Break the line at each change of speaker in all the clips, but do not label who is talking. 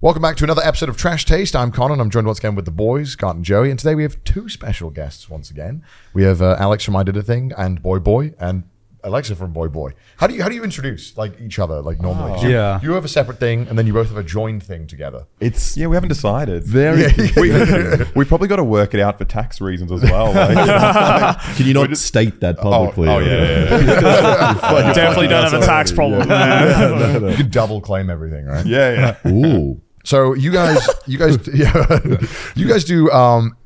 Welcome back to another episode of Trash Taste. I'm Conan. I'm joined once again with the boys, Gart and Joey. And today we have two special guests once again. We have uh, Alex from I Did a Thing and Boy Boy and Alexa from Boy Boy. How do you how do you introduce like each other like normally? 'Cause you-
Yeah.
you have a separate thing and then you both have a joined thing together.
It's
Yeah, we Oh, haven't decided.
very.
we, we've probably got to work it out for tax reasons as well. Like,
Can you not state that publicly?
oh, yeah, yeah,
Definitely don't have a tax problem.
You can double claim everything, right?
yeah, yeah.
Ooh.
So you guys, you guys, yeah, you guys do um,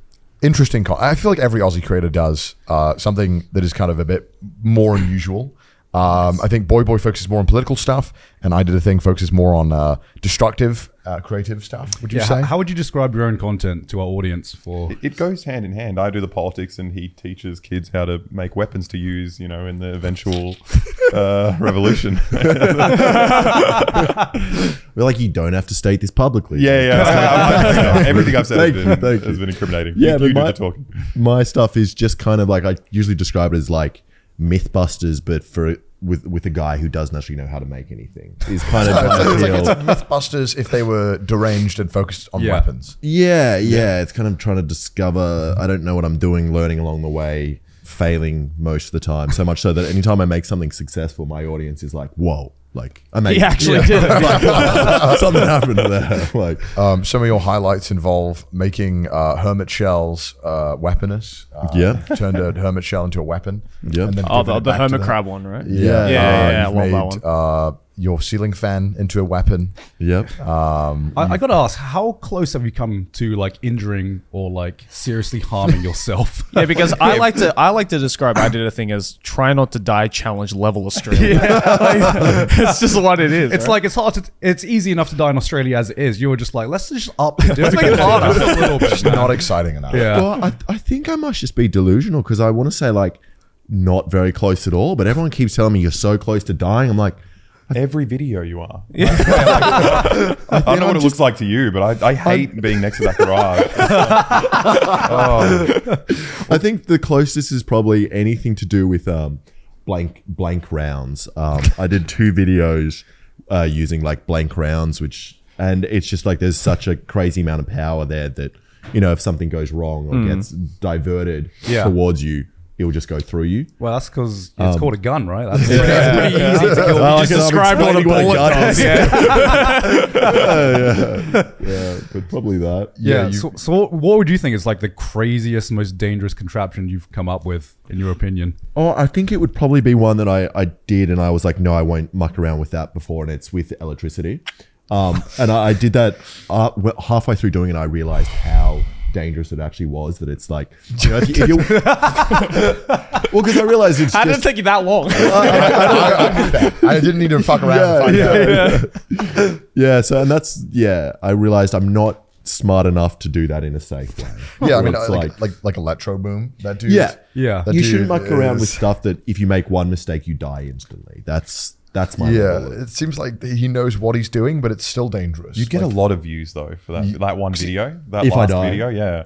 interesting. Con- I feel like every Aussie creator does uh, something that is kind of a bit more unusual. Um, I think Boy Boy focuses more on political stuff, and I did a thing focuses more on uh, destructive, uh, creative stuff. Would you
Yeah,
say?
h- How would you describe your own content to our audience for?
It, it goes hand in hand. I do the politics, and he teaches kids how to make weapons to use, you know, in the eventual uh, revolution.
We're like, you don't have to state this publicly.
Yeah, yeah. I- I- "Oh, everything I've said
Thank
has
you,
been,
thank you.
has been incriminating.
Yeah,
you,
but
you do
my-
the talking.
My stuff is just kind of like I usually describe it as like MythBusters, but for with with a guy who doesn't actually know how to make anything. Is kind of
It's
my
like- it's like, it's
deal.
like MythBusters if they were deranged and focused on
Yeah.
weapons.
yeah, yeah. It's kind of trying to discover. I don't know what I'm doing, learning along the way, failing most of the time. So much so that anytime I make something successful, my audience is like, "Whoa!" Like, I made
He actually did it.
like, wow, something happened to that. Like,
Um, some of your highlights involve making uh, hermit shells uh, weaponous. Uh,
Yeah.
you turned a hermit shell into a weapon.
Yeah.
and then
Oh,
given
the,
it
the
uh, back to
hermit
them.
crab one, right?
yeah,
Yeah, yeah, yeah.
Uh, you've
I love that
made, Uh, your ceiling fan into a weapon.
yep.
I, I got to ask, how close have you come to like injuring or like seriously harming yourself?
Yeah, because I like to I like to describe I did a thing as try not to die challenge level Australia. it's just what it is.
It's
right?
like it's hard to. It's easy enough to die in Australia as it is. You were just like, let's just up. the difficulty just a little bit.
It's not exciting enough.
Yeah.
Well, I, I think I must just be delusional because I want to say like not very close at all, but everyone keeps telling me you're so close to dying. I'm like,
Every video you are. I don't know what it looks like to you, but I, I hate being next to that garage.
I think the closest is probably anything to do with um, blank blank rounds. Um, I did two videos uh, using like blank rounds, which and it's just like there's such a crazy amount of power there that you know if something goes wrong or gets diverted
Yeah.
towards you, it will just go through you.
Well, that's because it's
Um,
called a gun, right? That's pretty, it's pretty easy to kill.
Well,
just
I can't
described what a
explain what a
bullet
gun
does.
is.
Yeah.
Yeah, but probably that.
Yeah.
you-
so, so what, what would you think is like the craziest, most dangerous contraption you've come up with, in your opinion?
Oh, I think it would probably be one that I, I did, and I was like, no, I won't muck around with that before, and it's with electricity. Um, and I, I did that uh, wh- halfway through doing it, I realized how dangerous it actually was. That it's like, you know, if you, if you well, because I realized it's
How did it
just.
take you that long?
I, I knew that. I didn't need to fuck around. and
Yeah,
find out.
yeah, so and that's yeah. I realized I'm not smart enough to do that in a safe way.
yeah. I mean,
It's
like, like like electro boom. That dude.
Yeah.
Yeah.
That
you
dude
shouldn't muck around with
is-
stuff that if you make one mistake, you die instantly. That's that's my level
Yeah,
of-
it seems like he knows what he's doing, but it's still dangerous.
You'd get
Like,
a lot of views, though, for that, that one video. That
If I
last
die.
video, yeah.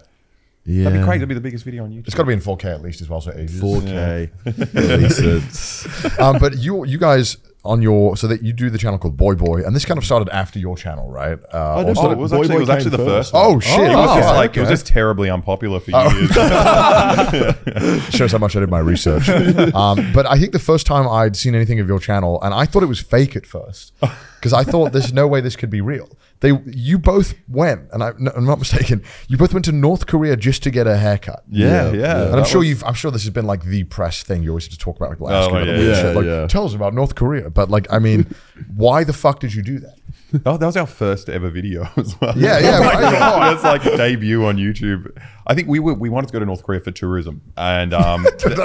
yeah.
That'd be great. That'd be the biggest video on YouTube.
it's got to be in 4K at least as well, so it ages.
4K. Release it.
um, but you you guys on your so that you do the channel called Boy Boy, and this kind of started after your channel, right? Uh,
I don't-
also-
Oh, it was
Boy
actually,
Boy
it was actually the
came
first. Oh.
first.
one.
oh shit!
it was
okay.
just like it was just terribly unpopular for years.
shows how much I did my research. Um, but I think the first time I'd seen anything of your channel, and I thought it was fake at first because I thought there's no way this could be real. They, you both went, and I, am not mistaken. You both went to North Korea just to get a haircut.
Yeah, yeah.
And I'm
That
sure
was-
you've. I'm sure this has been like the press thing you always have to talk about, like well,
Oh,
ask about
yeah,
the weird
yeah,
shit. Like,
yeah.
tell us about North Korea. But like, I mean, why the fuck did you do that?
Oh, that was our first ever video as well.
Yeah, yeah,
Like,
right.
That's like debut on YouTube. I think we were, we wanted to go to North Korea for tourism and um, just,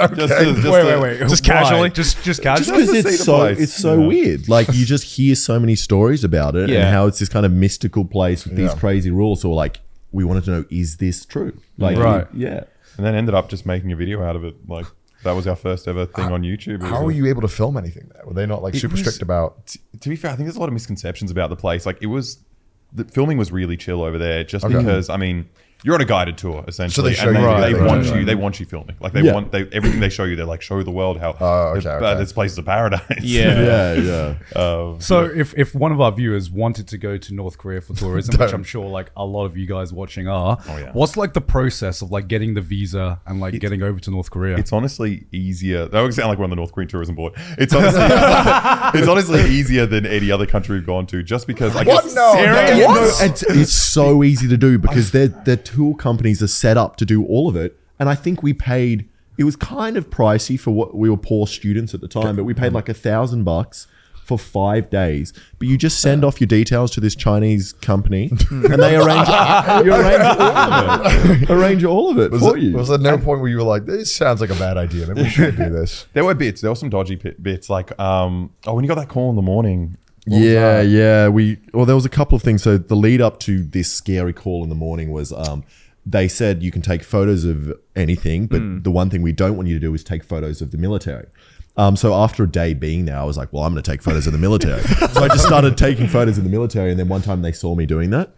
Wait,
just,
wait, wait.
just
Why?
casually?
Just, just casually.
Just
Because
to see
it's
the
so
place,
it's so
you know.
weird. Like you just hear so many stories about it
Yeah.
and how it's this kind of mystical place with these
Yeah.
crazy rules. Or like we wanted to know is this true? Like
Right.
yeah.
and then ended up just making a video out of it. Like that was our first ever thing on YouTube. It was
How
a-
were you able to film anything there? Were they not like
It
super
was-
strict about?
t- to be fair, I think there's a lot of misconceptions about the place. Like it was, the filming was really chill over there, just because I mean, You're on a guided tour essentially,
show
and
you
they, they
everything.
want
Right,
you.
right.
They want you filming. Like they
Yeah.
want they, everything they show you. They're like, show the world how
Oh,
this,
okay,
uh,
okay.
this place is a paradise.
Yeah.
yeah, yeah.
Um,
So if, if one of our viewers wanted to go to North Korea for tourism, which I'm sure like a lot of you guys watching are,
Oh, yeah.
what's like the process of like getting the visa and like getting over to North Korea?
It's honestly easier. That would sound like we're on the North Korean Tourism Board. It's honestly, it's honestly easier than any other country we've gone to, just because I
What?
guess
No,
Syria-
no, what?
No, it's, it's so easy to do because their their tool companies are set up to do all of it, and I think we paid. It was kind of pricey for what we were poor students at the time, but we paid like a thousand bucks for five days. But you just send off your details to this Chinese company, and they arrange you arrange all of it, arrange all of it
Was,
for
it,
you.
was there no point where you were like, this sounds like a bad idea. Maybe we should do this.
There were bits. There were some dodgy pit, bits, like um, oh, when you got that call in the morning. what was
Yeah, yeah. We well, there was a couple of things. So the lead up to this scary call in the morning was um, they said you can take photos of anything, but
Hmm.
the one thing we don't want you to do is take photos of the military. Um, so after a day being there, I was like, well, I'm going to take photos of the military. so I just started taking photos of the military, and then one time they saw me doing that.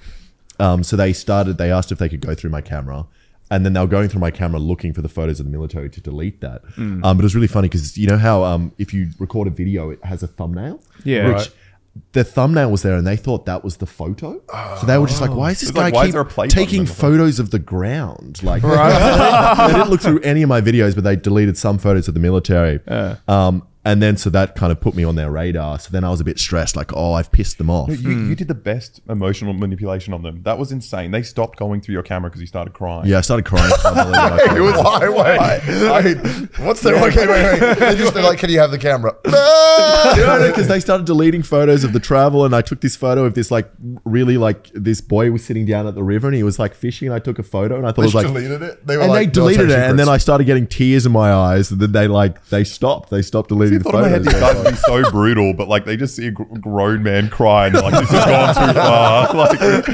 Um, so they started. They asked if they could go through my camera, and then they were going through my camera looking for the photos of the military to delete that.
Hmm.
Um, but it was really funny because you know how um, if you record a video, it has a thumbnail.
Yeah.
Which
Right.
the thumbnail was there, and they thought that was the photo. so they were just like, "Why is this
It's
guy
like, why is there a play
keep
button in
taking
the thumbnail?"
photos of the ground?" Like, they, they didn't look through any of my videos, but they deleted some photos of the military. Um, and then so that kind of put me on their radar. So then I was a bit stressed, like, "Oh, I've pissed them off."
You, you did the best emotional manipulation on them. That was insane. They stopped going through your camera because you started crying.
Yeah, I started crying. I
It was why, wait, wait. What's the okay? Wait, wait. They just they're like, can you have the camera? No.
because they started deleting photos of the travel, and I took this photo of this like really like this boy was sitting down at the river, and he was like fishing, and I took a photo, and I thought it was
They
like
deleted it. They were
and
like,
they
"No, it's
deleted it, and
actually
then I
Chris."
started getting tears in my eyes. And then they like they stopped. They stopped deleting the
I thought in my head
photos.
these guys would be so brutal, but like they just see a gr- grown man cry and they're like, this has gone too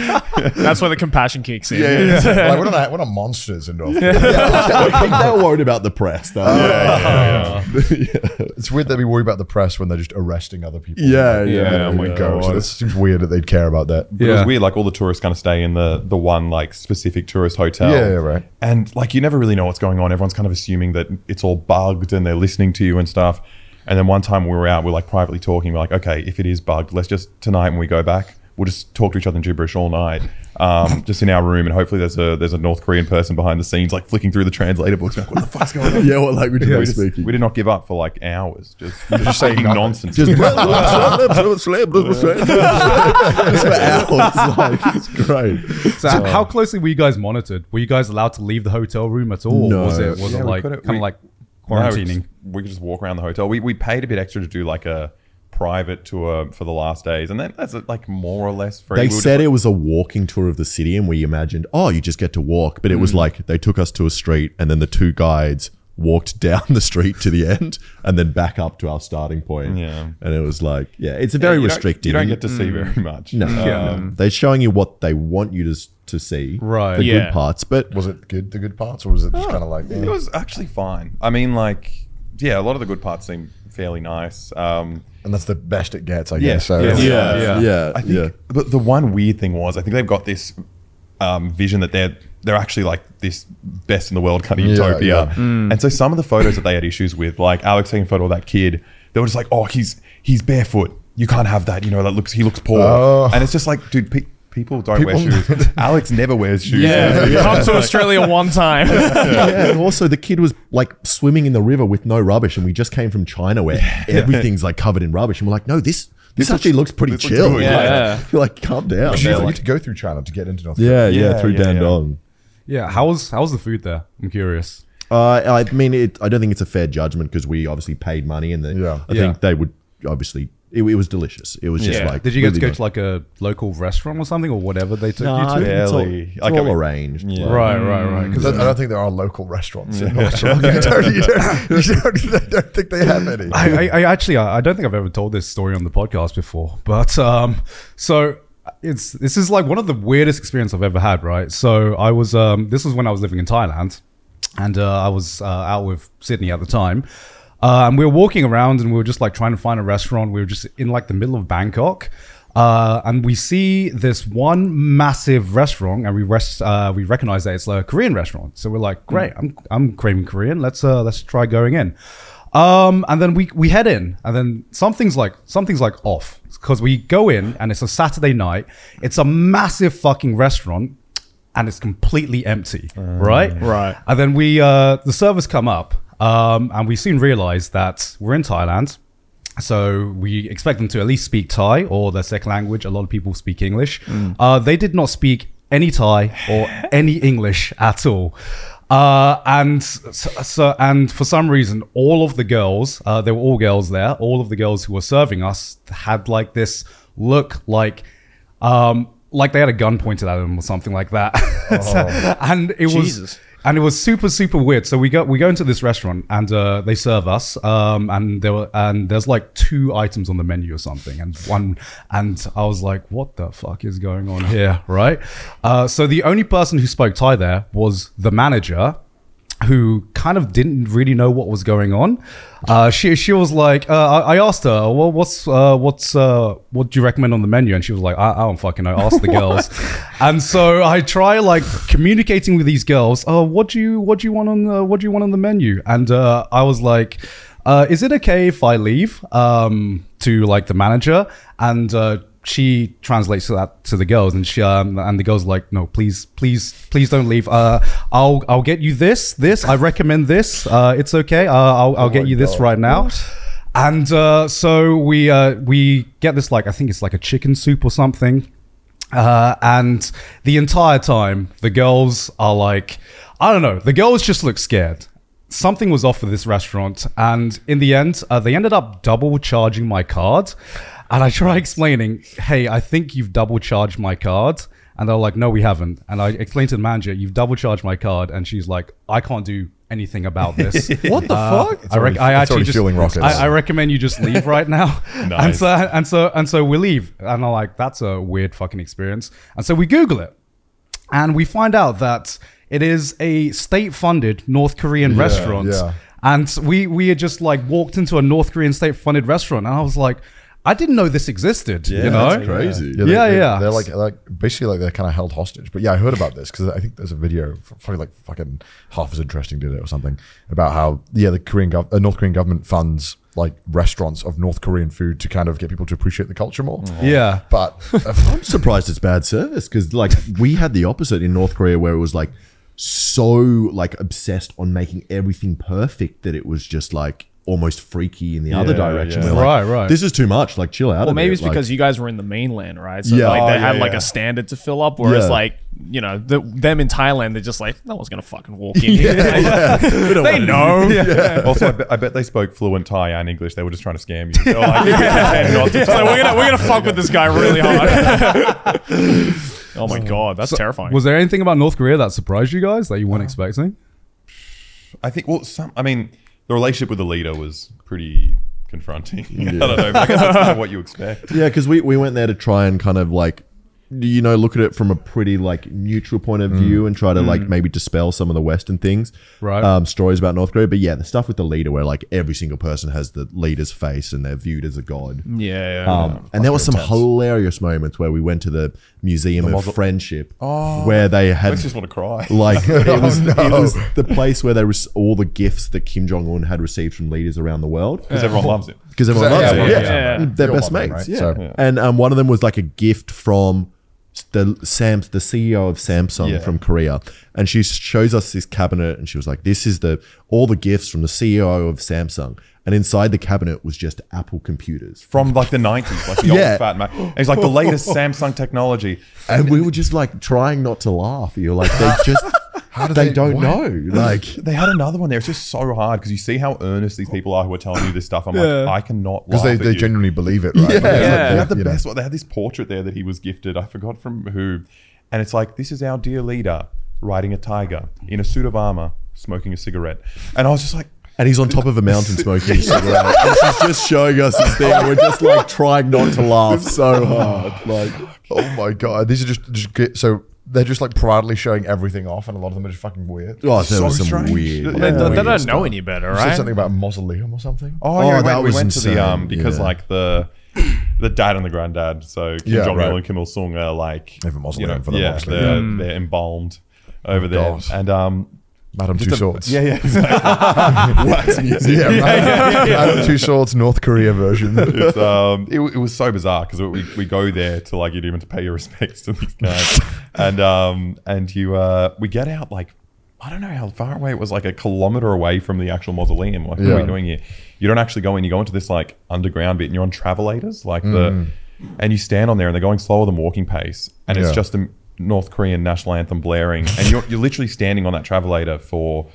far. Like,
That's where the compassion kicks in.
yeah, yeah.
like, we're not, we're not monsters in North Korea.
I think they were worried about the press. Though.
yeah, yeah.
It's weird that we worry about the press when they're just arresting other people.
yeah, yeah.
Yeah, oh my
Go. So
God.
it seems weird that they'd care about that.
But It
Yeah.
was weird. Like all the tourists kind of stay in the the one like specific tourist hotel.
Yeah, yeah, right.
And like you never really know what's going on. Everyone's kind of assuming that it's all bugged and they're listening to you and stuff. And then one time we were out, we are like privately talking. We're like, okay, if it is bugged, let's just tonight when we go back, we'll just talk to each other in gibberish all night, um, just in our room. And hopefully there's a there's a North Korean person behind the scenes like flicking through the translator books. Like, what the fuck's going on?
Yeah, what language are
We,
we
just-
speaking?
we did not give up for like hours, just just saying nonsense.
just for hours. Like, it's great.
So, h- how closely were you guys monitored? Were you guys allowed to leave the hotel room at all?
No.
Was it was
Yeah,
it
we
like
couldn't-
kind of
we-
like
No,
quarantining?
just- we could just walk around the hotel. We, we paid a bit extra to do like a private tour for the last days, and then that's like more or less free.
They
We were
said
just
it was a walking tour of the city, and we imagined, oh, you just get to walk. But it
Mm.
was like they took us to a street, and then the two guides walked down the street to the end, and then back up to our starting point.
Yeah.
and it was like, yeah, it's a very
like, you don't-
restrictive.
You don't
and- mm.
get to see very much. Um,
no, they're showing you what they want you to s- to see,
Right.
The
Yeah.
good parts, but
Was it good? The good parts, or was it just kind of like? eh?
It was actually fine. I mean, like, yeah, a lot of the good parts seem fairly nice. Um,
and that's the best it gets, I guess. So
yeah.
yeah,
Yeah.
yeah, yeah.
I think, but the one weird thing was, I think they've got this um, vision that they're they're actually like this best in the world kind of
Yeah,
utopia.
yeah.
Mm.
And so some of the photos that they had issues with, like Alex taking a photo of that kid, they were just like, "Oh, he's he's barefoot. You can't have that. You know, that looks he looks poor."
Oh.
And it's just like, dude, pe- people don't wear
People-
shoes. Alex never wears shoes.
Yeah. Come to Australia one time.
Yeah, and also the kid was like swimming in the river with no rubbish, and we just came from China where everything's like covered in rubbish, and we're like, no, this this,
This
actually
looks-
looks, pretty
this looks
chill.
good.
Yeah.
Like, like, calm down.
You
They're
have
like-
to go through China to get into North Korea.
yeah, yeah,
Yeah,
through
yeah, yeah.
Dandong.
Yeah. How was how was the food there? I'm curious.
Uh, I mean, it, I don't think it's a fair judgment because we obviously paid money, and then
Yeah.
I
Yeah.
think they would obviously. It, it was delicious. It was just
Yeah.
like.
Did you guys
really
go
nice.
to like a local restaurant or something or whatever they took
Nah, I
you to?
think it's all,
Barely.
it's
Like, I
all
mean-
arranged.
Yeah.
Right, right, right.
Mm.
'Cause
Because I don't think there are local restaurants in North Korea. You don't, you don't, you don't, I don't think they have any.
I, I, I actually I I don't think I've ever told this story on the podcast before, but um, so it's this is like one of the weirdest experience I've ever had, right? So I was um, this was when I was living in Thailand, and uh, I was uh, out with Sydney at the time. Uh, and we were walking around and we were just like trying to find a restaurant. We were just in like the middle of Bangkok. Uh, and we see this one massive restaurant, and we rest, uh, we recognize that it's like a Korean restaurant. So we're like, great, I'm, I'm craving Korean. Let's uh, let's try going in. Um, and then we we head in, and then something's like something's like off because we go in, and it's a Saturday night. It's a massive fucking restaurant, and it's completely empty, right?
Right.
And then we uh, the servers come up, um, and we soon realize that we're in Thailand. So we expect them to at least speak Thai or their second language. A lot of people speak English. Uh, they did not speak any Thai or any English at all. Uh, and so, so, and for some reason, all of the girls, uh, there were all girls there. All of the girls who were serving us had like this look like, um, like they had a gun pointed at them or something like that. So- and it was
Jesus.
and it was super super weird. So we go we go into this restaurant and uh, they serve us, um, and there were and there's like two items on the menu or something, and one and I was like, what the fuck is going on here, right? Uh, so the only person who spoke Thai there was the manager. Who kind of didn't really know what was going on. Uh, she she was like, uh, I, I asked her, well, what's uh, what's uh, what do you recommend on the menu? And she was like, I, I don't fucking know. Ask the girls. And so I try like communicating with these girls. Oh, what do you what do you want on the what do you want on the menu? And uh, I was like, uh, is it okay if I leave um, to like the manager? And uh, she translates that to the girls, and she um, and the girls are like, no, please, please, please don't leave. Uh, I'll I'll get you this this. I recommend this. Uh, it's okay. Uh, I'll I'll get you this right now. And uh, so we uh, we get this like I think it's like a chicken soup or something. Uh, and the entire time, the girls are like, I don't know, the girls just look scared. Something was off with this restaurant. And in the end, uh, they ended up double charging my card. And I try explaining, hey, I think you've double charged my card. And they're like, no, we haven't. And I explained to the manager, you've double charged my card. And she's like, I can't do anything about this. Uh, what the fuck? I, rec- I
it's
actually
already
just,
fueling rockets.
I, I recommend you just leave right now. And
Nice.
so and so and so we leave. And I'm like, that's a weird fucking experience. And so we Google it. And we find out that it is a state-funded North Korean restaurant.
yeah.
And we we had just like walked into a North Korean state-funded restaurant, and I was like, I didn't know this existed. you know,
that's crazy.
they-
Yeah,
they-
yeah.
They're like, like basically like they're kind of held hostage. But yeah, I heard about this because I think there's a video, f- probably like fucking half as interesting did it or something about how yeah the Korean gov- uh, North Korean government funds like restaurants of North Korean food to kind of get people to appreciate the culture more.
Mm-hmm.
yeah.
But uh,
I'm surprised it's bad service because like we had the opposite in North Korea where it was like so like obsessed on making everything perfect that it was just like almost freaky in the other
Yeah,
direction.
yeah.
We're like,
Right, right.
This is too much. Like chill out.
Well,
a
maybe
bit,
it's
like-
because you guys were in the mainland, right? So
Yeah.
like they
Oh,
had
yeah,
like
yeah.
a standard to fill up, whereas
Yeah.
like you know the, them in Thailand, they're just like no one's gonna fucking walk in here. they know.
also, I, bet I bet they spoke fluent Thai and English. They were just trying to scam you. They were like, "You can pretend not to
It's like,
talk."
we're gonna we're gonna fuck with this guy really hard. oh my god, that's terrifying.
Was there anything about North Korea that surprised you guys that you
Uh,
weren't expecting?
I think. Well, some. I mean, the relationship with the leader was pretty confronting. I don't know. but I guess that's kind of what you expect.
Yeah, because we, we went there to try and kind of like, you know, look at it from a pretty like neutral point of view and try to like maybe dispel some of the Western things,
Right.
Um, stories about North Korea, but yeah, the stuff with the leader where like every single person has the leader's face and they're viewed as a god.
yeah, yeah.
Um, and there were some hilarious moments where we went to the Museum of Friendship, where they had
Makes you just want to cry.
like it was, it
no.
was the place where there was all the gifts that Kim Jong Un had received from leaders around the world
Because everyone loves it.
because everyone
Yeah,
loves
yeah,
it.
yeah,
Yeah,
yeah.
they're
You're
best
my man,
mates.
right?
Yeah.
So-
and um, one of them was like a gift from the Sam, the CEO of Samsung
Yeah.
from Korea, and she shows us this cabinet, and she was like, "This is the all the gifts from the CEO of Samsung." And inside the cabinet was just Apple computers,
From like the 90s, like the
Yeah.
old fat man. And it's like the latest Samsung technology.
and we were just like trying not to laugh. You're like, they just
How do
they,
they-
don't
why?
know. Like,
They had another one there. It's just so hard because you see how earnest these people are who are telling you this stuff. I'm like, I cannot laugh
because they,
at
they
you.
genuinely believe it, right?
Yeah.
It's like,
Yeah.
they had the
You know.
best one. They had this portrait there that he was gifted. I forgot from who. And it's like, this is our dear leader riding a tiger in a suit of armor, smoking a cigarette. And I was just like,
and he's on top of a mountain smoking a cigarette, and she's just showing us this thing. and We're just like trying not to laugh so hard. Like,
Oh my god, these are just just get, so they're just like proudly showing everything off, and a lot of them are just fucking weird.
oh, there
So
was some
strange.
weird.
Yeah.
they, they
weird
don't
stuff.
know any better,
You said
right?
something about a mausoleum or something.
oh, yeah,
Oh,
we went,
that
we
was
went to
insane.
the, um, because
Yeah.
like the, the dad and the granddad. So Kim
Yeah,
Jong Il
right.
and Kim Il Sung are like
They have a mausoleum for them,
yeah,
obviously.
they're, they're embalmed over there,
God.
and um,
Madam Two
just a-
Swords.
Yeah, yeah, exactly.
Wax music.
Yeah, Madam, Madam Two Swords North Korea version.
it's, um, it, it was so bizarre because we, we go there to like you even to pay your respects to these guys, and um, and you uh, we get out like I don't know how far away it was, like a kilometer away from the actual mausoleum. Like what are
Yeah.
we doing here? You don't actually go in. You go into this like underground bit, and you're on travelators, like
Mm.
the, and you stand on there, and they're going slower than walking pace, and
Yeah.
it's just the North Korean national anthem blaring, and you're you're literally standing on that travelator for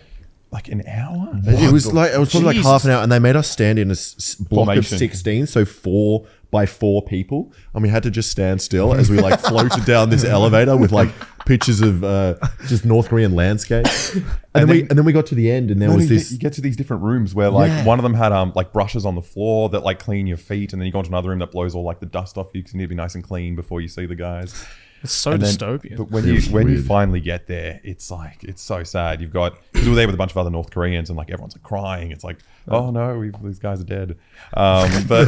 like an hour.
It was like it was probably like
Jesus.
half an hour, and they made us stand in a s- s- block
Formation.
of sixteen, so four by four people, and we had to just stand still as we like floated down this elevator with like pictures of uh, just North Korean landscape, and, then, we and then we got to the end, and there
No,
was
you get-
this.
you get to these different rooms where like
Yeah.
one of them had um like brushes on the floor that like clean your feet, and then you go into another room that blows all like the dust off you because you need to be nice and clean before you see the guys.
It's so
And then-
dystopian.
But when
It
you
was
when you
weird.
finally get there, it's like it's so sad. You've got because we're there with a bunch of other North Koreans, and like everyone's like crying. It's like oh no, we, these guys are dead. Um, but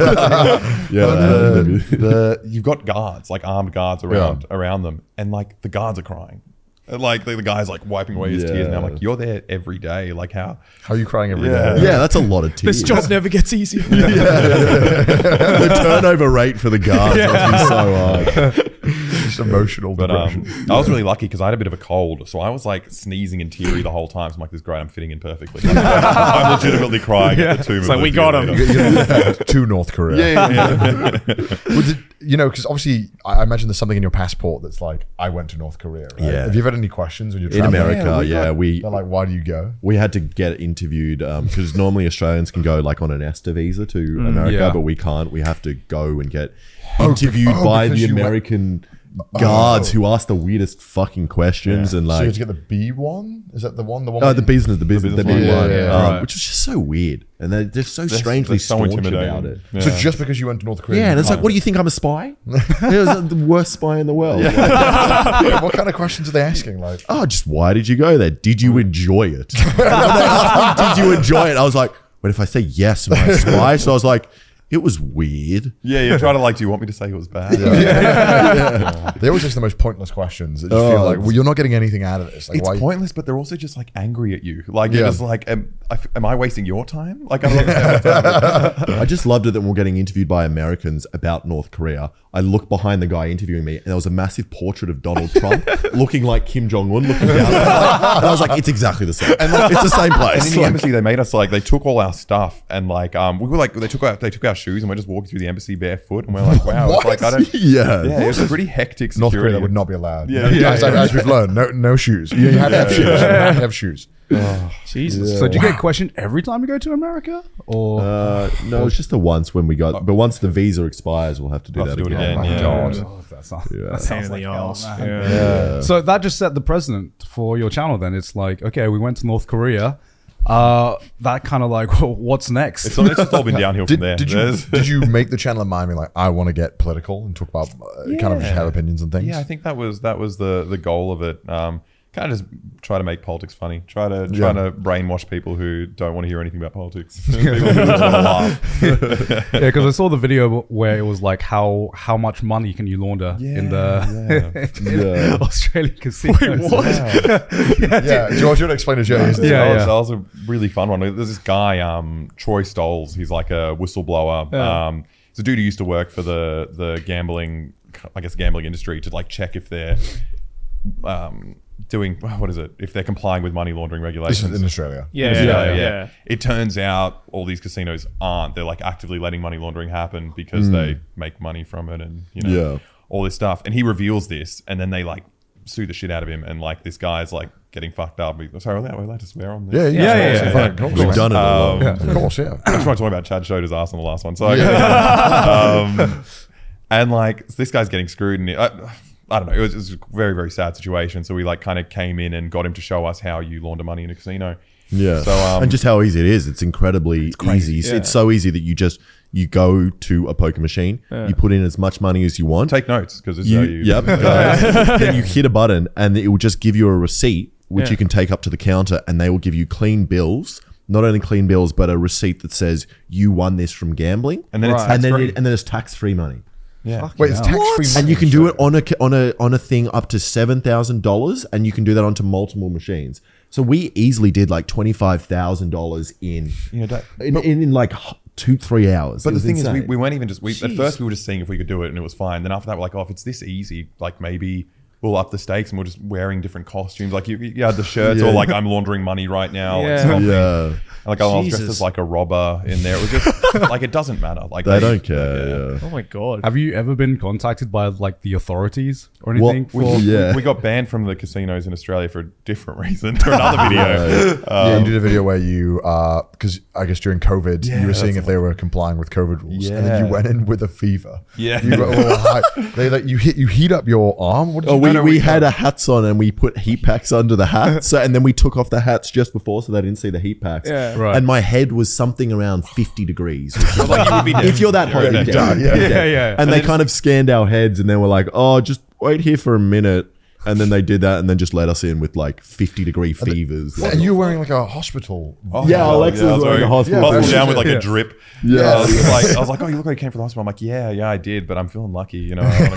yeah,
The, the
you've got guards like armed guards around around them, and like the guards are crying. And, Like the, the guy's like wiping away his tears, and I'm like, "You're there every day. Like how
how are you crying every day?
Yeah.
yeah, that's a lot of tears.
this job never gets easier.
the turnover rate for the guards must be so high.
Just emotional
But
depression.
um, I was really lucky because I had a bit of a cold, so I was like sneezing and teary the whole time. So I'm like, "This is great, I'm fitting in perfectly." Like, I'm legitimately crying at the tomb.
It's
of
like, we
the
got
theater.
him.
You get- you get to North Korea.
Yeah,
Well, did- you know, because obviously, I I imagine there's something in your passport that's like, I went to North Korea. right?
Yeah.
Have you ever had any questions when you're
In
traveling?
America, yeah, we-
They're like, why do you go?
we had to get interviewed because normally Australians can go like on an ESTA visa to America,
yeah.
but we can't. We have to go and get interviewed
Mm, oh,
by
because
the
you went- Oh.
American guards who ask the weirdest fucking questions and
so you
like
had to get the B one? Is that the one? The one?
oh
where
the
you-
business, the business, the
business
big
one.
one,
Yeah, yeah,
um,
right.
which was just so weird, and they're they're so strangely
they're so
staunch
intimidating.
about it.
Yeah.
So just because you went to North Korea?
Yeah, and
you
it's like, what do you think? I'm a spy? it was like, the worst spy in the world. Like,
can't- Yeah, what kind of questions are they asking? Like,
oh, just why did you go there? Did you enjoy it? And when they asked me, did you enjoy it? I was like, what if I say yes, am I a spy? So I was like, it was weird.
Yeah, you're trying to like. Do you want me to say it was bad?
they always ask the most pointless questions. That just
Oh,
feel like, well, you're not getting anything out of this. Like,
It's
why?
pointless, but they're also just like angry at you. Like
Yeah.
you're just like, am I, f- am I wasting your time? Like I don't understand what's happening.
I just loved it that we we're getting interviewed by Americans about North Korea. I looked behind the guy interviewing me, and there was a massive portrait of Donald Trump looking like Kim Jong Un, looking down. and I was like, it's exactly the same. And like, it's the same
And
place.
in the embassy, they made us like they took all our stuff and like um we were like they took out they took our shoes and we're just walking through the embassy barefoot and we're like wow it's like I
Like,
don't
yeah.
yeah it was a pretty hectic
North Korea
security
that would not be allowed.
Yeah, yeah,
as,
yeah.
as we've learned, no, no shoes. You have to have shoes. You have to have shoes.
Jesus.
So do you get questioned every time you go to America, or
Uh, no, it's just the once when we got, but once the visa expires, we'll have to do
Have
that
to do it
again.
again,
my
yeah.
God.
Oh, that's not, that
Pain
sounds
in
like
the
hell,
arse.
man.
Yeah.
So that just set the precedent for your channel. Then it's like, okay, we went to North Korea. Uh, that kind of like, what's next?
so it's just all been downhill
Did,
from there
did you
There's-
did you make the channel in mind being like I want to get political and talk about uh, kind of just have opinions and things?
Yeah, I think that was that was the the goal of it. Um, kind of just try to make politics funny. Try to try
Yeah.
to brainwash people who don't want to hear anything about politics. people who just want to laugh.
yeah, because I saw the video where it was like, how how much money can you launder in the in
Yeah.
Australian casinos?
what?
yeah. George, you want to explain to Jay?
Yeah.
that, was, that was a really fun one. There's this guy, um, Troy Stoles. He's like a whistleblower.
Yeah.
Um, he's a dude who used to work for the the gambling, I guess, gambling industry to like check if they're um, doing what is it? If they're complying with money laundering
This
regulations.
is in Australia.
Yeah,
Yeah, yeah,
yeah, yeah.
It turns out all these casinos aren't. They're like actively letting money laundering happen because they make money from it and you know
Mm. Yeah.
all this stuff. And he reveals this, and then they like sue the shit out of him, and like this guy's like getting fucked up. We- Sorry, are we allowed to swear on this?
Yeah, yeah,
Yeah,
yeah.
yeah,
yeah,
yeah.
Fine, Of
We've
course.
done it. a lot.
Um,
Of course, yeah.
I just want to talk about Chad showed his ass on the last one. So, um, and like this guy's getting screwed, and it, I, I don't know. It was, it was a very very sad situation. So we like kind of came in and got him to show us how you launder money in a casino.
Yeah.
So um,
and just how easy it is. It's incredibly easy. It's- It's so easy that you just you go to a poker machine, you put in as much money as you want.
take notes because it's
you,
how you.
yep. guys. then you hit a button and it will just give you a receipt which you can take up to the counter and they will give you clean bills not only clean bills but a receipt that says you won this from gambling,
And then it's
and then
tax-free.
it, and then it's tax free money.
Yeah.
Wait, it's tax free.
And you can do it on a on a on a thing up to seven thousand dollars, and you can do that onto multiple machines. So we easily did like twenty five thousand dollars in
You know, that-
in, in in like h- two three hours.
But the thing is, we,
we,
we weren't even just. We, at first, we were just seeing if we could do it, and it was fine. Then after that, we're like, oh, if it's this easy, like maybe we'll up the stakes, and we're just wearing different costumes. Like you, you had the shirts, or like I'm laundering money right now. and
Yeah.
stuff. And,
yeah,
like oh, I was dressed
Jesus.
as like a robber in there. It was just like it doesn't matter. Like
they don't care. Yeah.
Oh my god.
Have you ever been contacted by like the authorities or
Well,
anything?
We,
Well,
we-
yeah.
we got banned from the casinos in Australia for a different reason for another video.
yeah, you did a video where you, because I guess during COVID, you were seeing if they were complying with COVID rules, and then
Yeah.
you went in with a fever.
Yeah.
you were all high. They like you hit you heat up your arm. What did
Oh,
you
we,
do?
we, had our hats on and we put heat packs under the hats. So, and then we took off the hats just before so they didn't see the heat packs.
Yeah.
Right.
And my head was something around 50 degrees. which is
like you would be dead.
if you're that hot,
Yeah,
you're
yeah,
dead.
done.
You're
Yeah,
dead.
yeah.
And, they kind of scanned our heads and then were like, oh, just wait here for a minute. And then they did that and then just let us in with like 50 degree fevers.
And you were wearing like a hospital.
Oh,
Yeah,
well,
Alexis
I
was in the
very-
hospital.
Bustled
Yeah.
down with like
Yeah.
a drip.
Yeah.
I was, like, I was like, oh, you look like you came from the hospital. I'm like, yeah, yeah, I did, but I'm feeling lucky, you know. I wanna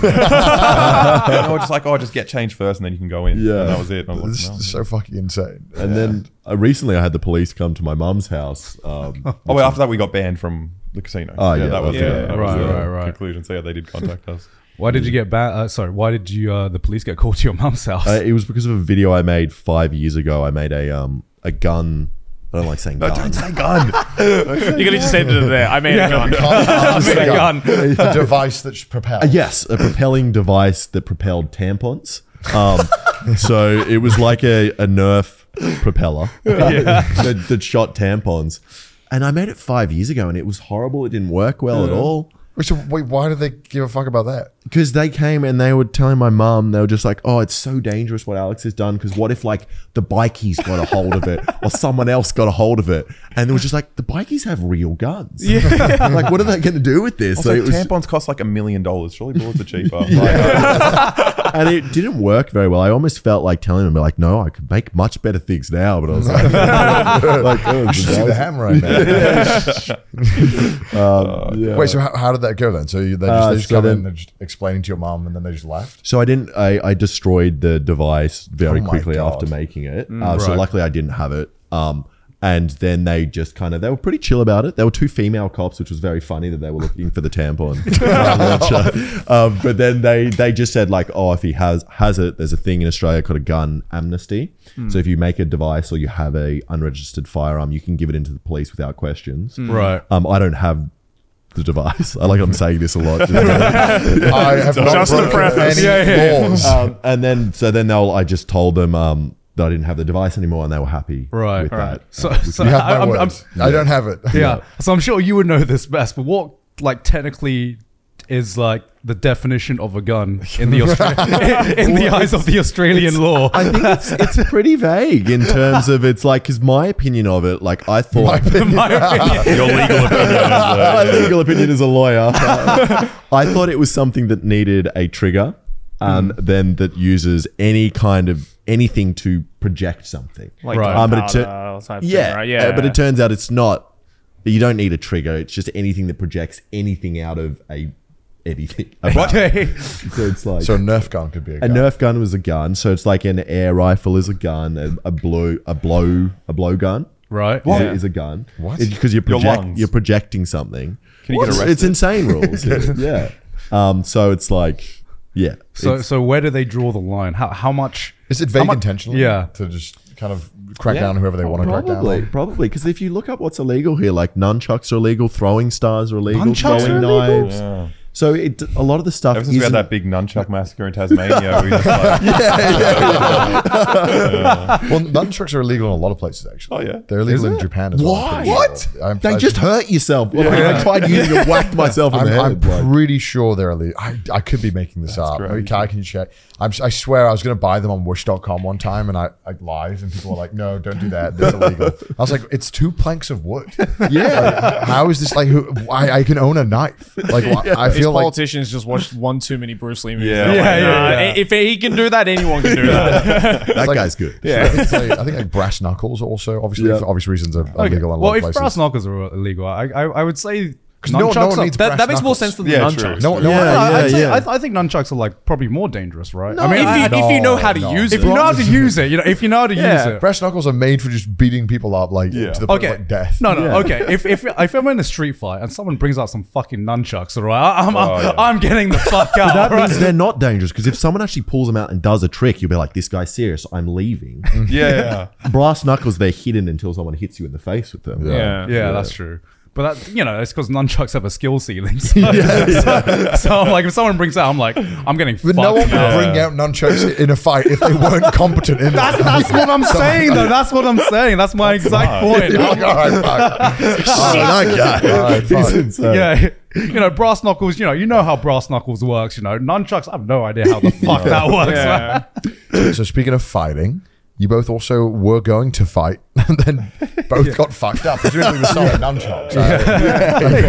go." and they were just like, oh, just get changed first, and then you can go in.
Yeah.
and that was it. And I was
This
like, no.
is so fucking insane.
and then uh, recently I had the police come to my mum's house. Um,
Oh wait, after that we got banned from the casino.
Oh, yeah,
that was
okay.
the-
Yeah,
that was
right,
the
right, right.
Conclusion. So yeah, they did contact us.
why did you get banned? Uh, sorry, why did you uh, the police get called to your mum's house?
Uh, it was because of a video I made five years ago. I made a um a gun. I don't like saying gun.
gun.
You're gonna just end it there. I made a gun.
Can't
made a gun.
a device that's
Uh,
propelled.
yes, a propelling device that propelled tampons. Um, so it was like a, a Nerf propeller that, that shot tampons. And I made it five years ago, and it was horrible. It didn't work well at all.
Wait, so wait, why did they give a fuck about that?
because they came and they were telling my mum they were just like oh it's so dangerous what alex has done because what if like the bikies got a hold of it or someone else got a hold of it and it was just like the bikies have real guns like what are they going to do with this
Also,
so it was,
tampons cost like a million dollars. Surely bullets are cheaper.
and it didn't work very well i almost felt like telling them like no i could make much better things now but i was like, like oh,
You should see the
guys-
hammer I made.
um, yeah.
Wait, so how, how did that go then? So you, they just,
Uh,
they just
so
come in
then-
and they're just explaining to your mom, and then they just left.
So I didn't. I, I destroyed the device very
Oh my
quickly
God. Mm.
after making it. Uh, So
right.
luckily I didn't have it. Um, and then they just kind of they were pretty chill about it. There were two female cops, which was very funny that they were looking for the tampon um, launcher. Um, but then they they just said like, oh, if he has has it, there's a thing in Australia called a gun amnesty.
Mm.
So if you make a device or you have a unregistered firearm, you can give it into the police without questions.
Mm.
right.
Um, I don't have the device. I like I'm saying this a lot.
I have not
Just the
broken
preface.
any
Yeah, yeah, yeah.
laws.
um, and then so then they'll I just told them um, that I didn't have the device anymore, and they were happy
Right.
with
right.
that.
So, so
You have
I,
my
I'm,
word.
I'm,
I don't have it.
yeah. So I'm sure you would know this best, but what like technically is like the definition of a gun in the Austra- in, in the eyes of the Australian law?
I think it's, it's pretty vague in terms of it's like because my opinion of it, like I thought.
My opinion.
My opinion.
uh, Your legal opinion.
my legal opinion as a lawyer. I thought it was something that needed a trigger, and then that uses any kind of anything to project something.
Like
Right.
Um, but it tur-
gunpowder type thing,
Yeah,
right?
uh, but it turns out it's not. You don't need a trigger. It's just anything that projects anything out of a anything. a button.
Okay.
So it's like
So a Nerf gun could be a
a
gun.
Nerf gun was a gun. So it's like an air rifle is a gun. A, a blow, a blow, a blow gun.
Right.
What?
Yeah.
Is a gun?
What?
Because you're
Your
project,
lungs.
you're projecting something.
Can you get
It's- It's
arrested?
insane rules. dude. yeah. Um. So it's like, yeah.
So
It's-
so where do they draw the line? How how much?
Is it vague
mu-
intentionally?
yeah.
To just kind of crack down on whoever they want to crack down
Probably,
on.
probably, because if you look up what's illegal here, like nunchucks are illegal, throwing stars are illegal,
Nunchucks
throwing
are illegal?
knives. So it, a lot of the stuff
Ever
is
since we had that big nunchuck massacre in Tasmania, we just like,
Well, nunchucks are illegal in a lot of places, actually.
Oh, yeah?
They're illegal in Japan as well. I'm pretty
What?
sure. I'm,
They
I-
just hurt yourself. Like, I tried using it, whacked myself in
I'm,
the
I'm
head. like-
pretty sure they're illegal. I, I could be making this up. Maybe Kai can check. I'm, si swear I was going to buy them on Wish.com one time and I, I lied and people were like, no, don't do that. That's illegal. I was like, it's two planks of wood.
yeah.
How is this like? Who, I, I can own a knife. Like wh- I
it's
feel feel like
politicians just watched one too many Bruce Lee movies.
Yeah.
They're like,
Yeah,
"Nah,
yeah, yeah.
If he can do that, anyone can do that.
That
like-
guy's good.
I think, it's like, I think like brass knuckles also obviously
Yeah.
for obvious reasons are are illegal in a lot
well,
of
if
places.
brass knuckers are illegal, I I, I would say
no- no
nunchucks
one
are-
needs-
that,
Brass
that makes more
knuckles.
sense than the
Yeah, true.
nunchucks.
no, no,
Yeah,
one-
I, I'd say,
yeah.
I, I think nunchucks are like probably more dangerous, right? I
if,
I-
you, if you know how to
No,
use
if
it,
you know how to use it, you know, if you know how to use
Yeah.
it,
brass knuckles are made for just beating people up like
Yeah.
to the point
okay,
of like death.
No, no, okay. If, if if I'm in a street fight and someone brings out some fucking nunchucks, all right, I'm I'm,
Oh, yeah.
I'm getting the fuck out.
That
right?
means they're not dangerous because if someone actually pulls them out and does a trick, you'll be like, "This guy's serious. I'm leaving."
Yeah, yeah.
Brass knuckles, they're hidden until someone hits you in the face with them.
Yeah.
yeah, that's true. But that, you know, it's because nunchucks have a skill ceiling. So, so, I'm like, if someone brings out, I'm like, I'm getting
But
fucked.
no one would
out.
bring out nunchucks in a fight if they weren't competent in
That's,
that.
that's what I'm saying, though. That's what I'm saying. That's my exact point.
You're like, all right, fuck.
Oh, that guy.
All right,
He's
fuck.
insane.
yeah, you know, brass knuckles. You know, you know how brass knuckles works. You know, nunchucks. I have no idea how the fuck that works. man.
Yeah.
So speaking of fighting, you both also were going to fight and then both got fucked up. Presumably with solid nunchucks.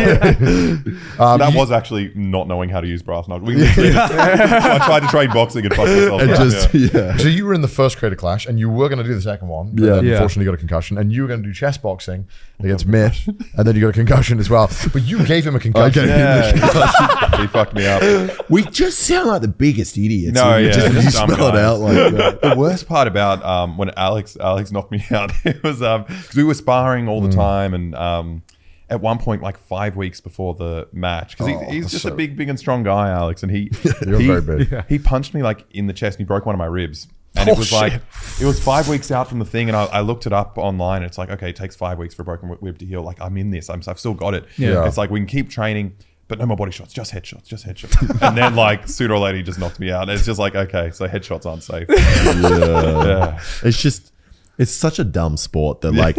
Um,
that
you-
was actually not knowing how to use brass knuckles. We literally just- I tried to train boxing and fucked myself.
And
up,
just
yeah.
yeah.
So you were in the first Creator Clash, and you were going to do the second one. but
Yeah.
then
Yeah.
Unfortunately, you got a concussion, and you were going to do chess boxing against Myth, and then you got a concussion as well. But you gave him a concussion.
gave him
Yeah. he fucked me up.
We just sound like the biggest idiots.
No,
when you
yeah,
just,
just
you
dumb
spell it
guys.
out like that.
The worst part about um, when Alex Alex knocked me out it was because we were sparring all the
Hmm.
time, and um, at one point, like five weeks before the match, because
Oh,
he, he's just
so-
a big, big and strong guy, Alex, and he
You're
he,
very big.
he punched me like in the chest, and he broke one of my ribs. And it
Oh,
was
shit.
like it was five weeks out from the thing, and I, I looked it up online. And it's like okay, it takes five weeks for a broken rib to heal. Like I'm in this, I'm, I've still got it.
Yeah.
It's like we can keep training, but no more body shots, just headshots, just headshots. and then like sooner or later, he just knocked me out. And it's just like okay, so headshots aren't safe. yeah.
It's just, it's such a dumb sport that, like,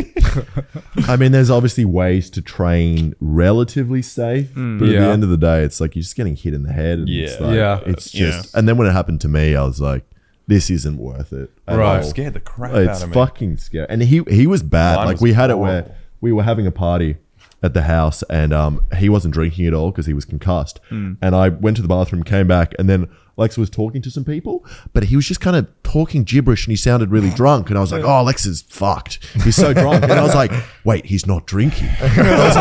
I mean, there's obviously ways to train relatively safe, but at
yeah.
the end of the day, it's like you're just getting hit in the head. And It's
Yeah.
like,
Yeah.
It's
Yeah.
just, and then when it happened to me, I was like, this isn't worth it. at
Right.
all.
scared the crap
It's
out of me.
fucking scary. And he he was bad.
Mine
like
was
we had it
horrible.
where we were having a party at the house and um he wasn't drinking at all because he was concussed.
Hmm.
And I went to the bathroom, came back, and then Lex was talking to some people, but he was just kind of talking gibberish and he sounded really drunk. And I was like, oh, Lex is fucked. He's so drunk. And I was like, wait, he's not drinking. I was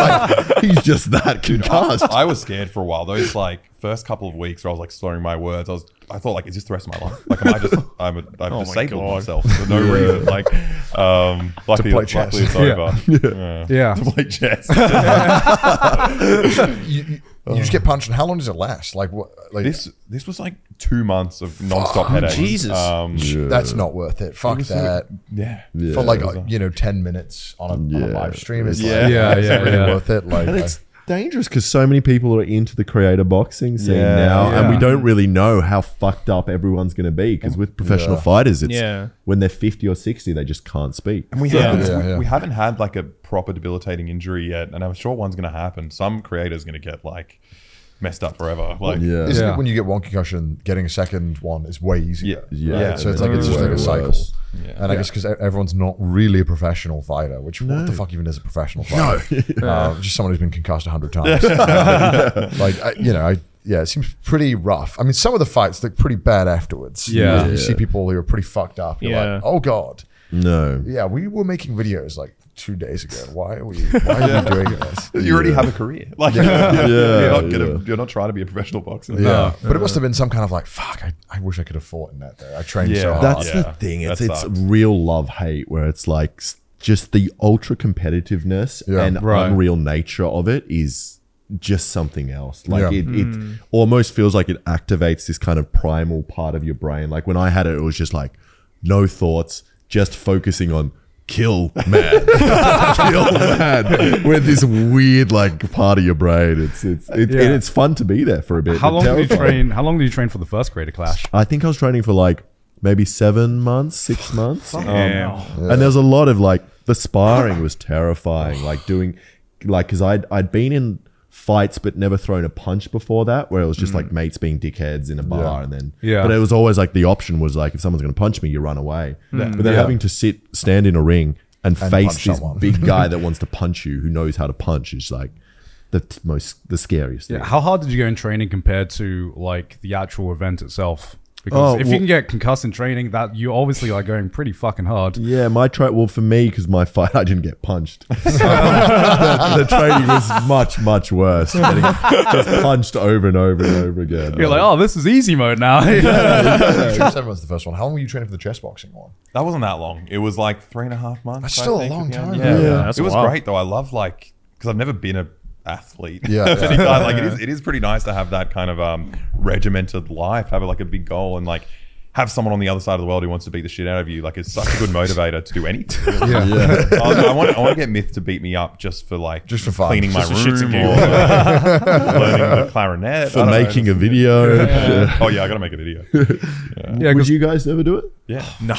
like, he's just that concussed.
I was scared for a while. Those like first couple of weeks where I was like slurring my words, I was I thought like, is this the rest of my life? Like, am I just I'm a, I've
Oh my
disabled
God.
myself for no reason. Like, um, luckily,
play chess.
luckily it's
Yeah.
over. Yeah.
Yeah.
to play chess.
You, you- you just get punched, and how long does it last? Like what? Like
this this was like two months of nonstop headaches.
Jesus.
Um,
that's not worth it. Fuck that.
yeah.
For like
It was
uh, you know ten minutes on a, on a
Yeah.
live stream, it's
Yeah.
like,
Yeah,
is
yeah,
it really
yeah.
worth it. Like
And it's dangerous because so many people are into the creator boxing scene
Yeah.
now, and we
Yeah.
don't really know how fucked up everyone's going to be. Because with professional fighters, it's
Yeah.
when they're fifty or sixty, they just can't speak.
And we,
Yeah.
haven't,
Yeah,
we,
yeah.
we haven't had like a proper debilitating injury yet, and I'm sure one's going to happen. Some creator's going to get like messed up forever. Like,
Yeah,
isn't
Yeah.
it when you get one concussion, getting a second one is way
yeah,
easier.
yeah.
Right? So it's like it's just like a
Way
cycle.
worse.
Yeah.
And I guess because everyone's not really a professional fighter, which what the fuck even is a professional fighter? No, uh, just someone who's been concussed a hundred times. like I, you know, I, yeah, it seems pretty rough. I mean, some of the fights look pretty bad afterwards.
Yeah.
you, you
Yeah.
see people who are pretty fucked up. You're
Yeah.
like, oh god,
No,
yeah, we were making videos like two days ago. Why are we? Why are we doing this?
You already have a career. Like, you're, not gonna, you're not trying to be a professional boxer.
Yeah, but it must have been some kind of like, fuck. I, I wish I could have fought in that day. I trained so
Yeah.
hard.
that's the
Yeah.
thing.
That
It's it's
sucks.
real love hate where it's like s- just the ultra competitiveness
Yeah.
and
Right.
unreal nature of it is just something else. Like
Yeah.
it,
Hmm.
it almost feels like it activates this kind of primal part of your brain. Like when I had it, it was just like no thoughts, just focusing on kill man, kill man. With this weird like part of your brain, it's it's it's,
Yeah.
and it's fun to be there for a bit.
How
but
long did you
terrifying.
train? How long did you train for the first creator clash?
I think I was training for like maybe seven months, six months.
Yeah.
And there was a lot of like the sparring was terrifying. Like doing, like because I'd I'd been in fights but never thrown a punch before that, where it was just like mates being dickheads in a bar, and then
Yeah.
But it was always like the option was like if someone's gonna punch me, you run away. But then having to sit stand in a ring and, face
punch
this
someone.
big guy that wants to punch you, who knows how to punch, is like. the t- most the scariest thing.
Yeah. How hard did you go in training compared to like the actual event itself? Because
Oh,
if
well-
you can get concussed in training, that you obviously are going pretty fucking hard.
Yeah, my tra Well, for me, because my fight, I didn't get punched. So the, the training was much, much worse. Getting just punched over and over and over again.
You're like, oh, this is easy mode now.
Seven was the first one. How long were you training for the chest boxing one?
That wasn't that long. It was like three and a half months.
That's
I
still a
think, at
long
the end.
time.
Yeah,
Yeah.
yeah.
That's
it was
wild.
great though. I love like because I've never been a athlete.
Yeah,
of any
yeah.
kind. Like it is, it is pretty nice to have that kind of um, regimented life. Have like a big goal and like have someone on the other side of the world who wants to beat the shit out of you. Like it's such a good motivator to do anything.
Yeah.
I, was like, I want I want to get Myth to beat me up just for like
Just for fun.
cleaning my
Just
for shits
room
and
or
giggles.
like, learning the clarinet
for making a
a
video. Yeah.
Oh yeah, I gotta make a video.
yeah,
Would
'cause
you guys never do it?
Yeah,
No,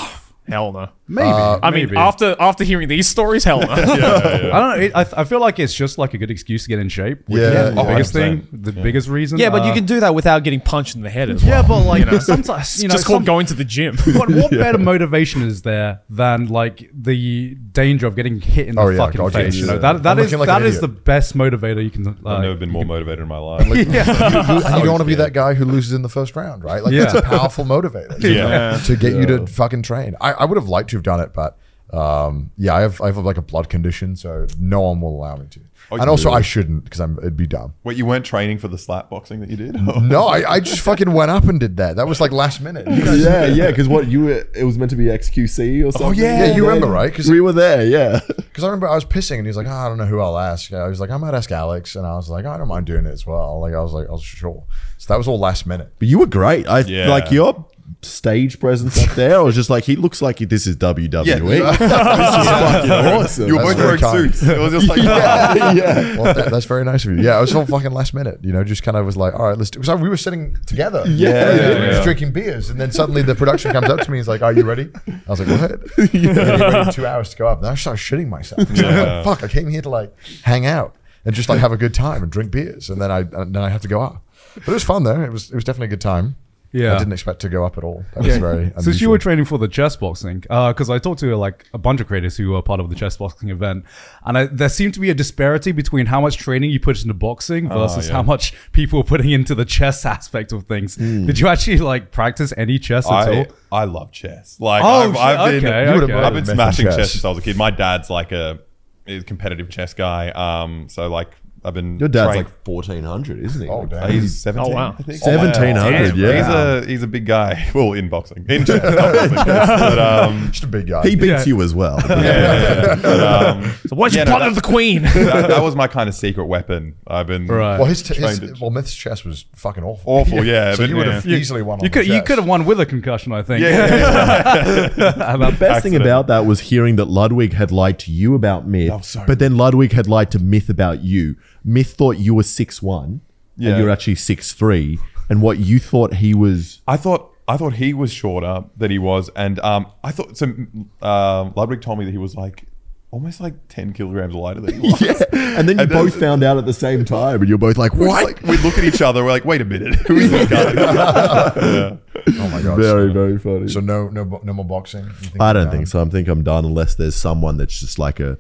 hell no.
maybe.
I mean,
maybe.
after after hearing these stories, hell no.
I don't know. It, I, I feel like it's just like a good excuse to get in shape. Which
Yeah,
is the
yeah.
biggest thing,
100%.
the biggest reason.
Yeah, but you
Uh,
can do that without getting punched in the head as well.
Yeah, but like sometimes you know,
just called
some-
going to the gym.
what, what better motivation is there than like the danger of getting hit in the
Oh, yeah,
fucking
God, yeah,
face? You
yeah.
know that that
I'm
is
looking like
that
an
is
idiot.
the best motivator you can. uh,
I've
Like,
never been more motivated in my life.
You- and you don't want to be that guy who loses in the first round, right? Like that's
Yeah.
a powerful motivator.
Yeah.
To get you to fucking train. I, I would have liked to have done it, but um, yeah, I have I have like a blood condition, so no one will allow me to.
Oh,
and also, I shouldn't because I'm it'd be dumb.
Wait, you weren't training for the slap boxing that you did?
No, I, I just fucking went up and did that. That was like last minute. You guys-
yeah, yeah. Because what you were, it was meant to be XQC or something.
yeah, you remember, right? 'Cause-
we were there. Yeah.
Because I remember I was pissing and he was like, oh, I don't know who I'll ask. I was like, I might ask Alex. And I was like, I don't mind doing it as well. Like, I was like, I was sure. So that was all last minute.
But you were great. I
Yeah.
like your stage presence up there. I was just like, he looks like this is WWE. this is fucking awesome.
You were
That's
both
very
wearing
kind.
suits. It was just like,
yeah.
Well, that, that's very nice of you. Yeah, it was all fucking last minute. You know, just kind of was like, all right, let's do Because we were sitting together.
Yeah,
We were
yeah,
just
yeah.
drinking beers. And then suddenly the production comes up to me. He's like, are you ready? I was like, what? And then he waited two hours to go up. And I started shitting myself. So I was
Yeah.
like, fuck, I came here to like hang out and just like have a good time and drink beers. And then I, and then I have to go up. But it was fun though. It was, it was definitely a good time.
Yeah.
I didn't expect to go up at all. That was very unusual.
Since you were training for the chess boxing, because I talked to like a bunch of creators who were part of the chess boxing event, and I, there seemed to be a disparity between how much training you put into boxing versus
yeah.
how much people were putting into the chess aspect of things. Did you actually like practice any chess at all?
I, I love chess. Like,
Oh,
I've, I've
shit,
been,
okay, You would've okay.
I've been
murdered
smashing
Meth
chess.
in chess.
since I was a kid. My dad's like a is a competitive chess guy. Um, so like, I've been
Your dad's
trained-
like 1400, isn't he?
Oh, damn.
Uh, he's seventeen.
Oh, wow.
I think.
1700,
Damn,
yeah.
He's a he's a big guy. Well, in boxing, in chess, not boxing. But, um,
just a big guy.
He beats
Yeah.
you as well.
yeah, but, um,
So why'd you
yeah, no,
plug up the
that,
queen?
that, that was my kind of secret weapon. I've been
Right.
Well, his, his,
Trained it.
well, Myth's chess was fucking awful.
awful. Yeah,
so
but
you would
yeah.
have easily won. On
You
the
could you
chess.
could have won with a concussion, I think.
Yeah, yeah, yeah.
The best thing
Accident.
about that was hearing that Ludwig had lied to you about Myth, but then Ludwig had lied to Myth about you. Myth thought you were six one,
Yeah.
and you're actually six three, and what you thought he was.
I thought I thought he was shorter than he was, and um, I thought so. Um, Ludwig told me that he was like almost like ten kilograms lighter than he was.
Yeah, and then you both found out at the same time, and you're both like, "What?"
Like, we look at each other. We're like, wait a minute, who is that guy? yeah.
Oh my god!
very, very funny.
so no, no, bo- no more boxing. You think
I
you're
don't
done?
think so. I think I'm done unless there's someone that's just like a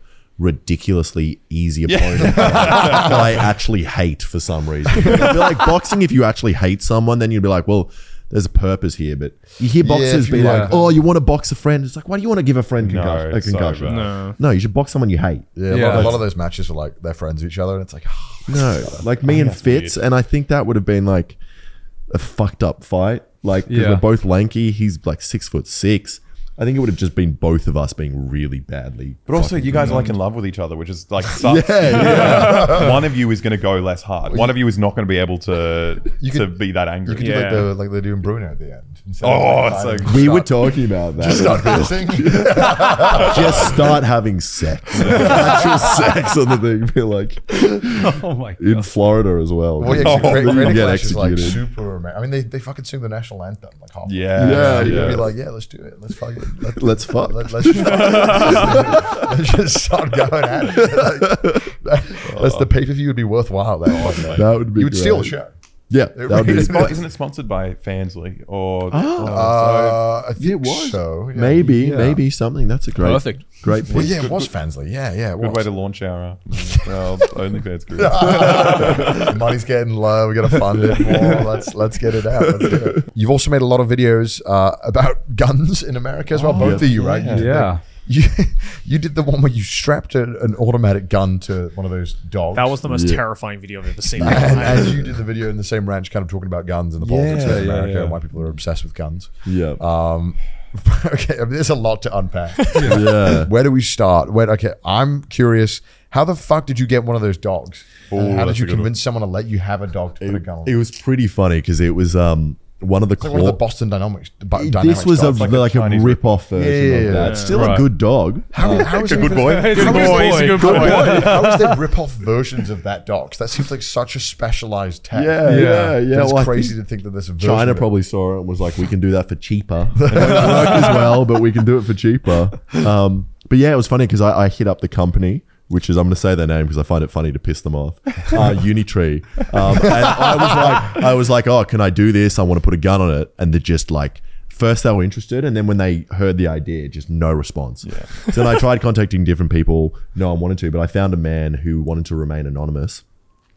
ridiculously easy opponent that I actually hate for some reason. I feel like boxing, if you actually hate someone, then you'd be like, well, there's a purpose here. But you hear
Yeah,
boxers
if
be
you
like,
like them.
oh, you want to box a friend? It's like, why do you want to give a friend
No,
concussion? a
it's so
concussion?
bad.
no. you should box someone you hate.
Yeah, A, lot
Yeah.
of, a lot of those matches were like they're friends with each other, and it's like,
No, like me and Fitz, and I think that would have been like a fucked up fight. Like 'cause
Yeah.
we're both lanky. He's like six foot six. I think it would have just been both of us being really badly.
But also, you guys are like in love with each other, which is like sucks. One of you is going to go less hard. One of you is not going to be able to
You
to
could-
be that angry.
you can
Yeah.
do like the like they do in Bruno at the end. Instead of,
Oh,
like,
it's
fighting,
like
We were talking about that. Just,
start pissing.
start having sex, actual sex on the thing. Be like
Oh my god.
in Florida as well.
well, yeah,
Oh,
oh, Great,
you
Great
get
Clash is like
executed.
super. Ama- I mean, they, they fucking sing the national anthem like half.
yeah,
Yeah,
You'd
yeah.
be like, yeah, let's do it. Let's fucking let,
Let's fuck.
Let, us just, let's just start going at it. Like, that's the pay per view would be worthwhile. That, one, like.
That would be
you would steal the
great.
show.
Yeah,
It
that would be
really-
It's spo- isn't it sponsored by Fansly or?
Ah.
Uh, so-
Uh, I think
Yeah, it was.
so. Yeah.
maybe
Yeah.
maybe something. That's a great
Perfect.
great
Well,
point.
yeah, it was Fansley. Yeah, yeah. It
Good way
was.
to launch our uh, world OnlyFans group.
Money's getting low. We got to fund it more. Let's let's get it out. Let's get it. You've also made a lot of videos uh, about guns in America
Oh,
as well. Both of you, right? You did the-
Yeah.
You, you did the one where you strapped a, an automatic gun to one of those dogs.
That was the most
Yeah.
terrifying video I've ever seen.
and, and you did the video in the same ranch, kind of talking about guns and the politics
Yeah,
of
yeah,
America
yeah.
and why people are obsessed with guns.
Yeah.
Um, okay, I mean, there's a lot to unpack.
yeah.
Where do we start? Where? Okay, I'm curious. How the fuck did you get one of those dogs? And
Ooh,
how did
that's
you
a good one.
convince someone to let you have a dog to put a gun on?
It was pretty funny because it was um one of the,
It's like one of the
claw-
Boston Dynamics. bu-
This
Dynamics
was a,
dogs.
like,
like a
a,
Chinese-
rip-off version
Yeah, yeah,
of
yeah.
that. Still a
Right.
good dog.
how, how is
a
there
good
even-
boy.
It's a
How
good
is
boy.
there-
It's a good
Good
boy.
boy. How is there rip-off versions of that dogs? That seems like such a specialized tech.
Yeah, yeah, yeah.
it's
Well, I
crazy
think
to think that there's a version
China
of it.
probably saw it and was like, "We can do that for cheaper. It won't work as well, but we can do it for cheaper." Um, but yeah, it was funny because I, I hit up the company, which is I'm going to say their name because I find it funny to piss them off. Uh, Unitree, um, and I was like, I was like, "Oh, can I do this? I want to put a gun on it," and they're just like. First, they were interested, and then when they heard the idea, just no response. Yeah. so then I tried contacting different people. No one wanted to, but I found a man who wanted to remain anonymous.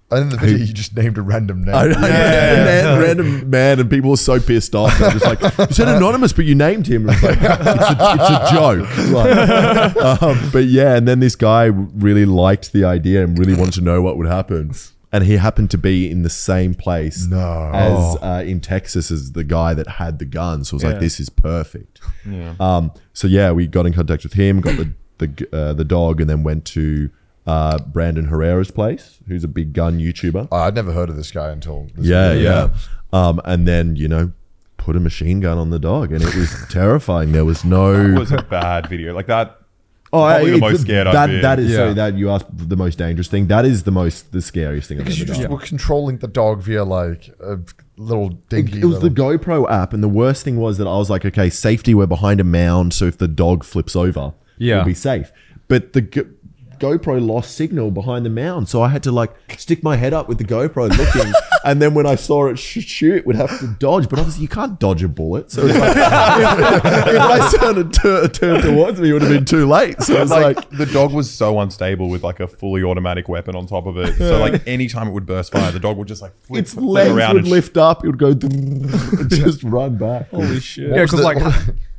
And in the video, you just named a random name.
I know, man, random man, and people were so pissed off. They're just like, you said anonymous, but you named him. It's, like, it's, a, it's a joke. Like, um, but yeah, and then this guy really liked the idea and really wanted to know what would happen. And he happened to be in the same place
No.
as uh, in Texas as the guy that had the gun. So I was like,
Yeah.
this is perfect.
Yeah.
Um, so yeah, we got in contact with him, got the the, uh, the dog, and then went to uh, Brandon Herrera's place, who's a big gun YouTuber.
Oh, I'd never heard of this guy until. This
Yeah,
video.
yeah. Um, and then you know, put a machine gun on the dog, and it was terrifying. There was
It
no.
was a bad video. Like that.
oh,
probably the
it's-
most scared I've
that,
been.
That is
Yeah.
sorry. That you asked the most dangerous thing. That is the most the scariest thing I've
Because
ever
you
done.
just were controlling the dog via like a little dinky.
It was the
little-
GoPro app, and the worst thing was that I was like, okay, safety, we're behind a mound, so if the dog flips over,
Yeah.
we'll be safe. But the Go- GoPro lost signal behind the mound, so I had to like stick my head up with the GoPro looking, and then when I saw it sh- shoot, would have to dodge. But obviously, you can't dodge a bullet, so it's like, if, if I turned, tur- turned towards me, it would have been too late. So I was like,
Like, the dog was so unstable with like a fully automatic weapon on top of it. So like anytime it would burst fire, the dog would just like flip,
its
flip
legs
around
would
and sh-
lift up, it would go, and just run back.
Holy shit.
Yeah, because
the-
like,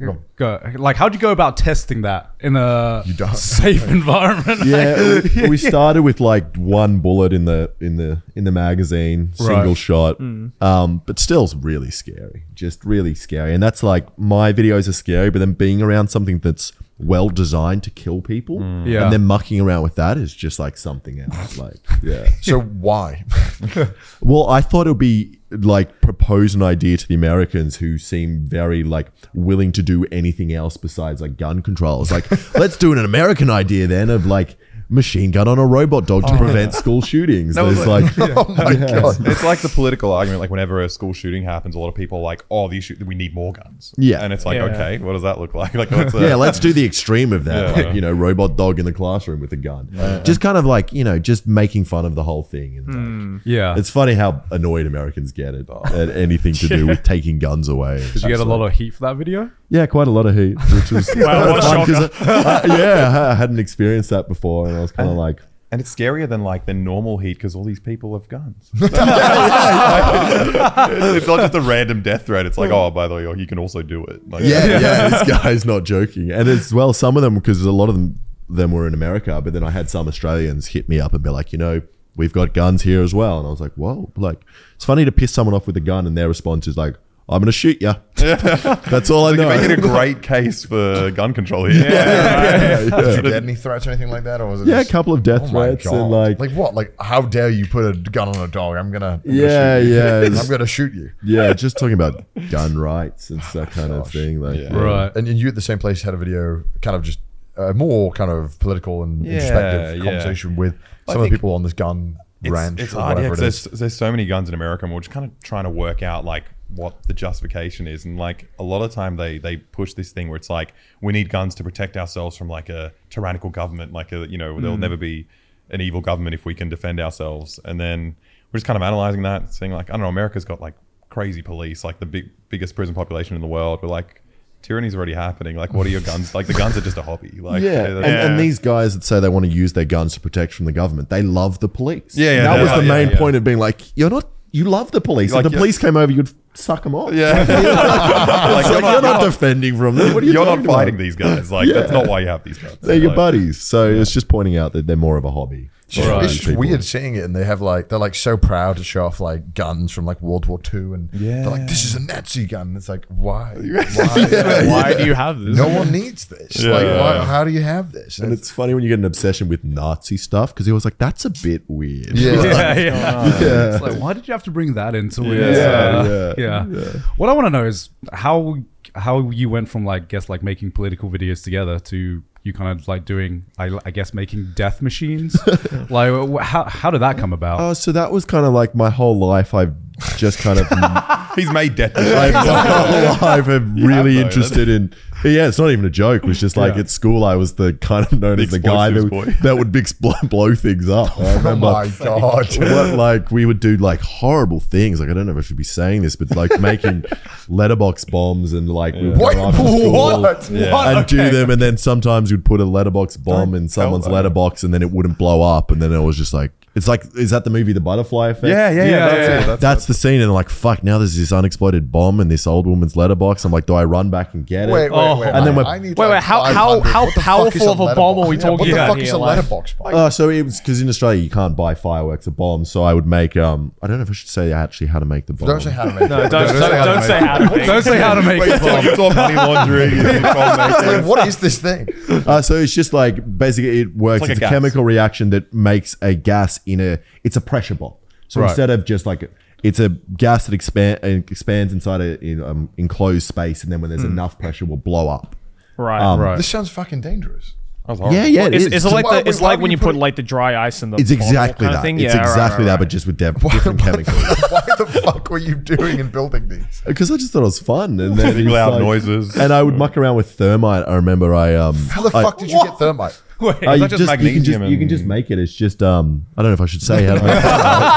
Go.
go, like, how'd you go about testing that in a
don't.
safe environment?
yeah, we, we started with like one bullet in the in the in the magazine, single
Right. Mm.
shot. Um, but still, it's really scary, just really scary. And that's like my videos are scary, but then being around something that's well designed to kill people,
Mm. Yeah.
and then mucking around with that is just like something else. Like, yeah.
So why?
Well, I thought it would be like propose an idea to the Americans who seem very like willing to do anything else besides like gun control. It's like, let's do an American idea then of like machine gun on a robot dog to prevent school shootings.
No,
There's like,
like-
oh my god!
It's like the political argument. Like whenever a school shooting happens, a lot of people are like, "Oh, the issue we need more guns."
Yeah.
and it's like,
Yeah.
okay, what does that look like? Like, what's
yeah,
a-
let's do the extreme of that.
Yeah.
Like, you know, robot dog in the classroom with a gun. Just kind of like, you know, just making fun of the whole thing. And like,
yeah.
It's funny how annoyed Americans get at, at anything to do with taking guns away.
Did you get a lot of heat for that video?
Yeah, quite a lot of heat, which was
Wow, what a
kind of fun 'cause I- I- yeah, I hadn't experienced that before, and I was kind of like,
and it's scarier than like the normal heat because all these people have guns. it's not just a random death threat. It's like, oh, by the way, oh, you can also do it. Like,
yeah, yeah, this guy's not joking. And as well, some of them because a lot of them them were in America, but then I had some Australians hit me up and be like, you know, we've got guns here as well, and I was like, whoa, like it's funny to piss someone off with a gun, and their response is like, I'm gonna shoot you. That's all I know.
Making a great case for gun control here.
yeah, yeah.
Did you get any threats or anything like that, or was it?
Yeah, a
just-
couple of death
Oh my
threats
God.
and like,
like what? Like how dare you put a gun on a dog? I'm gonna. I'm
Yeah,
gonna shoot you.
yeah, it's-
I'm gonna shoot you.
yeah, just talking about gun rights and that kind of
Gosh.
thing. Like,
Yeah.
Right.
And, and you at the same place had a video, kind of just uh, more kind of political and introspective
Yeah, yeah.
conversation with
I
some of the
think
people on this gun
It's,
ranch
it's
or
hard, yeah,
whatever
'cause
it is.
there's, there's so many guns in America, and we're just kind of trying to work out like what the justification is. And like a lot of time, they they push this thing where it's like we need guns to protect ourselves from like a
Mm.
tyrannical government, like a you know there'll never be an evil government if we can defend ourselves. And then we're just kind of analyzing that, seeing like I don't know, America's got like crazy police, like the big biggest prison population in the world. We're like, tyranny's already happening. Like, what are your guns? Like the guns are just a hobby. Like,
yeah.
they're-
And, and these guys that say they want to use their guns to protect from the government, they love the police.
Yeah, yeah,
And that
they
was
are,
the
yeah,
main
yeah.
point of being like, you're not, you love the police.
Like,
if the
you're-
police came over, you'd suck them off.
yeah. like,
It's
you're
like,
not,
you're not defending from them. What are you
you're not
talking about?
fighting these guys. Like, that's not why you have these guns.
They're your
Like,
buddies. So it's just pointing out that they're more of a hobby.
It's just,
Right.
it's just
People.
weird seeing it, and they have like they're like so proud to show off like guns from like World War II, and they're like, "This is a Nazi gun." And it's like, why? Why?
Why do you have this?
No one needs this. Like, why, how do you have this?
And it's funny when you get an obsession with Nazi stuff because he was like, that's a bit weird.
yeah,
yeah, yeah.
Yeah.
It's like, why did you have to bring that into it?
Yeah, yeah,
What I want to know is how how you went from like guess like making political videos together to you kind of like doing I, I guess making death machines. like wh- how how did that come about?
Oh, so that was kind of like my whole life. I've just kind of, like,
He's made death.
my whole life, I'm really
though,
interested in. Yeah, it's not even a joke. It was just like at school, I was the kind of known as the guy that,
explosives boy.
that would big spl- blow things up. I
oh
remember.
my god.
what, like we would do like horrible things. Like I don't know if I should be saying this, but like making letterbox bombs and like we would
What?
go after school
What? What?
and do them, and then sometimes you'd put a letterbox bomb in someone's letterbox, and then it wouldn't blow up, and then it was just like it's like is that the movie The Butterfly Effect?
Yeah, yeah, yeah.
Yeah,
that's
yeah.
it.
That's,
That's-
the scene, and like, fuck, now there's this unexploded bomb in this old woman's letterbox. I'm like, do I run back and get it?
Wait, wait,
Oh.
wait.
And then we're-
need
Wait, wait, how- how-
500.
how
What the fuck
powerful
is
of a bomb are we
letterbox?
talking
yeah,
about
What the fuck
here, Uh,
is a
like-
letterbox bomb?
Oh, so it was because in Australia you can't buy fireworks or bombs. So I would make. Um, I don't know if I should say actually how to make the bomb.
Don't say how to make
No, don't, don't, don't, say how to make
Don't say how to make
Wait,
it.
it's all- it's all money laundering. It's all making-
What is this thing?
Uh, so it's just like basically it works.
like a
It's, a,
gas.
chemical reaction that makes a gas in a. It's a pressure bomb. So
Right.
instead of just like it's a gas that expand expands inside a in, um, enclosed space, and then when there's
Hmm.
enough pressure, will blow up.
Right.
Right.
This sounds fucking dangerous.
That was horrible.
Yeah, yeah, it
It's,
Um, is.
it's like
Why-
the, it's
why
like
would
when
you
you put
put-
like the dry ice in the
It's
bottle
exactly
kind of
that.
thing?
It's
Yeah, right,
exactly
right,
that,
right.
but just with dev- different chemicals.
Why the fuck were you doing and building these?
Because I just thought it was fun, and then
Big
it's
loud
like-
noises.
And I would muck around with thermite. I remember I um.
How the
I-
fuck did you get thermite?
Wait,
Uh,
is
you,
that
just
just, you, can just,
magnesium
you can just
and-
make it. It's just um. I don't know if I should say how to make it.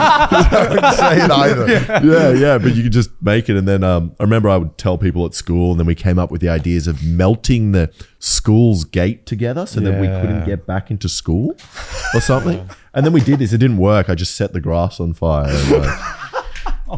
Couldn't say it either.
yeah, yeah, but you could just make it. And then um, I remember I would tell people at school, and then we came up with the ideas of melting the school's gate together so that we couldn't
Yeah.
get back into school or something. And then we did this. It didn't work. I just set the grass on fire. and, like-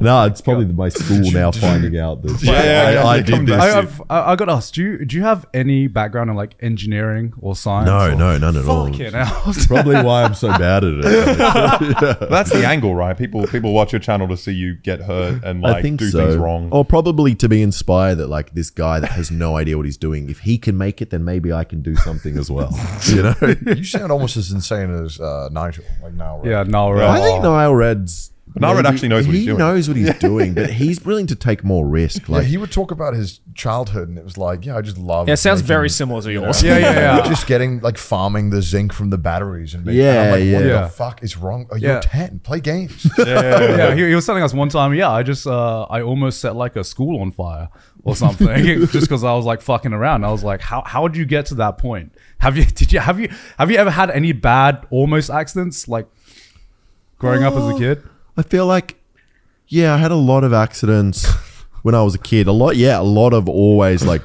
no, it's probably my school now finding out that
Yeah, yeah, yeah,
I, I
they come
did
back.
I,
this.
I've, I, I got asked. Do you do you have any background in like engineering or science?
No,
or-
no, none at all.
Fucking hell.
Probably why I'm so bad at it.
That's the angle, right? People people watch your channel to see you get hurt and like
I think
do
so. Oh,
things wrong.
Or probably to be inspired that like this guy that has no idea what he's doing, if he can make it, then maybe I can do something as well. you know?
You sound almost as insane as uh, Nigel. Like now,
Yeah, no, right.
I think Niall Red's
Oh. Niall Red
maybe-
actually knows what he's
he
doing.
knows what he's doing, but he's willing to take more risk.
Yeah,
Like
he would talk about his childhood, and it was like, yeah, I just love.
Yeah, it sounds
making-
very similar to yours.
Yeah, yeah, yeah.
Just getting like farming the zinc from the batteries and making,
Yeah,
and I'm like, what
yeah.
the fuck is wrong? Oh,
Yeah.
You're ten. Play games.
yeah, he, he was telling us one time. Yeah, I just uh, I almost set like a school on fire or something, just because I was like fucking around. I was like, how how did you get to that point? Have you did you have you have you ever had any bad almost accidents like growing up as a kid?
I feel like yeah, I had a lot of accidents when I was a kid. A lot, yeah, a lot of always like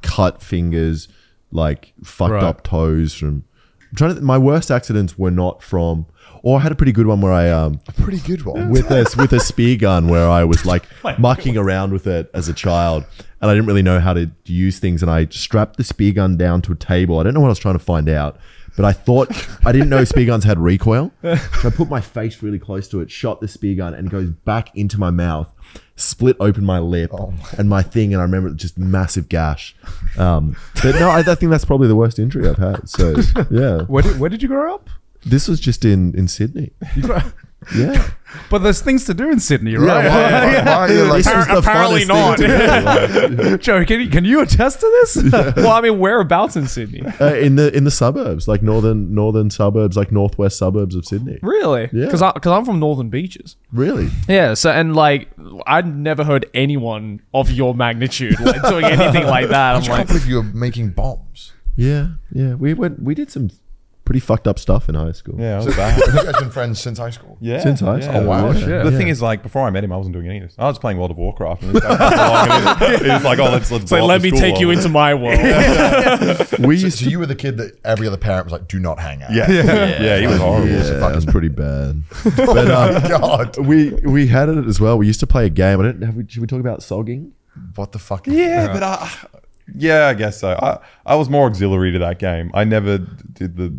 cut fingers, like fucked
Right.
up toes from. I'm trying to. My worst accidents were not from. Or I had a pretty good one where I um
Pretty good one.
with a with a spear gun where I was like mucking around with it as a child, and I didn't really know how to use things, and I strapped the spear gun down to a table. I don't know what I was trying to find out, but I thought I didn't know spear guns had recoil, so I put my face really close to it, shot the spear gun, and it goes back into my mouth. Split open my lip and my thing, and I remember it just massive gash. Um, but no, I, I think that's probably the worst injury I've had. So yeah,
Where did, where did you grow up?
this was just in in Sydney. Yeah.
But there's things to do in Sydney,
Why-
right?
why- why are you like-
This was the
Apparently
funnest thing
not.
to do.
Joe, can you, can you attest to this?
well, I mean, whereabouts in Sydney?
uh, in the in the suburbs, like northern northern suburbs, like northwest suburbs of Sydney.
Really?
Yeah.
Because I'm from Northern Beaches.
Really?
Yeah. So and like I'd never heard anyone of your magnitude like, doing anything like that. I'm
I can't
like,
believe you were making bombs.
Yeah, yeah. We went. We did some pretty fucked up stuff in high school.
Yeah, I
So,
was
I
bad.
think you guys been friends since high school.
Yeah,
Since high
yeah.
school.
Oh, wow.
yeah.
Shit.
The thing is, like, before I met him, I wasn't doing any of this. I was playing World of Warcraft, and this guy comes along and he's- he's like, "Oh, let's let's."
It's like,
blow up
let
the
me
school
take you
over."
into my world.
We
So,
used
so you were the kid that every other parent was like, "Do not hang out."
Yeah, yeah, he was horrible.
Yeah,
It's a
that was
fucking-
pretty bad.
Oh
uh,
my god.
We we had it as well. We used to play a game. I don't have. We, should we talk about sogging?
What the fuck?
Yeah, but uh, I, yeah, I guess so. I, I was more auxiliary to that game. I never did the.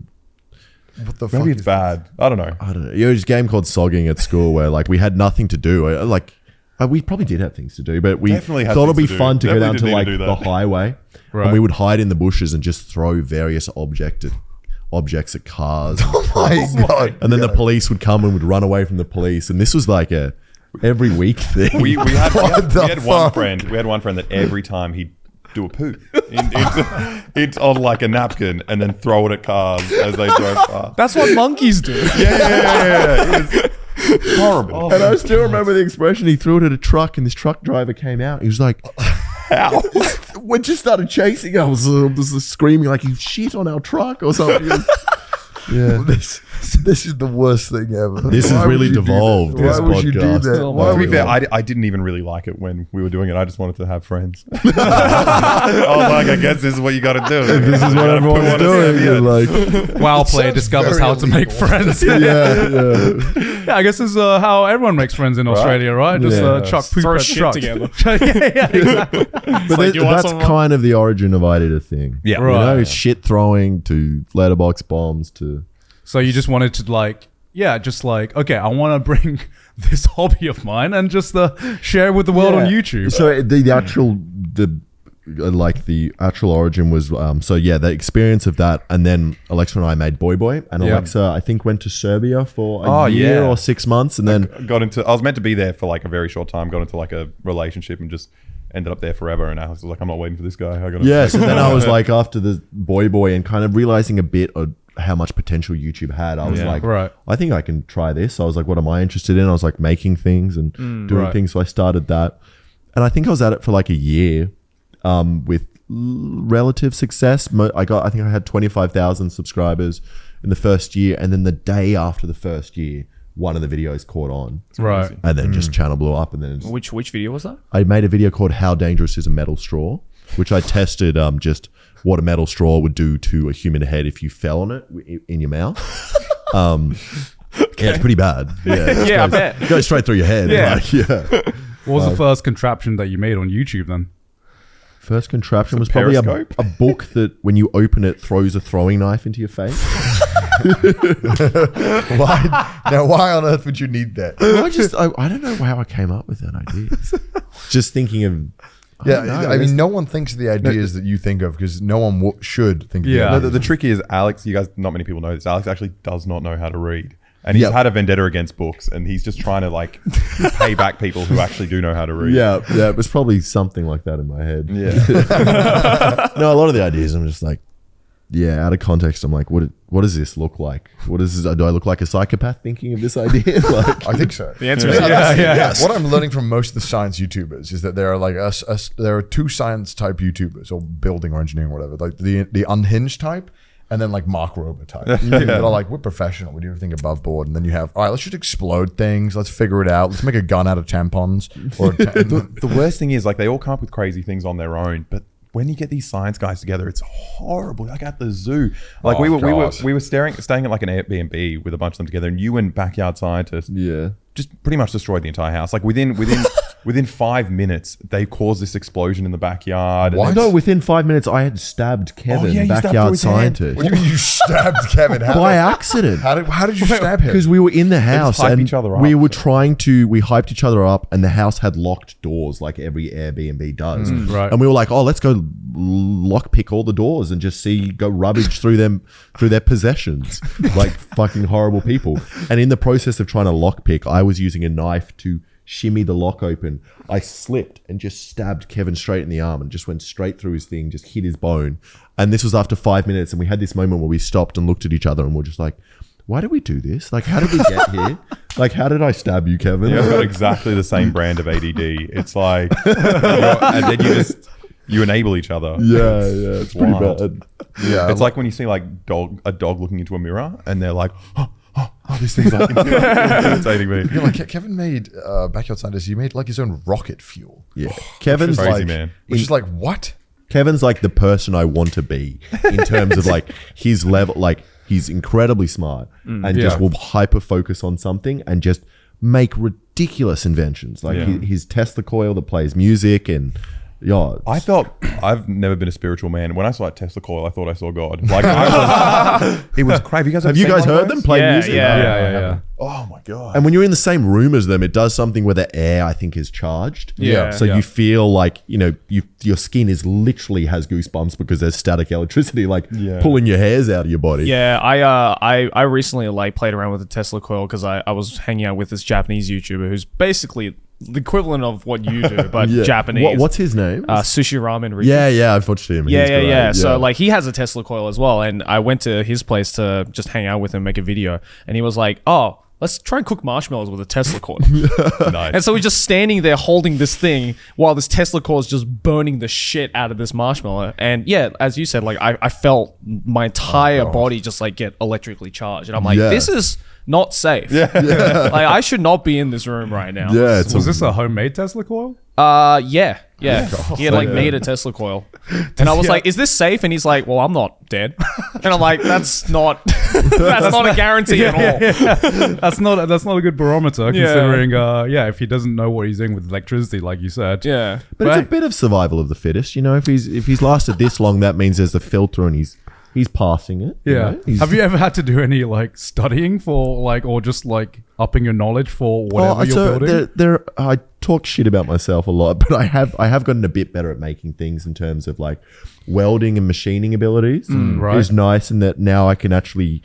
What the fuck?
Maybe it's
Is,
bad. I don't know.
I don't know. It was a game called sogging at school where like we had nothing to do. Uh, Like uh, we probably did have things to do, but we
Definitely had
thought it'd be
things to do.
fun to
Definitely
go down
did
to
need to
like
do
the
that.
highway, and
Right.
we would hide in the bushes and just throw various object at, objects at cars.
oh my god.
And then the police would come and would run away from the police. And this was like a every week thing.
We, we had, we
What
had,
the
we had one
fuck?
friend. We had one friend that every time he'd do a poo, in, in, it's on like a napkin and then throw it at cars as they drove past.
That's what monkeys do.
Yeah, yeah, yeah, yeah, yeah. It was horrible.
and I still remember the expression. He threw it at a truck, and this truck driver came out. He was like, "How?" we just started chasing. I was, uh, was screaming like, "You shit on our truck" or something. yeah.
This, this is the worst thing ever.
This
Why
has
would
really
you do that?
devolved.
Why
this
would you do
podcast.
that?
Why
to be
would-
fair, I, I didn't even really like it when we were doing it. I just wanted to have friends. I was like, I guess this is what you got to do. This
is what everyone's doing. You're like,
WoW player
sounds
discovers
very
how to make
illegal.
friends.
yeah, yeah.
Yeah, I guess this is uh, how everyone makes friends in Australia, right? Just
Yeah.
uh, chuck poop
Throw
at
shit
truck.
together.
yeah, yeah, exactly.
But
like,
that-
you want
that's
someone-
kind of the origin of I did a thing.
Yeah.
You know,
Right.
shit throwing to letterbox bombs to.
So you just wanted to like, yeah, just like, okay, I want to bring this hobby of mine and just uh, share it with the world on
Yeah.
YouTube.
So uh, the, the actual the uh, like the actual origin was um, so yeah the experience of that and then Alexa and I made Boy Boy and
Yeah.
Alexa I think went to Serbia for a
Oh,
year
yeah.
or six months and then
got into I was meant to be there for like a very short time, got into like a relationship and just ended up there forever and Alex was like, I'm not waiting for this guy. I gotta
yeah so then I was like after the Boy Boy and kind of realizing a bit of how much potential YouTube had I was
Yeah.
like
Right.
I think I can try this I was like what am I interested in I was like making things and doing
Mm, right.
things so I started that and I think I was at it for like a year um, with l- relative success. Mo- I got, I think I had 25,000 subscribers in the first year. And then the day after the first year, one of the videos caught on.
right.
And then just channel blew up. And then it's-
Which which video was that?
I made a video called How Dangerous is a Metal Straw, which I tested um, just what a metal straw would do to a human head if you fell on it wi- in your mouth. Um, Yeah, it's pretty bad. Yeah,
Yeah, I
goes,
bet.
goes straight through your head.
Yeah.
like, yeah.
What was the first contraption that you made on YouTube then?
First contraption was
It's a
probably a,
periscope.
a book that when you open it throws a throwing knife into your face.
why, now, why on earth would you need that?
I just I, I don't know how I came up with that idea. just thinking of
Yeah,
don't know,
I
it's-
mean, no one thinks of the ideas that you think of because no one w- should think. Of
Yeah.
the
No,
ideas.
the, the trick is Alex, you guys not many people know this. Alex actually does not know how to read. And he's
Yep.
had a vendetta against books and he's just trying to like pay back people who actually do know how to read.
yeah yeah it was probably something like that in my head.
Yeah.
No, a lot of the ideas I'm just like yeah out of context. I'm like what what does this look like? What is this? Do I look like a psychopath thinking of this idea? like
I think so.
The answer is yes.
What I'm learning from most of the science YouTubers is that there are like us, us there are two science type YouTubers or building or engineering or whatever, like the the unhinged type and then like Mark Rober type. You think that are like we're professional, we do everything above board, and then you have all right, let's just explode things, let's figure it out, let's make a gun out of tampons or a ta-
the worst thing is like they all come up with crazy things on their own, but when you get these science guys together, it's horrible. Like at the zoo, like
Oh,
we were we were
God.
we were staring staying at like an Airbnb with a bunch of them together, and you and backyard scientists
yeah.
just pretty much destroyed the entire house. Like within within within five minutes, they caused this explosion in the backyard. and
What?
then-
No, within five minutes I had stabbed Kevin,
Oh, yeah, you stabbed
backyard
through his hand.
scientist,
What do you mean you stabbed Kevin? How,
by accident.
how did how did you stab him?
Because we were in the house
hype
and
each other up,
we were trying to, we hyped each other up, and the house had locked doors like every Airbnb does.
Mm.
right.
And we were like, oh, let's go lockpick all the doors and just see go rubbage through them through their possessions, like fucking horrible people. And in the process of trying to lockpick, I was using a knife to shimmy the lock open. I slipped and just stabbed Kevin straight in the arm and just went straight through his thing, just hit his bone. And this was after five minutes, and we had this moment where we stopped and looked at each other and we're just like. Why did we do this? Like, how did we get here? Like, how did I stab you, Kevin?
Yeah, I've got exactly the same brand of ADD. It's like, you're- and then you just you enable each other.
Yeah, yeah, it's pretty
wild.
bad.
Yeah.
it's like when you see like dog a dog looking into a mirror and they're like, oh, oh, oh, this thing's like irritating me.
Yeah, like Ke- Kevin made uh, Backyard Sanders. He made like his own rocket fuel.
Yeah. Kevin's
Crazy
like
man.
Which is like what?
Kevin's like the person I want to be in terms of like his level. Like he's incredibly smart
Mm.
and just
Yeah.
will hyper focus on something and just make ridiculous inventions. Like
Yeah.
hi- his Tesla coil that plays music and yeah,
I felt I've never been a spiritual man. When I saw that Tesla coil, I thought I saw God. Like I was, it was crazy. You guys
have you guys heard them play
Yeah,
music?
yeah.
Yeah, yeah, yeah.
Oh my god!
And when you're in the same room as them, it does something where the air, I think, is charged.
Yeah.
So
Yeah.
you feel like you know you your skin is literally has goosebumps because there's static electricity like
Yeah.
pulling your hairs out of your body.
Yeah, I uh, I I recently like played around with a Tesla coil because I, I was hanging out with this Japanese YouTuber who's basically the equivalent of what you do, but
Yeah.
Japanese.
What, what's his name?
uh, sushi ramen? Ryu.
yeah, yeah. I've watched him.
yeah,
He's
yeah,
great.
yeah. So like he has a Tesla coil as well, and I went to his place to just hang out with him, make a video, and he was like, "Oh, let's try and cook marshmallows with a Tesla coil."
nice.
and so we're just standing there holding this thing while this Tesla coil is just burning the shit out of this marshmallow. And yeah, as you said, like I, I felt my entire body just like get electrically charged, and I'm like,
Yeah.
"This is not safe. like I should not be in this room right now."
yeah, it's
Was
a,
this a homemade Tesla coil?
Uh, yeah, Oh, yeah. He had like made a Tesla coil, and I was like, "Is this safe?" And he's like, "Well, I'm not dead," and I'm like, "That's not, that's, not a guarantee at all."
that's not that's not a good barometer
Yeah.
considering uh yeah if he doesn't know what he's doing with electricity like you said
Yeah.
but it's a bit of survival of the fittest. You know, if he's if he's lasted this long, that means there's a filter and he's he's passing it. you
yeah
know? He's-
have you ever had to do any like studying for like or just like upping your knowledge for
Oh,
whatever you're
so
building
there, there, I talk shit about myself a lot, but I have I have gotten a bit better at making things in terms of like welding and machining abilities.
Mm, right.
is nice in that now I can actually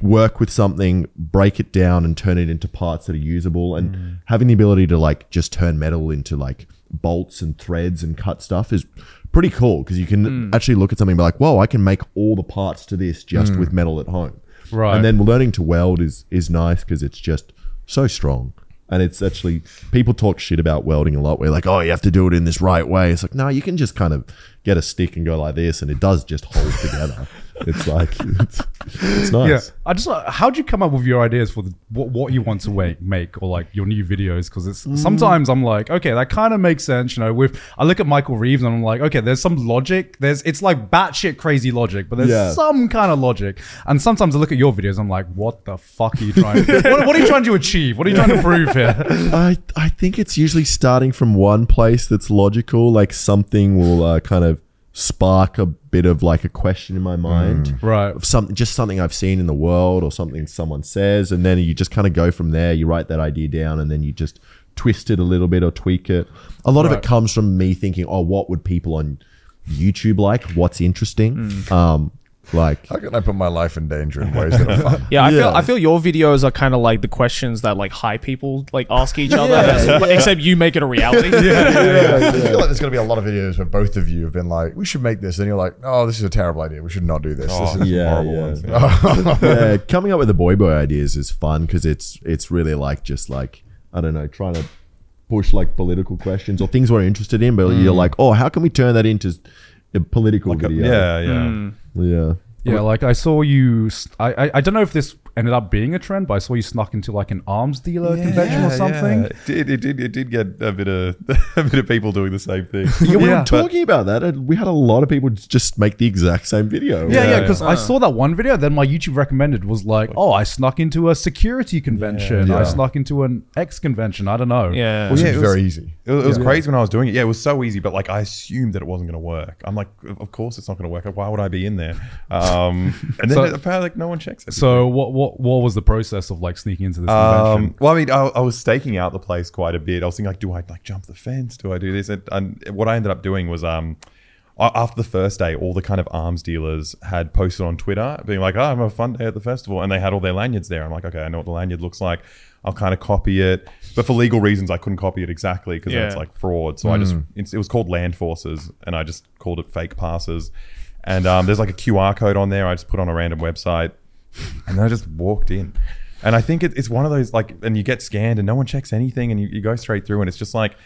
work with something, break it down, and turn it into parts that are usable. And
Mm.
having the ability to like just turn metal into like bolts and threads and cut stuff is pretty cool because you can
Mm.
actually look at something and be like, "Whoa, I can make all the parts to this just with metal at home."
Mm. Right.
And then learning to weld is is nice because it's just so strong. And it's actually people talk shit about welding a lot. We're like, oh, you have to do it in this right way. It's like, no, you can just kind of get a stick and go like this, and it does just hold together. It's like it's, it's
yeah
nice.
i just uh, how'd you come up with your ideas for the, what, what you want to make, make or like your new videos because it's
Mm.
sometimes i'm like okay that kind of makes sense you know with i look at michael reeves and i'm like okay there's some logic there's it's like batshit crazy logic but there's
Yeah.
some kind of logic and sometimes i look at your videos i'm like what the fuck are you trying what, what are you trying to achieve what are you trying to prove here
I, I think it's usually starting from one place that's logical, like something will uh, kind of spark a bit of like a question in my mind.
right
Of something, just something I've seen in the world or something someone says, and then you just kind of go from there. You write that idea down, and then you just twist it a little bit or tweak it. A lot of it comes from me thinking, "Oh, what would people on YouTube like? What's interesting?" Um, like,
How can I put my life in danger in ways that are fun?
Yeah, I feel
Yeah.
I feel your videos are kind of like the questions that like high people like ask each other, except you make it a reality.
I feel like there's going to be a lot of videos where both of you have been like, "We should make this," and you're like, "Oh, this is a terrible idea. We should not do this."
Oh,
this is
Yeah,
horrible
yeah.
ones.
yeah, coming up with the boy boy ideas is fun because it's it's really like just like I don't know, trying to push like political questions or things we're interested in, but you're like, oh, how can we turn that into a political video?
Yeah, yeah.
yeah.
Yeah, like I saw you. s- I, I- I don't know if this ended up being a trend, but I saw you snuck into like an arms dealer convention or something.
Yeah. It, did, it did. It did get a bit of a bit of people doing the same thing.
Yeah, we
Yeah.
were talking about that, and we had a lot of people just make the exact same video.
Yeah, yeah,
Yeah.
because I saw that one video. Then my YouTube recommended was like, "Oh, I snuck into a security convention. I
Yeah.
snuck into an X convention. I don't know."
Yeah.
Which
Yeah,
is
it was-
very easy.
It was, it was crazy when I was doing it. Yeah, it was so easy, but like I assumed that it wasn't going to work. I'm like, of of course it's not going to work. Why would I be in there? Um, and then
So-
apparently, like, no one checks it.
So what what what was the process of like sneaking into this
Um,
convention?
well, I mean, I, I was staking out the place quite a bit. I was thinking, like, do I like jump the fence? Do I do this? And, and what I ended up doing was, um, a- after the first day, all the kind of arms dealers had posted on Twitter, being like, "Oh, I'm a fun day at the festival," and they had all their lanyards there. I'm like, okay, I know what the lanyard looks like. I'll kind of copy it, but for legal reasons, I couldn't copy it exactly because that's
Yeah.
like fraud. So I just it's, it was called land forces, and I just called it fake passes. And um, there's like a QR code on there. I just put on a random website, and then I just walked in. And I think it, it's one of those like, and you get scanned and no one checks anything, and you, you go straight through, and it's just like,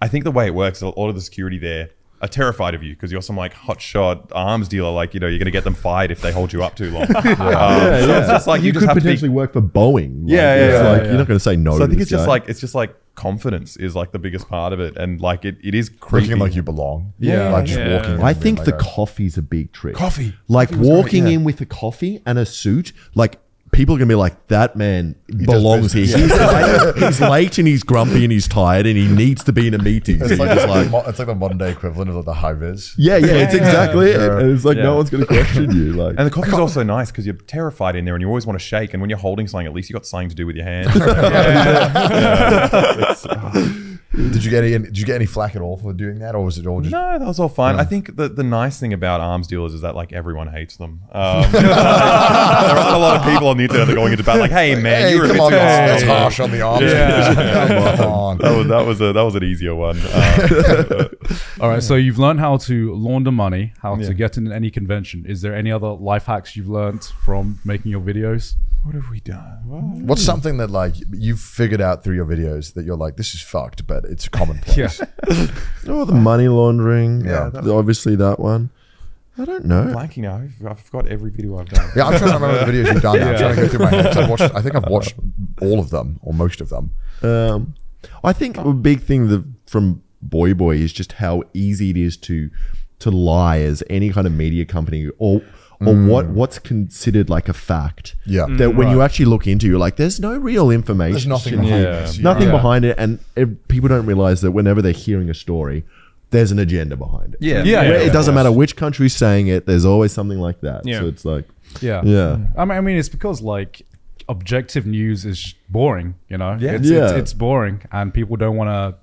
I think the way it works, a lot of the security there are terrified of you because you're some like hotshot arms dealer. Like you know, you're going to get them fired if they hold you up too long. Um, so it's just like you,
you,
just
could
have to be-
potentially work for Boeing. Like,
Yeah, yeah,
it's
yeah,
like,
yeah.
You're not going to say no.
so I
to
think
this
it's just
guy.
like it's just like confidence is like the biggest part of it, and like it, it is creepy.
Looking like you belong.
Yeah.
Like just
Yeah.
walking. in
I
and being
think the
like,
coffee's a big trick.
Coffee.
Like
Coffee was
walking
great, yeah.
in with a coffee and a suit, like people are gonna be like, that man belongs here.
business."
He's late, he's late and he's grumpy and he's tired and he needs to be in a meeting.
It's
And
like,
you're just
the
like-
mo- it's like the modern day equivalent of like the high vis.
yeah, yeah, it's exactly it.
Yeah.
And it's like
Yeah.
no one's gonna question you. Like
And the coffee's also nice because you're terrified in there and you always want to shake. And when you're holding something, at least you got something to do with your hands.
Did you get any? Did you get any flack at all for doing that, or was it all just?
No, that was all fine. I think the, the nice thing about arms dealers is that like everyone hates them. Um, there aren't a lot of people on the internet that are going into battle like, "Hey man,
Hey,
you were a
come
bit
on,
too
guys, that's
harsh."
harsh on the arms.
Yeah.
come on.
That was that was a that was an easier one. Uh,
All right, so you've learned how to launder money, how
Yeah.
to get in any convention. Is there any other life hacks you've learned from making your videos?
what have we done? What?
What's something that like you've figured out through your videos that you're like, this is fucked, but it's commonplace.
Yeah.
oh, the money laundering.
Yeah.
Yeah, obviously that one. I don't know.
Blanking now. I've, I've forgot every video I've done.
Yeah, I'm trying to remember the videos you've done. I'm trying to go through my head. 'cause I've watched, I think I've watched all of them or most of them.
Um, I think a big thing that from Boy Boy is just how easy it is to to lie as any kind of media company or or what what's considered like a fact.
Yeah.
That when you actually look into, you're like, there's no real information.
There's nothing
here.
behind
Yeah.
this.
Nothing
Yeah.
behind it, and if people don't realize that whenever they're hearing a story, there's an agenda behind it.
Yeah.
Yeah.
Where it doesn't matter which country's saying it. There's always something like that.
Yeah.
So it's like,
Yeah.
yeah.
I mean, I mean, it's because like objective news is boring, you know.
Yeah.
It's, It's,
Yeah.
it's boring, and people don't want to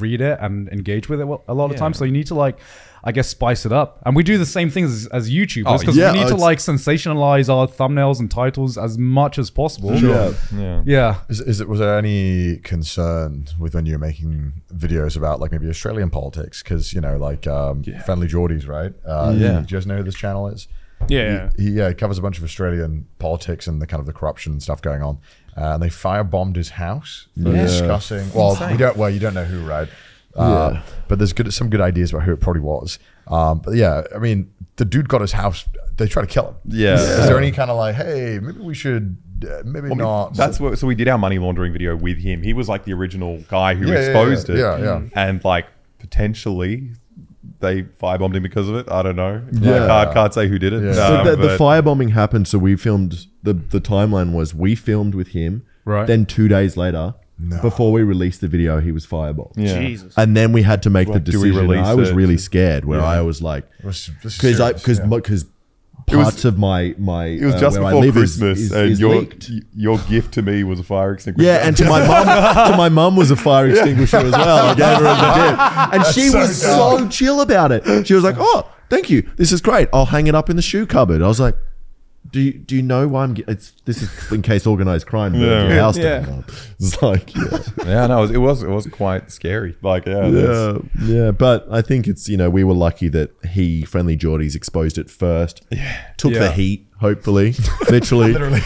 read it and engage with it a lot of times. So you need to like, I guess, spice it up. And we do the same things as, as YouTubers because
yeah,
we need to
it's-
like sensationalize our thumbnails and titles as much as possible.
Yeah.
Yeah.
Yeah.
Is, is it, was there any concern with when you were making videos about like maybe Australian politics? Because, you know, like um, Friendly Geordies, right? Uh, Do
Yeah.
you guys know who this channel is?
Yeah.
he, he uh, covers a bunch of Australian politics and the kind of the corruption and stuff going on. Uh, and they firebombed his house
Oh,
for
Yeah.
discussing. Well, we don't. Well, you don't know who, right? Uh,
Yeah.
But there's good some good ideas about who it probably was. Um, but yeah, I mean, the dude got his house. They try to kill him.
Yeah.
Is there any kind of like, hey, maybe we should, uh, maybe not.
That's what. So we did our money laundering video with him. He was like the original guy who
Yeah, yeah,
exposed
yeah,
it.
yeah, yeah.
And like potentially, they firebombed him because of it. I don't know.
Yeah.
I can't, can't say who did it.
Yeah.
So
Um,
the, the
but-
firebombing happened. So we filmed the the timeline was we filmed with him.
Right.
Then two days later, before we released the video, he was firebombed.
Yeah.
Jesus.
And then we had to make the
do we
decision.
release
I was
it?
really scared. Where I was like,
This- this is
because
serious,
because
yeah.
because
was-
parts of my my uh,
It was just
where I
before
live is-
Christmas,
is-
and
is
your
leaked.
y- your gift to me was a fire extinguisher.
Yeah, and to my mum, to my mum was a fire extinguisher as well. I gave her a gift, and she
so
was
dumb.
so chill about it. She was like, "Oh, thank you. This is great. I'll hang it up in the shoe cupboard." I was like, "Do you do you know why I'm? Ge- it's this is in case organized crime burns
Yeah.
your house
Yeah.
down." It's like, yeah,
yeah, no, it was, it was it was quite scary. Like, yeah, that's-
yeah, yeah. But I think it's you know we were lucky that he, friendly Geordies, exposed it first. Yeah, took the
Yeah.
heat. Hopefully, literally,
Literally.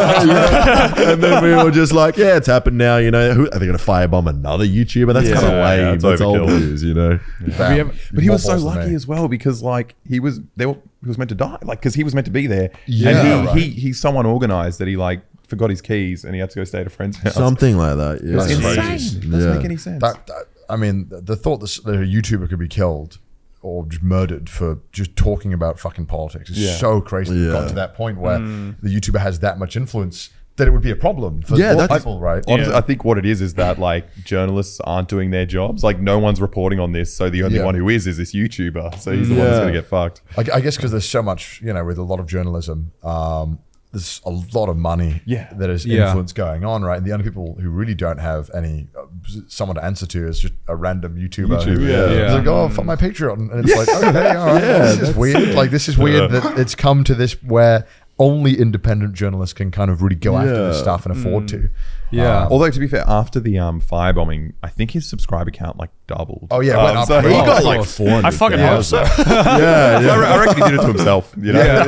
Yeah. and then we were just like, yeah, it's happened now. You know, Who, are they going to firebomb another YouTuber? That's
Yeah,
kind of lame.
yeah, it's
That's old
overkill.
news, you know.
Damn.
We have-
But he was so
Mothballs to
lucky
me.
as well because like he was they were, he was meant to die like because he was meant to be there.
Yeah,
and he,
right.
he he's someone organized that he like forgot his keys and he had to go stay at a friend's house.
Something like that. Yeah.
it's insane.
crazy.
It doesn't
Yeah.
make any sense.
That, that I mean, th- the thought that s- that a YouTuber could be killed or just murdered for just talking about fucking politics is
Yeah.
so crazy. that We've got
Yeah.
to that point where the YouTuber has that much influence that it would be a problem for
Yeah,
all
that's-
people, right?
Honestly,
Yeah.
I think what it is is that like journalists aren't doing their jobs. Like no one's reporting on this, so the only
Yeah.
one who is is this YouTuber. So he's the one that's
Yeah.
gonna get fucked.
I, I guess because there's so much, you know, with a lot of journalism, um, there's a lot of money
Yeah.
that is
Yeah.
influence going on, right? And the only people who really don't have any uh, someone to answer to is just a random YouTuber. who-
YouTube, yeah.
It's
Yeah.
like, oh, for my Patreon. And it's like, okay, all right. this is weird. Like, this is weird that it's come to this where only independent journalists can kind of really go after this
Yeah.
stuff and afford to.
Mm.
Um,
Yeah.
Although to be fair, after the um, firebombing, I think his subscriber count like doubled.
Oh, yeah, it went
Um,
up
so he
pretty well.
got like
Oh,
four.
I fucking hope so.
Yeah, yeah. I, re- I reckon he did it to himself. You know?
Yeah.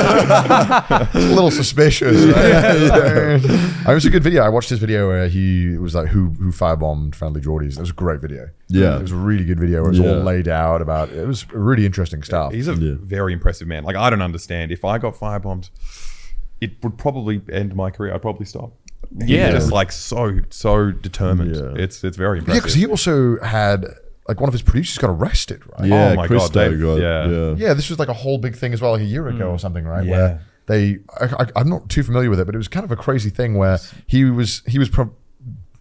a little suspicious. Right? it was a good video. I watched this video where he it was like, "Who who firebombed friendly Geordies?" It was a great video.
Yeah.
it was a really good video. Where it was all
Yeah.
laid out about. It was really interesting stuff.
He's a very impressive man. Like I don't understand. If I got firebombed, it would probably end my career. I'd probably stop. He's
Yeah.
just like so so determined.
Yeah.
It's it's very
yeah,
impressive.
because he also had like one of his producers got arrested, right?
Yeah,
Oh my
Christo
God, they've-
got-
yeah.
yeah.
Yeah, this was like a whole big thing as well, like a year ago or something, right?
Hmm. Yeah.
Where they, I, I, I'm not too familiar with it, but it was kind of a crazy thing where he was he was pro,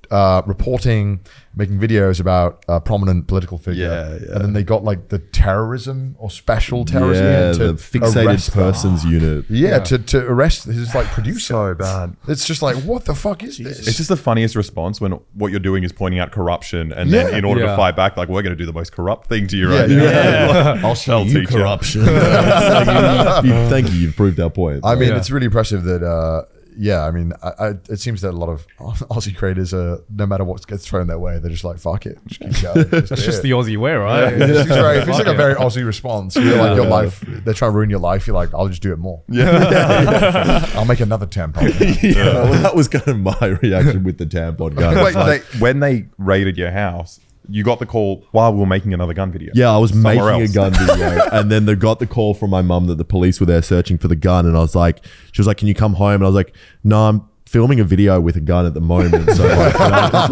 uh, reporting, making videos about a prominent political figure,
Yeah, yeah.
and then they got like the terrorism or special terrorism
yeah,
unit to
the
arrest
fixated
them.
persons unit.
Yeah, To, to arrest his like producer.
So bad.
It's just like what the fuck is this?
It's just the funniest response when what you're doing is pointing out corruption, and then
Yeah.
in order to
Yeah.
fight back, like we're going to do the most corrupt thing to you
Yeah,
right
yeah.
now.
I'll
show you corruption.
Thank you. You've proved our point.
I mean,
Yeah.
it's really impressive that. Uh, yeah, I mean, I, I, it seems that a lot of Aussie creators are, no matter what gets thrown their way, they're just like, fuck it. Just keep going.
That's
do
just
it."
the Aussie way,
Yeah,
right?
it's, just very, it's like a
Yeah.
very Aussie response. You're like, your life, they're trying to ruin your life. You're like, I'll just do it more. I'll make another tampon.
Yeah, well, that was kind of my reaction with the tampon gun. It's
Wait,
like-
they, when they raided your house, you got the call while we were making another gun video.
yeah, I was
Somewhere
making
else.
a gun video, and then they got the call from my mum that the police were there searching for the gun, and I was like, she was like, "Can you come home?" And I was like, "No, I'm filming a video with a gun at the moment." So like, can I just,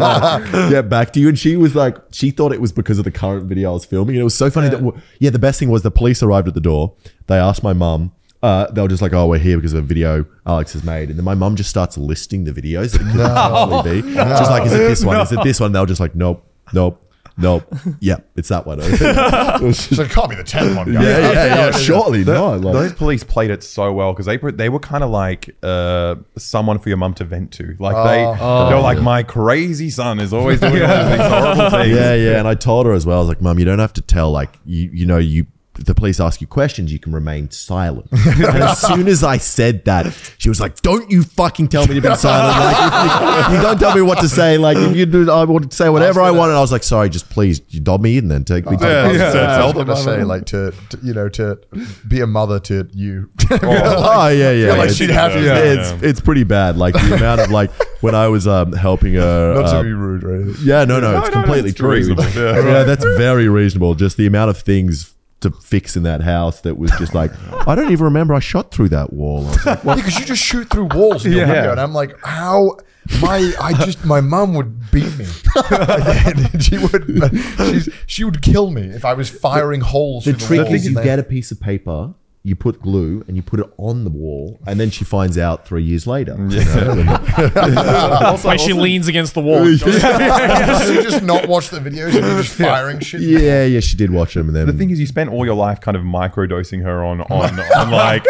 like, get back to you. And she was like, she thought it was because of the current video I was filming, and it was so funny that w- yeah, the best thing was the police arrived at the door. They asked my mum. Uh, they were just like, oh, we're here because of a video Alex has made. And then my mum just starts listing the videos that it could possibly be. Just like, is it this one? Is it this one? They were just like, nope, nope, nope. yeah, it's that one. It was just-
so it can't be the tampon guy.
yeah, yeah, yeah, surely not. Like,
Those police played it so well because they pr- they were kind of like uh, someone for your mum to vent to. Like they they were like, my crazy son is always doing all these horrible things.
Oh. yeah, yeah. And I told her as well. I was like, Mum, you don't have to tell. Like, you, you know, you if the police ask you questions, you can remain silent. and as soon as I said that, she was like, "Don't you fucking tell me to be silent. Like, if you, you don't tell me what to say. Like, if you do, I would say whatever I want." And I was like, "Sorry, just please, you dob me in, then take me." to the
Yeah,
bus."
yeah.
So I was
Tell
going
them
to
I'm
say,
in.
like, to, to, you know, to be a mother to you.
Oh yeah, yeah.
like
It's-
she'd have you.
yeah,
Yeah.
It's it's pretty bad. Like the amount of like when I was um helping her.
Not
uh,
to be rude, right?
Yeah, no, no, it's
no, no,
completely
it's
true.
reasonable.
Yeah, that's very reasonable. Just the amount of things to fix in that house that was just like, I don't even remember I shot through that wall. I was like,
Yeah, because you just shoot through walls in your
Yeah.
window, and I'm like, how? My, I just, my mum would beat me. she would, she's, she would kill me if I was firing holes.
the
through
trick
walls
is
and
you
then-
get a piece of paper, you put glue, and you put it on the wall, and then she finds out three years later. you know?
Also-
Like she
also-
leans against the wall.
Oh,
Did you just not watch the videos and you're just firing shit?
yeah, yeah, she did watch them, and then
The thing is, you spent all your life kind of microdosing her on on, on like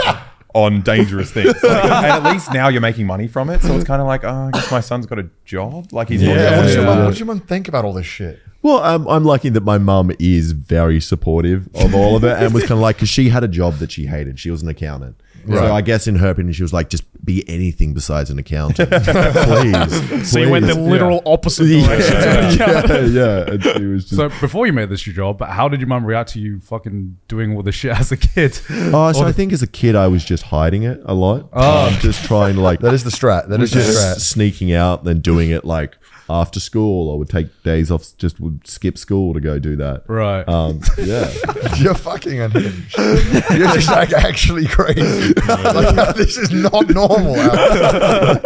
on dangerous things, Like, and at least now you're making money from it. So it's kind of like, oh, I guess my son's got a job. Like he's
Yeah, what, does your
yeah.
Yeah.
mum, what does your mum think about all this shit?
Well, um, I'm lucky that my mum is very supportive of all of it and was kind of like, because she had a job that she hated. She was an accountant.
Right.
So I guess in her opinion, she was like, just be anything besides an accountant. please.
So you went the
please."
literal opposite
Yeah.
direction.
yeah, yeah. And she was just,
So before you made this your job, but how did your mum react to you fucking doing all this shit as a kid?
oh, so I think as a kid, I was just hiding it a lot. Oh. just trying to like,
That is the strat. That is the
just
strat.
sneaking out, then doing it like after school. I would take days off, just would skip school to go do that.
Right.
Um, yeah.
You're fucking unhinged. You're just like actually crazy. Like, this is not normal. Al.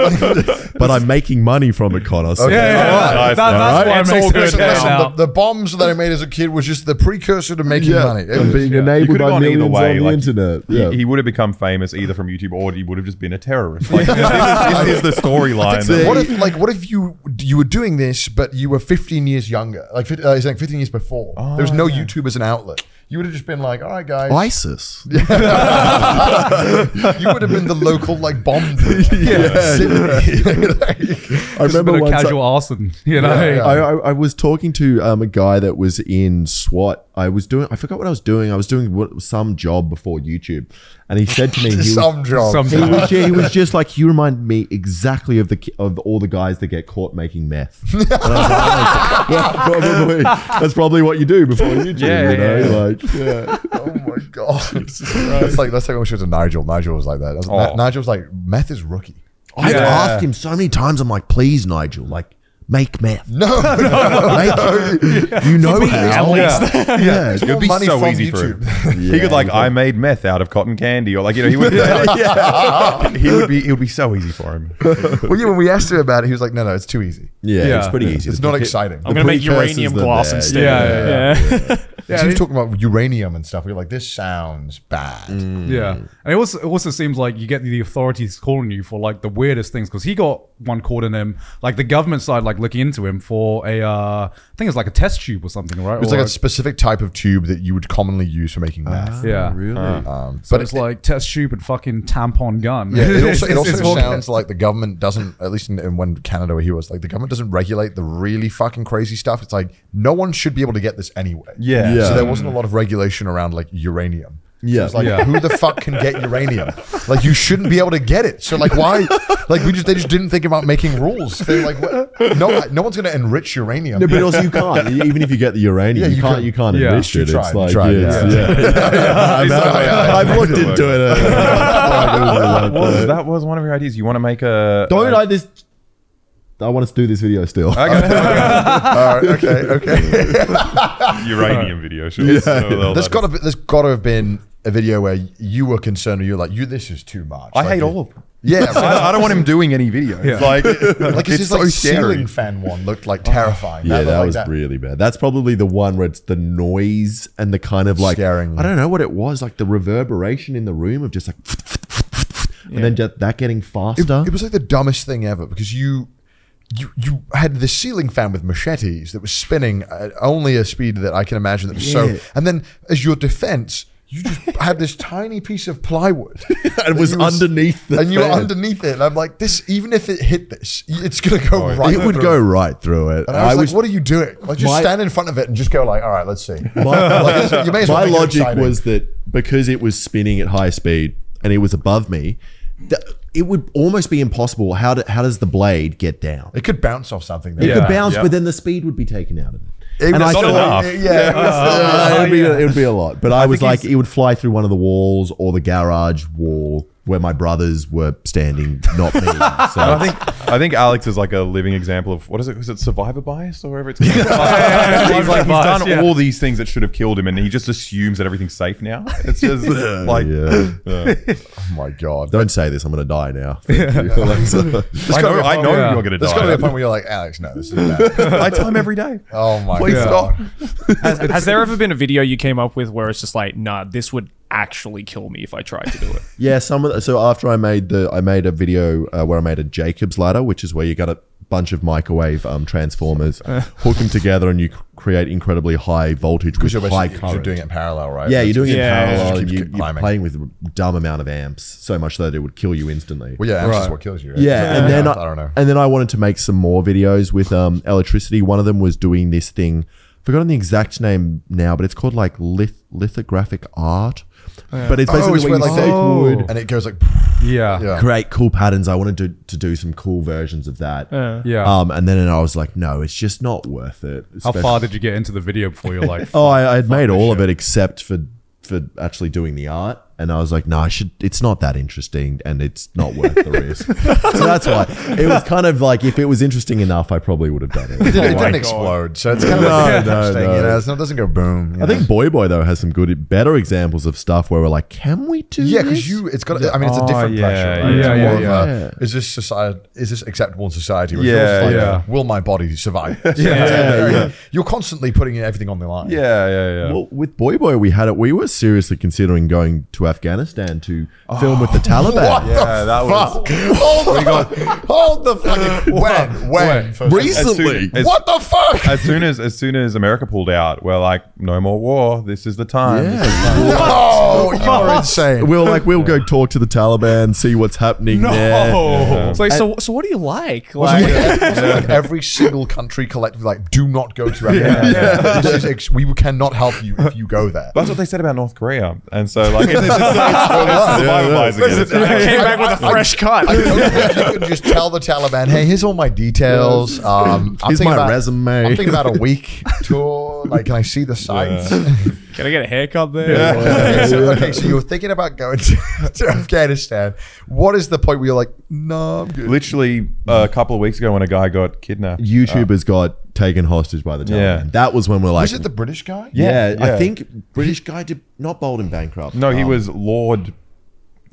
but I'm making money from it, Connor. So
yeah, yeah,
Alright,
yeah.
nice,
That- that's
alright.
why it
It's
makes
all good
sense
Listen, listen,
now.
the, the bombs that I made as a kid was just the precursor to making money. It
and
was-
being enabled
could've
by
gone either
millions
way,
on the
like,
internet.
He,
Yeah.
he would have become famous either from YouTube or he would have just been a terrorist. Like, this, is, this is the storyline.
That's it.
what if like what if you you were doing this but you were 15 years younger like fif- uh, he's like 15 years before
Oh,
there was no YouTube as an outlet you would have just been like all right guys
ISIS.
you would have been the local like bomb dude.
Yeah.
Sydney.
I
Just a
remember
bit of
once I,
casual arson, you know?
Yeah, yeah.
I, I, I was talking to um, a guy that was in SWAT. I I was doing. I forgot what I was doing. I was doing what, some job before YouTube, and he said to me, he was-
Some job.
Some-
he was, ju- he was just like, you remind me exactly of the ki- of all the guys that get caught making meth. And I was like, "Oh, yeah, probably. That's probably what you do before YouTube.
Yeah,
you know,
yeah, yeah.
like yeah.
oh my god! that's like that's like when she was to Nigel. Nigel was like that. That's-
Oh.
Nigel was like meth is rookie.
I've
Yeah.
asked him so many times. I'm like, please, Nigel, like make meth.
No,
Make- You know how.
Yeah.
Yeah.
It would be
money
so
from
easy for him.
Yeah.
he could like, I made meth out of cotton candy, or like you know, he would. yeah. He would be. It would be so easy for him.
well, yeah. When we asked him about it, he was like, "No, no, it's too easy.
Yeah,
Yeah. Oh,
it's pretty easy.
It's
The
not
pre-
exciting."
I'm gonna make
precursors
uranium
that-
glass
yeah,
instead.
yeah, yeah.
So he was talking about uranium and stuff. We were like, "This sounds bad."
Yeah,
Mm.
and it also it also seems like you get the authorities calling you for like the weirdest things because he got one caught in him, like the government side, like looking into him for a uh, I think it's like a test tube or something, right?
It was
Or
like a specific type of tube that you would commonly use for making meth.
yeah.
Really?
um,
Ah. so
but
it's
it-
like test tube and fucking tampon gun.
Yeah, it also, it
It's-
also
it's all-
sounds like the government doesn't, at least in, in when Canada where he was, like the government doesn't regulate the really fucking crazy stuff. It's like no one should be able to get this anyway.
Yeah.
Yeah.
So there wasn't a lot of regulation around like uranium.
Yeah.
So it's like
Yeah.
who the fuck can get uranium? Like you shouldn't be able to get it. So like why? Like we just they just didn't think about making rules. They're like what? no no one's gonna enrich uranium.
No, but also you can't. Even if you get the uranium,
Yeah,
you,
you
can't.
can-
You can't
Yeah.
enrich
You
it.
tried,
It's
you
like
tried,
yeah,
yeah.
yeah. I'm out. I've looked into it.
That was, that was one of your ideas. You want to make a
Don't
a-
like this. I want us to do this video still.
All right, okay, okay.
uranium video. Sure. Yeah.
There's gotta be, there's gotta have been a video where you were concerned. You're like, you this is too much.
I
Like,
hate
it-
all of them.
Yeah, right.
I, I don't want him doing any videos.
like
Like,
it's,
it's,
just
so
like
scary. Oh.
ceiling fan one looked like terrifying.
Yeah,
looked
that
like
was really bad. That's probably the one where it's the noise and the kind of like
Scaring.
I don't know what it was, like the reverberation in the room of just like, and then just that getting faster.
It, it was like the dumbest thing ever because you, you, you had this ceiling fan with machetes that was spinning at only a speed that I can imagine that was
Yeah.
so. And then as your defense, you just had this tiny piece of plywood
and it was
you
underneath the
and you were
fan.
underneath it. And I'm like, this, even if it hit this, it's gonna
Oh,
go right.
It would
through.
go right through it.
And I was,
I
like, "What are you doing? Like, just
My-
stand in front of it and just go like, all right, let's see."
My,
Like, it's- you may as well
my
make it
logic
exciting.
was that because it was spinning at high speed and it was above me, that it would almost be impossible. How do, how does the blade get down?
it could bounce off something.
It
though.
could bounce,
yeah.
but then the speed would be taken out of it.
It was
I
not
feel
enough.
like-
yeah, it was-
Uh, it, would be,
yeah.
it would be a lot. But I, was
think
like,
he's-
it would fly through one of the walls or the garage wall where my brothers were standing, not me.
I
So
think I think Alex is like a living example of what is it? Was it survivor bias or whatever it's called? he's like he's done
yeah.
all these things that should have killed him, and he just assumes that everything's safe now. It's just like
yeah.
Yeah.
oh my god.
don't say this. I'm going to die now. Thank you. Like, so-
gotta
I know,
be a
I
point
know
where-
you're gonna
There's got to be a point
die.
where you're like, Alex, no, this is bad.
I tell him every day.
Oh my
Please
god.
stop.
Has, has there ever been a video you came up with where it's just like, nah, this would actually kill me if I tried to do it?
yeah, some of the, so after I made the I made a video uh, where I made a Jacob's ladder, which is where you got a bunch of microwave um, transformers, hook them together, and you c- create incredibly high voltage with
Because you're
high
basically
current.
you're doing it in parallel, right?
yeah, you're doing it in
Yeah.
parallel.
It just
and
keeps
You, you're
climbing.
playing with a dumb amount of amps, so much that it would kill you instantly.
Well, yeah, that's just
Right.
what kills you. Right?
Yeah, and then I,
I don't know.
And then I wanted to make some more videos with um, electricity. One of them was doing this thing. Forgotten the exact name now, but it's called like lith- lithographic art. But it's
Oh,
basically Oh
it's where
where you
like
take
Oh.
they, and it goes like,
yeah, yeah,
yeah.
create cool patterns. I wanted to, to do some cool versions of that.
yeah.
Um, and then I was like, no, it's just not worth it.
How
Especially-
far did you get into the video before you're like,
Oh, I, I had made all of it except for for actually doing the art, and I was like, no, I should. It's not that interesting, and it's not worth the risk. so that's why it was kind of like if it was interesting enough, I probably would have done it.
It didn't, it
my
didn't
God.
explode, so it's kind of like
No,
no,
no,
thing,
no.
you know. It's not, it doesn't go boom. you
I
know?
think Boy Boy though has some good, better examples of stuff where we're like, can we do?
yeah,
this?
because you, it's got. I mean, it's a
Oh,
different
yeah,
pressure. Right?
yeah,
it's
yeah,
more of
yeah.
a, Is this society? Is this acceptable in society? Whereas
Yeah,
yours is
yeah.
Will my body survive?
Yeah,
You're constantly putting everything on the line.
Yeah, yeah, yeah.
Well, with Boy Boy, we had it. We were seriously considering going to Afghanistan to film with the Taliban.
What the
that was-
fuck? Hold the, hold the fucking when? When? First-
Recently,
As soon as-
what the fuck?
as soon as as soon as America pulled out, we're like, no more war. This is the time. This is-
yeah.
oh, you are insane.
we'll like we'll go talk to the Taliban, see what's happening there.
It's like, so, so what do you like?
Wasn't
Like,
like- wasn't like every single country collectively like, do not go to Afghanistan. This is ex- we cannot help you if you go there.
That's what they said about North Korea. And so like, it's, it's, it's, it's survival bias again. It's-
came back with a fresh cut.
I don't think you can just tell the Taliban, hey, here's all my details. Um, I'm
Here's
thinking
my
about-
resume."
I'm thinking about a week tour. Like, can I see the sites?
Can I get a haircut there?
okay, so, okay, so you were thinking about going to, to Afghanistan. What is the point where you're like, no, I'm good?
Literally uh, a couple of weeks ago when a guy got kidnapped.
YouTubers got taken hostage by the
Yeah.
Taliban. That was when we're like,
Was it the British guy?
yeah,
Yeah.
I think British guy did not Bolden bankrupt.
No, he
Um,
was Lord
The-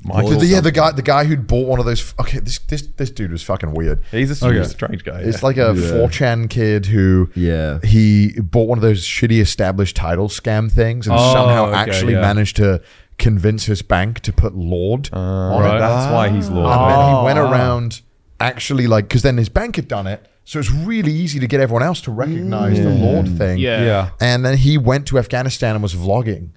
Michael.
the- yeah, the guy, the guy who'd bought one of those. Okay, this this this dude was fucking weird.
He's a
Okay.
strange, strange guy.
It's like a
Yeah.
4chan kid who
Yeah.
he bought one of those shitty established title scam things and
Oh,
somehow
okay,
actually
yeah.
managed to convince his bank to put Lord on
right.
it.
That's why he's Lord.
And then
Yeah.
he
Ah.
went around actually like because then his bank had done it, so it's really easy to get everyone else to recognize the Lord thing.
Yeah.
Yeah.
And then he went to Afghanistan and was vlogging.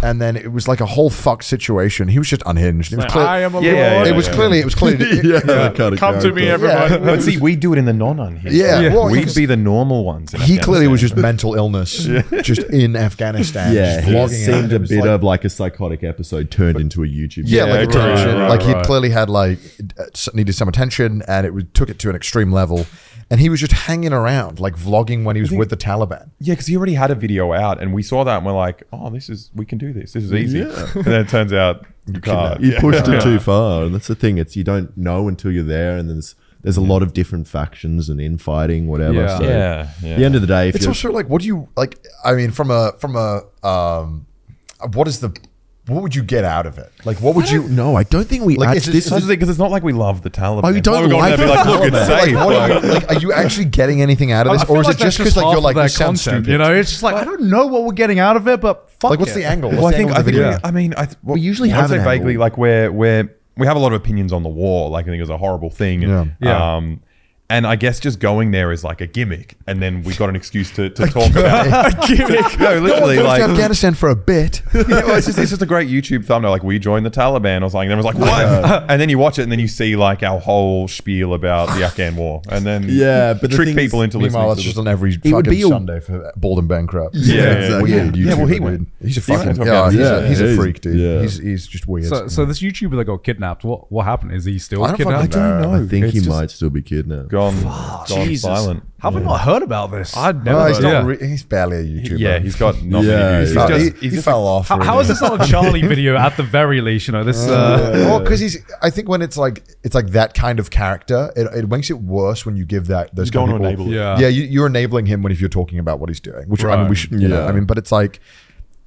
And then it was like a whole fucked situation. He was just unhinged. It was clear-
I am a
Yeah, yeah,
lord.
it was
yeah.
clearly. It was clearly.
yeah, that kind of
Come to me,
character.
everybody.
But see, we do it in the non-un here.
Yeah, Yeah. well,
we
he's-
could be the normal ones. in
he clearly was just
Afghanistan.
mental illness, just in Afghanistan.
Yeah,
just
he
vlogging it.
seemed
It
a
was
bit
like-
of like a psychotic episode turned into a YouTube.
yeah,
video.
like
right,
attention.
right,
like he
right.
clearly had like uh, needed some attention, and it was, took it to an extreme level. And he was just hanging around, like vlogging when he was with the Taliban.
yeah, because he already had a video out, and we saw that, and we're like, oh, this is we can do this. This is easy. And then it turns out you can't.
you
Yeah.
pushed it too far, and that's the thing. It's you don't know until you're there, and there's there's a lot of different factions and infighting, whatever.
Yeah.
So
Yeah,
At the
yeah.
end of the day, if
It's
you're
also like, what do you like? I mean, from a from a um, what is the what would you get out of it? Like, what would
I don't
you?
know. I don't think we
Like,
like,
is it-
this.
is
Because it's not like we love the Taliban.
Oh, you don't
Why would we go
like
in there and be
the
like, look, it's
Taliban?
safe.
Like, what are, you, like, are you actually getting anything out of this,
I feel
or is
like
it
that's
just because like
half
you're
of
like
their
this sounds
content,
stupid?
You know, it's just like I don't know what we're getting out of it, but fuck.
Like, what's
it.
the angle? What's
Well, I
the
think
angle
I
of the
think
video?
we, I mean I th- well,
usually
I'd
have
say
an
vaguely
angle.
like we're we're we have a lot of opinions on the war. Like I think it was a horrible thing.
Yeah.
Yeah.
Um, and I guess just going there is like a gimmick, and then we got an excuse to, to talk about it. a gimmick. No, literally,
Goes
like
to Afghanistan for a bit.
Yeah, well, it's, just, it's just a great YouTube thumbnail. Like we joined the Taliban or something. And everyone's like, what? and then you watch it, and then you see like our whole spiel about the Afghan war, and then
Yeah, but the
trick
thing is-
people into listening.
Meanwhile,
to
that's
the-
just on every
It would
fucking
be a-
Sunday for Bald and Bankrupt.
Yeah, yeah,
exactly.
weird
Yeah, well,
YouTuber,
he went-
dude. He's a
he went
fucking.
to
yeah, he's,
Afghanistan.
a, he's a
Yeah,
freak, dude.
yeah.
He's he's just weird.
So, so this YouTuber that got kidnapped, what what happened? Is he still
I don't fucking
kidnapped?
know.
I don't know.
I think
It's
he
just
might still be kidnapped.
gone, gone
Jesus.
silent.
Have we not heard about this?
I'd never.
no, he's not.
Yeah.
Re- he's barely a YouTuber.
Yeah, he's got not
Yeah,
many views.
He
He's
fell-
just-
he,
he's
he
just-
fell off.
how,
for a
how is
minute.
this not a Charlie video at the very least? You know this. Uh,
Well, because he's, I think when it's like, it's like that kind of character, it, it makes it worse when you give that those
You
kind of
don't
people-
enable it.
Yeah.
yeah, you, you're enabling him when if you're talking about what he's doing, which I mean, we
Right.
should, you know,
Yeah.
I mean, but it's like,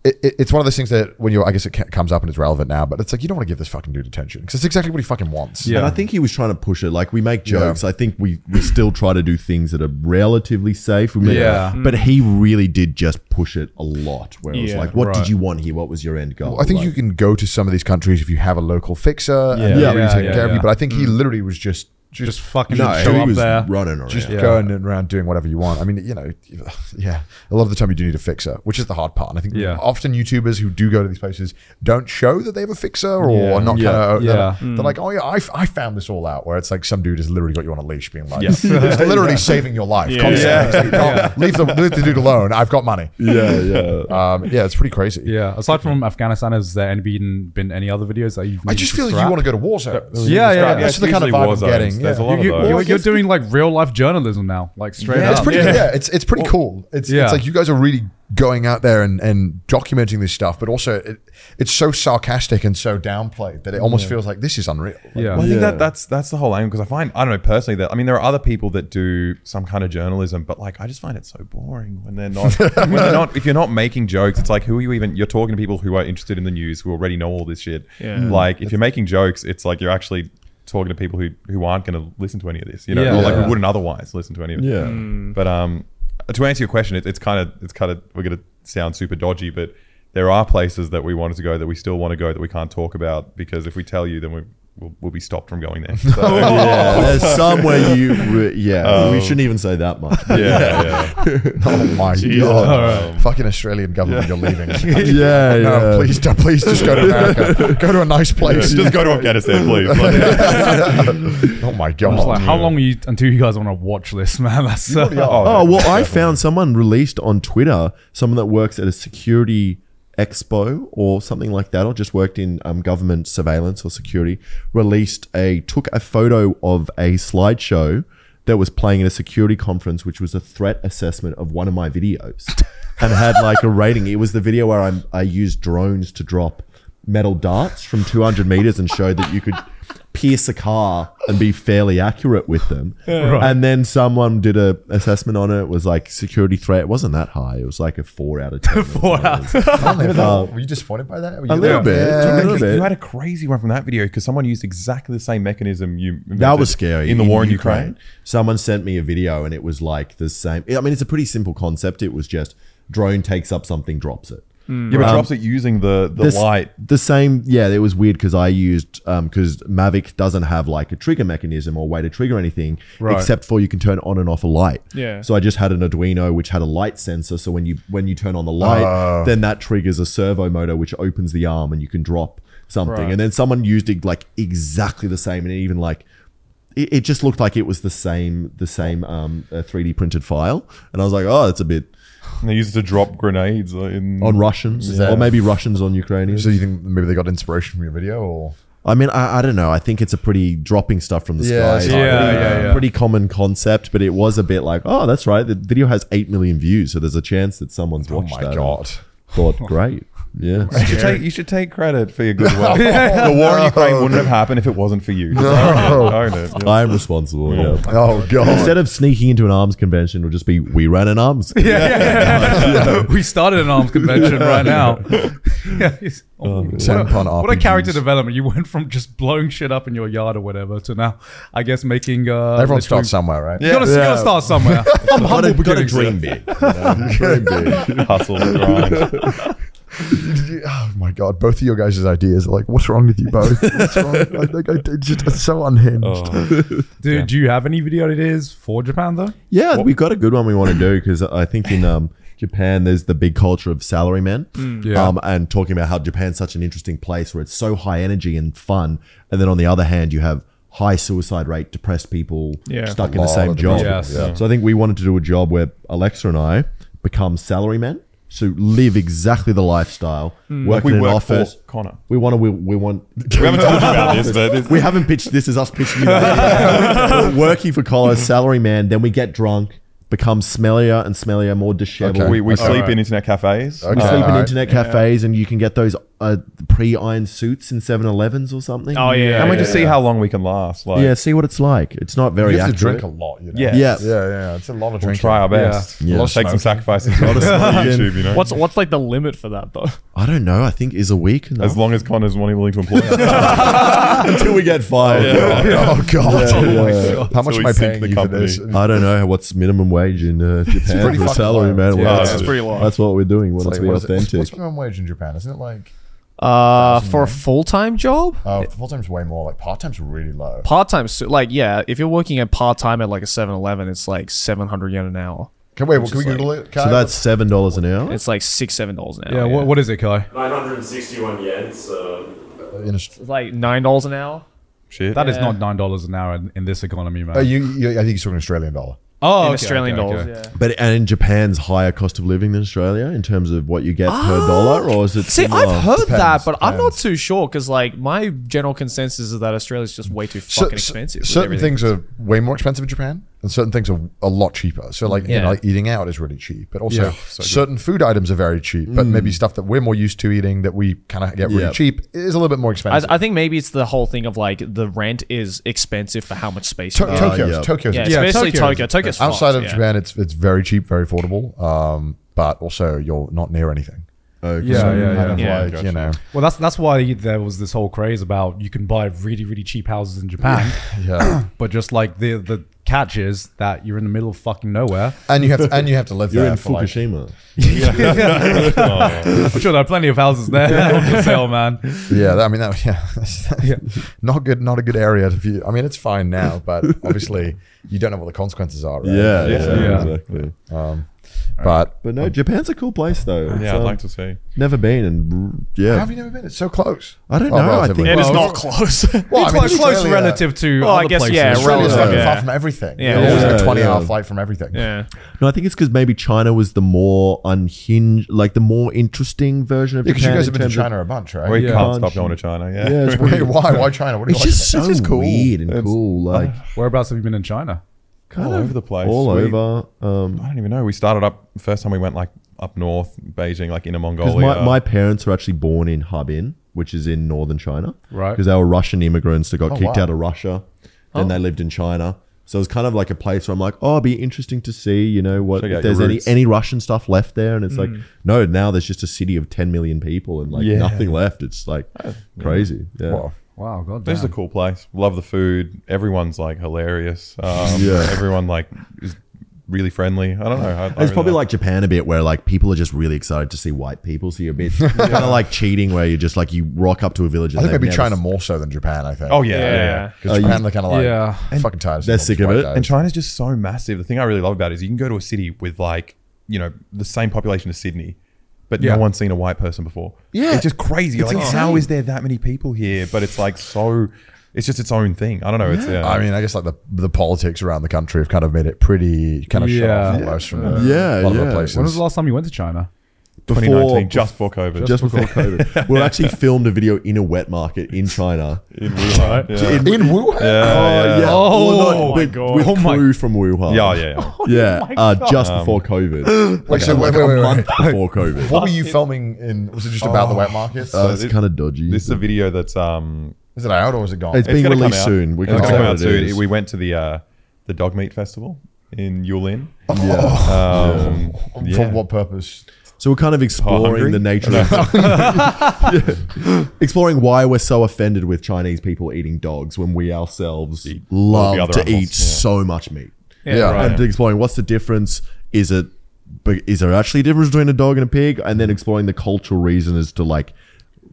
it, it- it's one of those things that when you're, I guess it ca- comes up and it's relevant now, but it's like you don't want to give this fucking dude attention because it's exactly what he fucking wants.
Yeah.
And I think he was trying to push it. Like we make jokes. I think we we still try to do things that are relatively safe. We make-
Yeah.
But he really did just push it a lot. Where it was
Yeah,
like, what did
right.
you want here? What was your end goal?
I think
Like-
you can go to some of these countries if you have a local fixer and
Yeah.
they're really
Yeah,
taking
yeah, Mm.
care of you.
yeah.
But I think he literally was just just,
just fucking
No,
show
he
up
was
there.
running around.
just going around doing whatever you want. I mean, you know, yeah. A lot of the time you do need a fixer, which is the hard part. And I think
Yeah.
often YouTubers who do go to these places don't show that they have a fixer or
Yeah.
are not
Yeah.
kind of.
Yeah.
They're,
Mm.
they're like, oh yeah, I, f- I found this all out. Where it's like some dude has literally got you on a leash, being like, it's literally saving your life. Constantly.
Yeah.
It's like, "Oh, leave the leave the dude alone. I've got money.
yeah, yeah.
Um, yeah, it's pretty crazy.
Yeah. Aside from Afghanistan, has there any been, been any other videos that you've?
I just feel like you want to go to war zones.
Yeah, yeah, yeah.
That's the kind of
usually
vibe
war
I'm
zones.
getting,
There's
yeah.
a lot
You,
of those.
are doing like real life journalism now, like straight
Yeah.
up.
up.
It's pretty.
Yeah.
Yeah, it's it's pretty cool. It's
Yeah.
it's like you guys are really going out there and, and documenting this stuff, but also it, it's so sarcastic and so downplayed that it almost feels like this is unreal. Like,
Yeah.
Well, I think that that's that's the whole aim because I find I don't know personally that I mean there are other people that do some kind of journalism, but like I just find it so boring when they're not when they're not if you're not making jokes, it's like who are you even? You're talking to people who are interested in the news who already know all this shit.
Yeah. Mm.
Like if you're making jokes, it's like you're actually talking to people who who aren't going to listen to any of this, you know,
Yeah.
or like
Yeah.
who wouldn't otherwise listen to any of it.
Yeah.
But um, to answer your question, it, it's kind of it's kind of we're going to sound super dodgy, but there are places that we wanted to go that we still want to go that we can't talk about because if we tell you, then we, we'll, we'll be stopped from going there. So,
Oh. yeah, there's somewhere you. Re- yeah, we shouldn't even say that much.
yeah, yeah.
Oh my god! Fucking Australian government, you're leaving.
yeah,
No,
yeah.
please, don't- please, just go to America. go to a nice place.
Just go to Afghanistan, please. Like,
oh my
I'm
god!
just like, how long are you until you guys are on a watch list, man? That's uh,
Oh well, I found someone released on Twitter. Someone that works at a security expo or something like that, or just worked in um, government surveillance or security. Released a took a photo of a slideshow that was playing at a security conference, which was a threat assessment of one of my videos, and had like a rating. It was the video where I I used drones to drop metal darts from 200 meters and showed that you could pierce a car and be fairly accurate with them. And then someone did a assessment on it. It was like security threat. It wasn't that high. It was like a four out of ten.
four hours.
Oh, were you disappointed by that? Were you
a little
like,
bit.
yeah.
A little
you,
bit.
you had a crazy one from that video because someone used exactly the same mechanism you
that
invented
was scary.
in the war in Ukraine.
Someone sent me a video and it was like the same. I mean, it's a pretty simple concept. It was just drone takes up something, drops it.
Yeah, but drops it using the the
Mm. This-
light.
The same, yeah. It was weird because I used because Mavic doesn't have like a trigger mechanism or way to trigger anything
Right.
except for you can turn on and off a light.
Yeah.
So I just had an Arduino which had a light sensor. So when you when you turn on the light, then that triggers a servo motor which opens the arm and you can drop something. And then someone used it like exactly the same and even like. It, it just looked like it was the same, the same um, uh, 3D printed file, and I was like, "Oh, that's a bit
And they used it to drop grenades in
on Russians, or maybe Russians on Ukrainians."
So you think maybe they got inspiration from your video, or
I mean, I, I don't know. I think it's a pretty dropping stuff from the
Yeah, yeah,
sky. pretty,
yeah, yeah.
pretty common concept, but it was a bit like, oh, that's right. The video has eight million views, so there's a chance that someone's
oh
watched
my
that. and
god?
thought great. Yeah,
You should, take, you should take credit for your good work. The war
Oh
in Ukraine wouldn't have happened if it wasn't for you. Just own it, own it, yeah.
I am responsible. Yeah.
Oh god!
Instead of sneaking into an arms convention, it'll just be we ran an arms.
Yeah, yeah, yeah. we started an arms convention right now. yeah, it's- oh, what, a,
Ten pun
what a character
RPGs.
development! You went from just blowing shit up in your yard or whatever to now, I guess, making. Uh,
Everyone
literally-
starts somewhere, right?
You gotta, you gotta start somewhere. I'm
Got
humble
to, got to
beginnings.
dream big.
Hustle and grind.
Oh my god! Both of your guys' ideas, are like, what's wrong with you both? What's wrong? I think I did just it's so unhinged.
Do, do you have any video ideas for Japan though?
Yeah, we've got a good one we want to do because I think in um, Japan there's the big culture of salarymen,
Mm.
Yeah.
um, and talking about how Japan's such an interesting place where it's so high energy and fun, and then on the other hand you have high suicide rate, depressed people
Yeah.
stuck
A
in the
lot
same
of
job.
depressed people, yeah.
So I think we wanted to do a job where Alexa and I become salarymen, so live exactly the lifestyle,
Mm.
work
We
in an
work
office.
for Connor.
we want to. We, we want.
We haven't talked about this, but it's,
We haven't pitched. This is us pitching you. We're working for Colo, salary man. Then we get drunk, become smellier and smellier, more disheveled.
we, we
Okay.
sleep in internet cafes.
Okay.
We sleep in
Alright.
internet cafes, and you can get those uh, pre-ironed suits in 7-Elevens or something.
Oh, yeah.
and we just see how long we can last. Like,
yeah. See what it's like. It's not very
You have to
accurate.
drink a lot, you know.
Yeah.
Yeah.
yeah, yeah. It's a lot of
We'll
drinking.
try our best.
Yeah. Yeah.
Take some sacrifices on
smoking.
YouTube, you know.
What's what's like the limit for that though?
I don't know. I think is a week
as
enough?
long as Connor's wanting willing to employ us.
until we get fired.
Oh god!
Yeah.
How much
So
am
we
I
sink
paying
the
you for
company.
this?
I don't know what's minimum wage in uh, Japan
pretty
for a
fucking
salary
low.
man.
Yeah,
Well,
it's
that's-
pretty
low.
That's what we're doing. We want
It's like,
to be
what is it-
authentic.
What's minimum wage in Japan? Isn't it like
Uh, for a full time job,
uh, full time's way more? Like part time's really low.
part time, like yeah, if you're working at part time at like a 7-Eleven, it's like seven hundred yen an hour.
Can wait? Can we Google it? Kai?
so that's seven dollars an hour.
It's like six seven dollars an hour.
Yeah. What, what is it, Kai?
961 yen, so
In Aust-
It's like nine dollars an hour.
Shit.
That is
Yeah.
not nine dollars an hour in, in this economy, man.
uh, you, you, I think you're talking Australian dollar.
oh,
in
okay,
Australian
okay,
dollars.
okay.
Yeah.
But and in Japan's higher cost of living than Australia in terms of what you get per dollar, or is it?
Oh. See,
similar?
I've heard that,
Depends,
but I'm not
depends.
too sure because like my general consensus is that Australia's just way too
So-
fucking
so-
expensive. with
certain
everything.
things are way more expensive in Japan, and certain things are a lot cheaper. So, like, you
Yeah.
know, like eating out is really cheap, but also
Yeah, so good.
certain food items are very cheap. But maybe stuff that we're more used to eating that we kind of get really
Mm. Yeah.
cheap is a little bit more expensive.
I, I think maybe it's the whole thing of like the rent is expensive for how much space.
To-
you need.
Tokyo's,
yeah.
Tokyo's
yeah,
cheap.
especially
Tokyo.
Tokyo. Tokyo's fucked,
outside of
yeah.
Japan, it's it's very cheap, very affordable. Um, but also you're not near anything.
Okay.
Yeah,
So,
yeah, yeah.
kind of
Yeah.
like, you know,
Well, that's that's why there was this whole craze about you can buy really really cheap houses in Japan,
yeah.
but just like the the catch is that you're in the middle of fucking nowhere.
and you have to, and you have to live
You're
there
in
for like-
Fukushima.
I'm sure there are plenty of houses there on for sale, man.
yeah, that, I mean that yeah, that's, not good, not a good area to view. I mean it's fine now, but obviously you don't know what the consequences are. Right?
Yeah, yeah,
Yeah.
exactly.
Um, but
But no, Japan's a cool place though. It's,
Yeah, I'd
um,
like to see.
Never been, and
how
yeah,
have you never been? It's so close.
I don't
Well,
know, I
relatively.
think-
It
Well,
is not close.
Well,
it's uh,
I mean,
like close
Australia-
relative to
Well, I
other
guess,
places.
yeah,
Australia's
relative,
fucking
yeah.
far from everything.
Yeah.
Yeah, always like
Yeah,
a twenty-hour
yeah.
flight from everything.
yeah.
no, I think it's because maybe China was the more unhinged, like the more interesting version of
because
Japan.
you guys have
in
been to
terms of-
China a bunch, right?
We
Yeah.
can't stop going to China. Yeah.
Yeah, it's weird.
Wait, why? Why China? What do you
It's
like
just so
about it?
cool.
weird and
It's-
cool, like
Whereabouts have you been in China?
kind
all
of
over the place.
all
We-
over. Um,
I don't even know. We started up first time we went like up north, Beijing, like Inner
Because
Mongolia.
my, my parents were actually born in Harbin, which is in northern China.
Right.
Because they were Russian immigrants that got
Oh,
kicked
wow.
out of Russia. Then they lived in China. So it was kind of like a place where I'm like, oh, it'd be interesting to see, you know, what
Check
if
out
there's
your
any,
roots.
any Russian stuff left there. And it's like, no, now there's just a city of 10 million people and like
Yeah.
nothing left. It's like crazy. Yeah.
Well,
Wow, god
this is a cool place. Love the food. Everyone's like hilarious. Um,
Yeah.
Everyone like is really friendly. I don't know. I, I
It's
really
probably like Japan a bit, where like people are just really excited to see white people. So you're a bit kind of like cheating, where you're just like you rock up to a village. And
I think
they've
maybe
never-
China more so than Japan. I think.
Oh yeah,
Yeah.
yeah. yeah.
because
Uh,
Japan they're kind of like
Yeah.
fucking tired. of
They're
seeing
sick
all
of
these
it.
white
And
guys.
China's just so massive. The thing I really love about it is you can go to a city with like you know the same population as Sydney, but
Yeah.
no one's seen a white person before.
Yeah.
It's just crazy. You're
It's
like how is there that many people here? But it's like so. It's just its own thing. I don't know. It's uh, yeah.
I mean, I guess like the the politics around the country have kind of made it pretty kind of shut off
Yeah.
almost from the, a
Yeah,
lot of
yeah.
the places.
When was the last time you went to China?
2019, just for COVID.
just before COVID. we actually filmed a video in a wet market in China.
in Wuhan. Yeah.
in Wuhan?
Oh, yeah.
Oh, my
with,
God.
With
Oh, my-
crew from Wuhan.
yeah, Oh yeah, yeah.
Yeah, uh, just
Um,
before COVID.
Wait, so wait,
like
wait,
a
wait,
month
wait.
before COVID.
What were you filming in? Was it just about the wet market?
Uh,
Uh,
it's kind of dodgy.
This is a video that's um,
is it out or is it gone?
It's
it's
being
gonna come
released
out.
soon. We
It's
can
gonna
say
come
what
out
it
soon.
is.
We went to the uh, the dog meat festival in Yulin.
yeah.
Um, yeah.
For what purpose?
So we're kind of
hungry?
exploring the nature of Yeah. exploring why we're so offended with Chinese people eating dogs when we ourselves
all the
love
other
to
animals,
eat
yeah.
so much meat.
Yeah,
and exploring what's the difference is it but is there actually a difference between a dog and a pig and then exploring the cultural reason as to like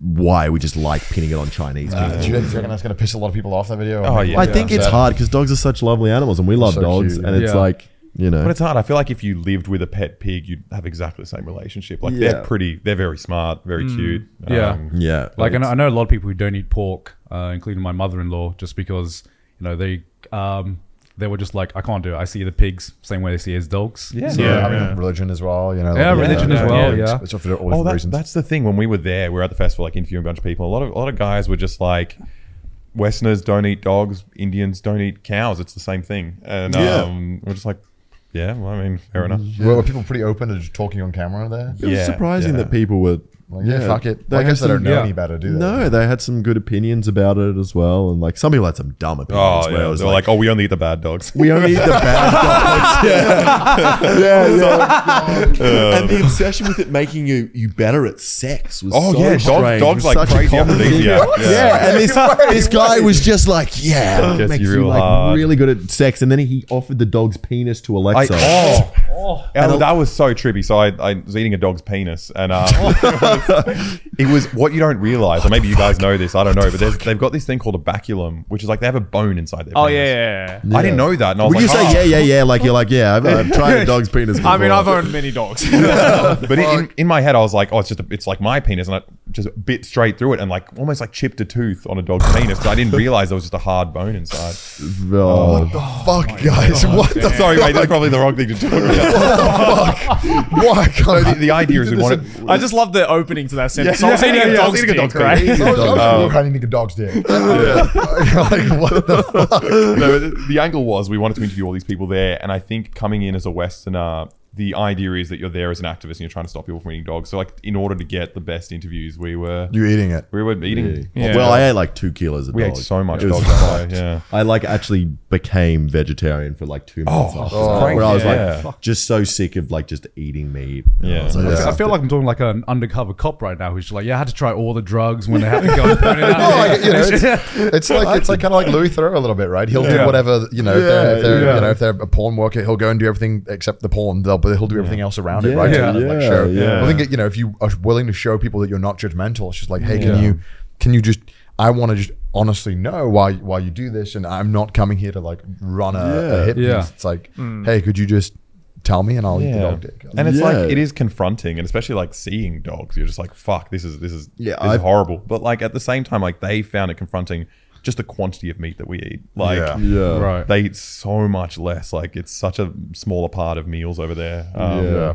why we just like pinning it on chinese people
Do you do you reckon that's going to piss a lot of people off? That video.
Oh, yeah.
i think it's hard because dogs are such lovely animals and we love
So
dogs
cute.
and it's
Yeah.
like you know
But it's hard. I feel like if you lived with a pet pig, you'd have exactly the same relationship. Like
Yeah.
they're pretty, they're very smart, very cute. Um,
Yeah.
yeah
Like, I know, I know a lot of people who don't eat pork, uh, including my mother-in-law, just because you know they um, they were just like, I can't do it. I see the pigs same way they see as dogs.
Yeah.
So,
Yeah.
I mean, religion as well. You know,
Yeah, religion as well, yeah.
It's, it's all for all
Oh,
different
that,
reasons.
that's the thing. When we were there, we were at the festival, like interviewing a bunch of people. A lot of a lot of guys were just like, Westerners don't eat dogs, Indians don't eat cows. It's the same thing. And
Yeah.
um, we're just like, yeah, well, I mean, fair enough.
Were, were people pretty open to just talking on camera there?
it was
Yeah,
surprising
yeah.
that people were
Like, yeah, fuck it.
They
Well, I
had
guess they don't
some-
know
yeah.
any better, do they?
no they had some good opinions about it as well and like some people had some dumb opinions
Oh,
where it
yeah.
was
They were
like,
like, oh, we only eat the bad dogs.
we only eat the bad dogs. Yeah, yeah. yeah. and the obsession with it making you you better at sex was
Oh,
so
yeah, dog-
strange.
dogs
It was
like
such a
crazy
common
after these,
thing.
yeah.
Yeah.
Yeah.
and this this guy was just like, yeah,
Gets
makes
you
you,
real
like
hard.
really good at sex. And then he offered the dog's penis to
I,
Alexa.
oh, And
And
that was so trippy. So I, I was eating a dog's penis, and um,
Oh.
it was what you don't realize, or maybe you guys know this. I don't know, but there's, they've got this thing called a baculum, which is like they have a bone inside their.
Oh
penis.
yeah, yeah, yeah.
I didn't know that, and I was
Would you
like,
say
"Oh."
yeah, yeah, yeah? Like you're like, yeah, I've, I've tried a dog's penis. Before.
I mean, I've owned many dogs.
But in- in, in my head, I was like, oh, it's just a, it's like my penis, and I just bit straight through it, and like almost like chipped a tooth on a dog's penis. 'cause I didn't realize there was just a hard bone inside.
Oh.
Fuck, guys. What the
Sorry, mate, that's probably the wrong thing to talk about.
Why can't
the, the idea is we want it.
I just love the opening to that sentence. I was eating a
yeah, I
dog's
was eating a
dick,
dog's
right?
dick.
I was, I was like, "Look, I need a dog's dick. like, what the fuck?
no, the, the angle was we wanted to interview all these people there, and I think coming in as a Westerner, the idea is that you're there as an activist and you're trying to stop people from eating dogs. So like in order to get the best interviews, we were
You eating it?
we were eating.
Yeah.
Well, I ate like two kilos of
We
dog.
ate so much
It was
dog. that day, Yeah.
I like actually became vegetarian for like two months after that,
crazy.
where I was
Oh, Yeah.
like just so sick of like just eating meat. And I
Yeah.
was like,
I
Yeah.
feel- I feel like I'm talking like an undercover cop right now who's just like, yeah, I had to try all the drugs when they had to go and burn it out.
Oh, like, you know, it's, it's like it's like kind of like Louis Theroux a little bit, right? He'll do
Yeah.
whatever you know. if they're, if they're,
Yeah.
You know, if they're a porn worker, he'll go and do everything except the porn. They'll, but he'll do everything else around it,
Yeah,
right? to
yeah,
kind of, like,
yeah,
show.
yeah.
I think it- you know if you are willing to show people that you're not judgmental, it's just like, hey, can you can you just? I want to just honestly know why why you do this, and I'm not coming here to like run a, a
Yeah.
hit
Yeah. Mm.
piece. It's like, hey, could you just tell me, and I'll eat the
Yeah.
dog dick.
And it's
Yeah.
like it is confronting, and especially like seeing dogs, you're just like, "Fuck, this is this is
Yeah,
this
I've-
is horrible." But like at the same time, like they found it confronting, just the quantity of meat that we eat. Like
Yeah.
yeah.
Right.
they eat so much less. Like it's such a smaller part of meals over there. Um,
Yeah.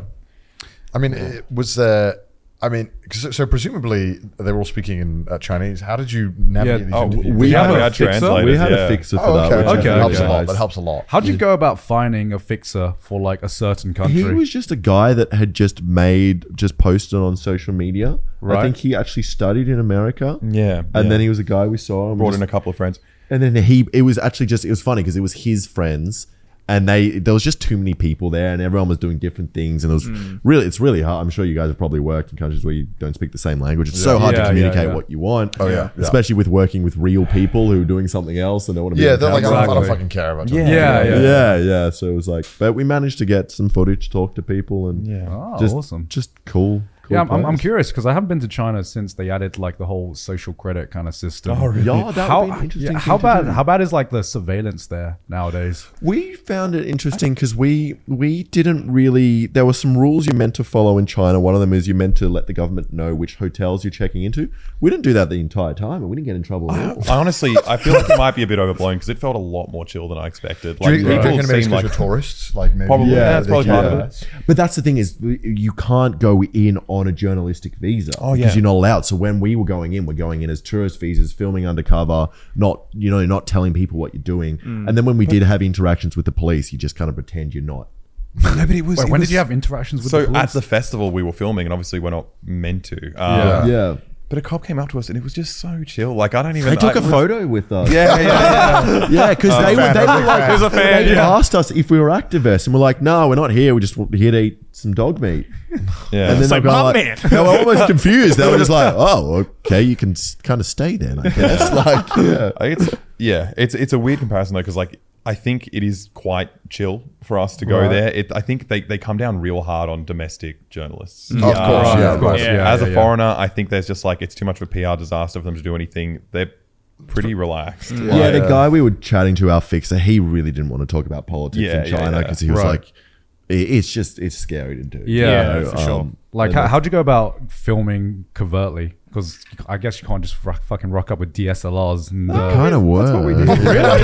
I mean, it was there. I mean, 'cause so, so presumably they were all speaking in uh, Chinese. How did you navigate
Yeah,
these
oh,
interviews?
We
Yeah,
had,
we
a
had
fixer.
translators,
We had
yeah.
a fixer for
Oh, okay.
that. which
Okay,
That
was
helps
okay.
a
nice.
lot. That helps a lot.
How'd you go about finding a fixer for like a certain country?
He was just a guy that had just made, just posted on social media.
Right.
I think he actually studied in America.
yeah.
And
yeah.
then he was a guy we saw. And we
brought
just-
in a couple of friends.
And then he, it was actually just, it was funny because it was his friends, and they, there was just too many people there, and everyone was doing different things, and it was
Hmm.
really, it's really hard. I'm sure you guys have probably worked in countries where you don't speak the same language. It's so hard
Yeah,
to
yeah,
communicate
yeah.
what you want.
Oh, yeah, yeah.
especially with working with real people who are doing something else and they want to be.
Yeah,
in the
they're like, I don't- I don't
Exactly.
fucking care about.
Yeah.
Yeah.
yeah, yeah.
yeah. yeah, So it was like, but we managed to get some footage, talk to people, and
Yeah.
Oh,
just
awesome.
just cool. cool
yeah, I'm, I'm, I'm
place.
curious because I haven't been to China since they added like the whole social credit kind of system.
Oh, really?
Yeah, that
how
would be an interesting.
yeah, how
thing to
bad
do.
how bad is like the surveillance there nowadays?
We found it interesting because we we didn't really. There were some rules you're meant to follow in China. One of them is you're meant to let the government know which hotels you're checking into. We didn't do that the entire time, and we didn't get in trouble at all.
I honestly, I feel like it might be a bit overblown because it felt a lot more chill than I expected.
Do
Like,
you, do you
people
reckon maybe it's because
seemed like
you're tourists? Like maybe
Probably, yeah, that's
they
probably
keep
part of
that.
it.
But that's the thing is, you can't go in on a journalistic visa
Oh, yeah.
because you're not allowed. So when we were going in, we're going in as tourist visas, filming undercover, not you know, not telling people what you're doing.
Mm.
And then when we did have interactions with the police, you just kind of pretend you're not.
no, but it was. Wait,
it
when
was-
did you have interactions with the
so
police?
at the festival we were filming, and obviously we're not meant to. Um,
Yeah.
yeah.
But a cop came up to us, and it was just so chill. Like I don't even.
They took
a
a photo with us.
Yeah, yeah, Oh,
Yeah, because they were,
fan,
they
I'm a
were
big
like,
fan.
a fan,
they
yeah.
asked us if we were activists, and we're like, no, we're not here. We're just here to eat some dog meat.
yeah.
And then they
like,
were
"My
like,
man."
they were almost confused. They were just like, oh, okay, you can kind of stay then, I guess. Like, yeah.
I- it's yeah, it's it's a weird comparison though, because like I think it is quite chill for us to go there. It, I think they, they come down real hard on domestic journalists.
Of course,
Right,
Mm. yeah,
of course,
right.
Oh, yeah.
As a foreigner, I think there's just like it's too much of a PR disaster for them to do anything. They're pretty relaxed.
Yeah, the guy we were chatting to, our fixer, he really didn't want to talk about politics
Yeah,
in
yeah,
China
yeah.
because he was
Right.
like, "I- it's just, it's scary to do.
Yeah,
for sure.
like how, how'd you go about filming covertly? Because I guess you can't just rock, fucking rock up with DSLRs and uh,
kind of works. we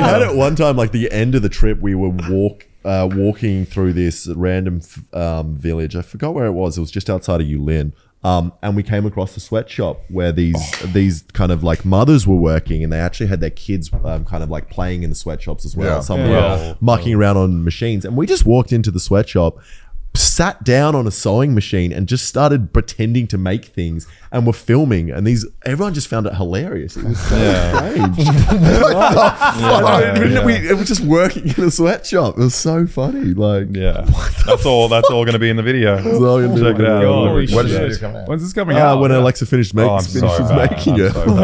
had it one time, like the end of the trip, we were walk uh, walking through this random f- um, village. I forgot where it was. It was just outside of Yulin. Um, and we came across the sweatshop where these these kind of like mothers were working, and they actually had their kids um, kind of like playing in the sweatshops as well.
Yeah.
Some were
Yeah.
mucking around on machines, and we just walked into the sweatshop, sat down on a sewing machine, and just started pretending to make things, and were filming. And these everyone just found it hilarious. It was so strange.
Yeah, yeah.
We, it was just working in a sweatshop. It was so funny. Like,
Yeah. that's all. That's all going to be in the video.
all gonna be
Check
in
it
the
out.
video.
Holy
Where does
shit.
the video come out?
when's this coming
ah,
out?
when Alexa finished, make,
Oh, I'm
finishes
sorry about
making
that.
it.
I'm so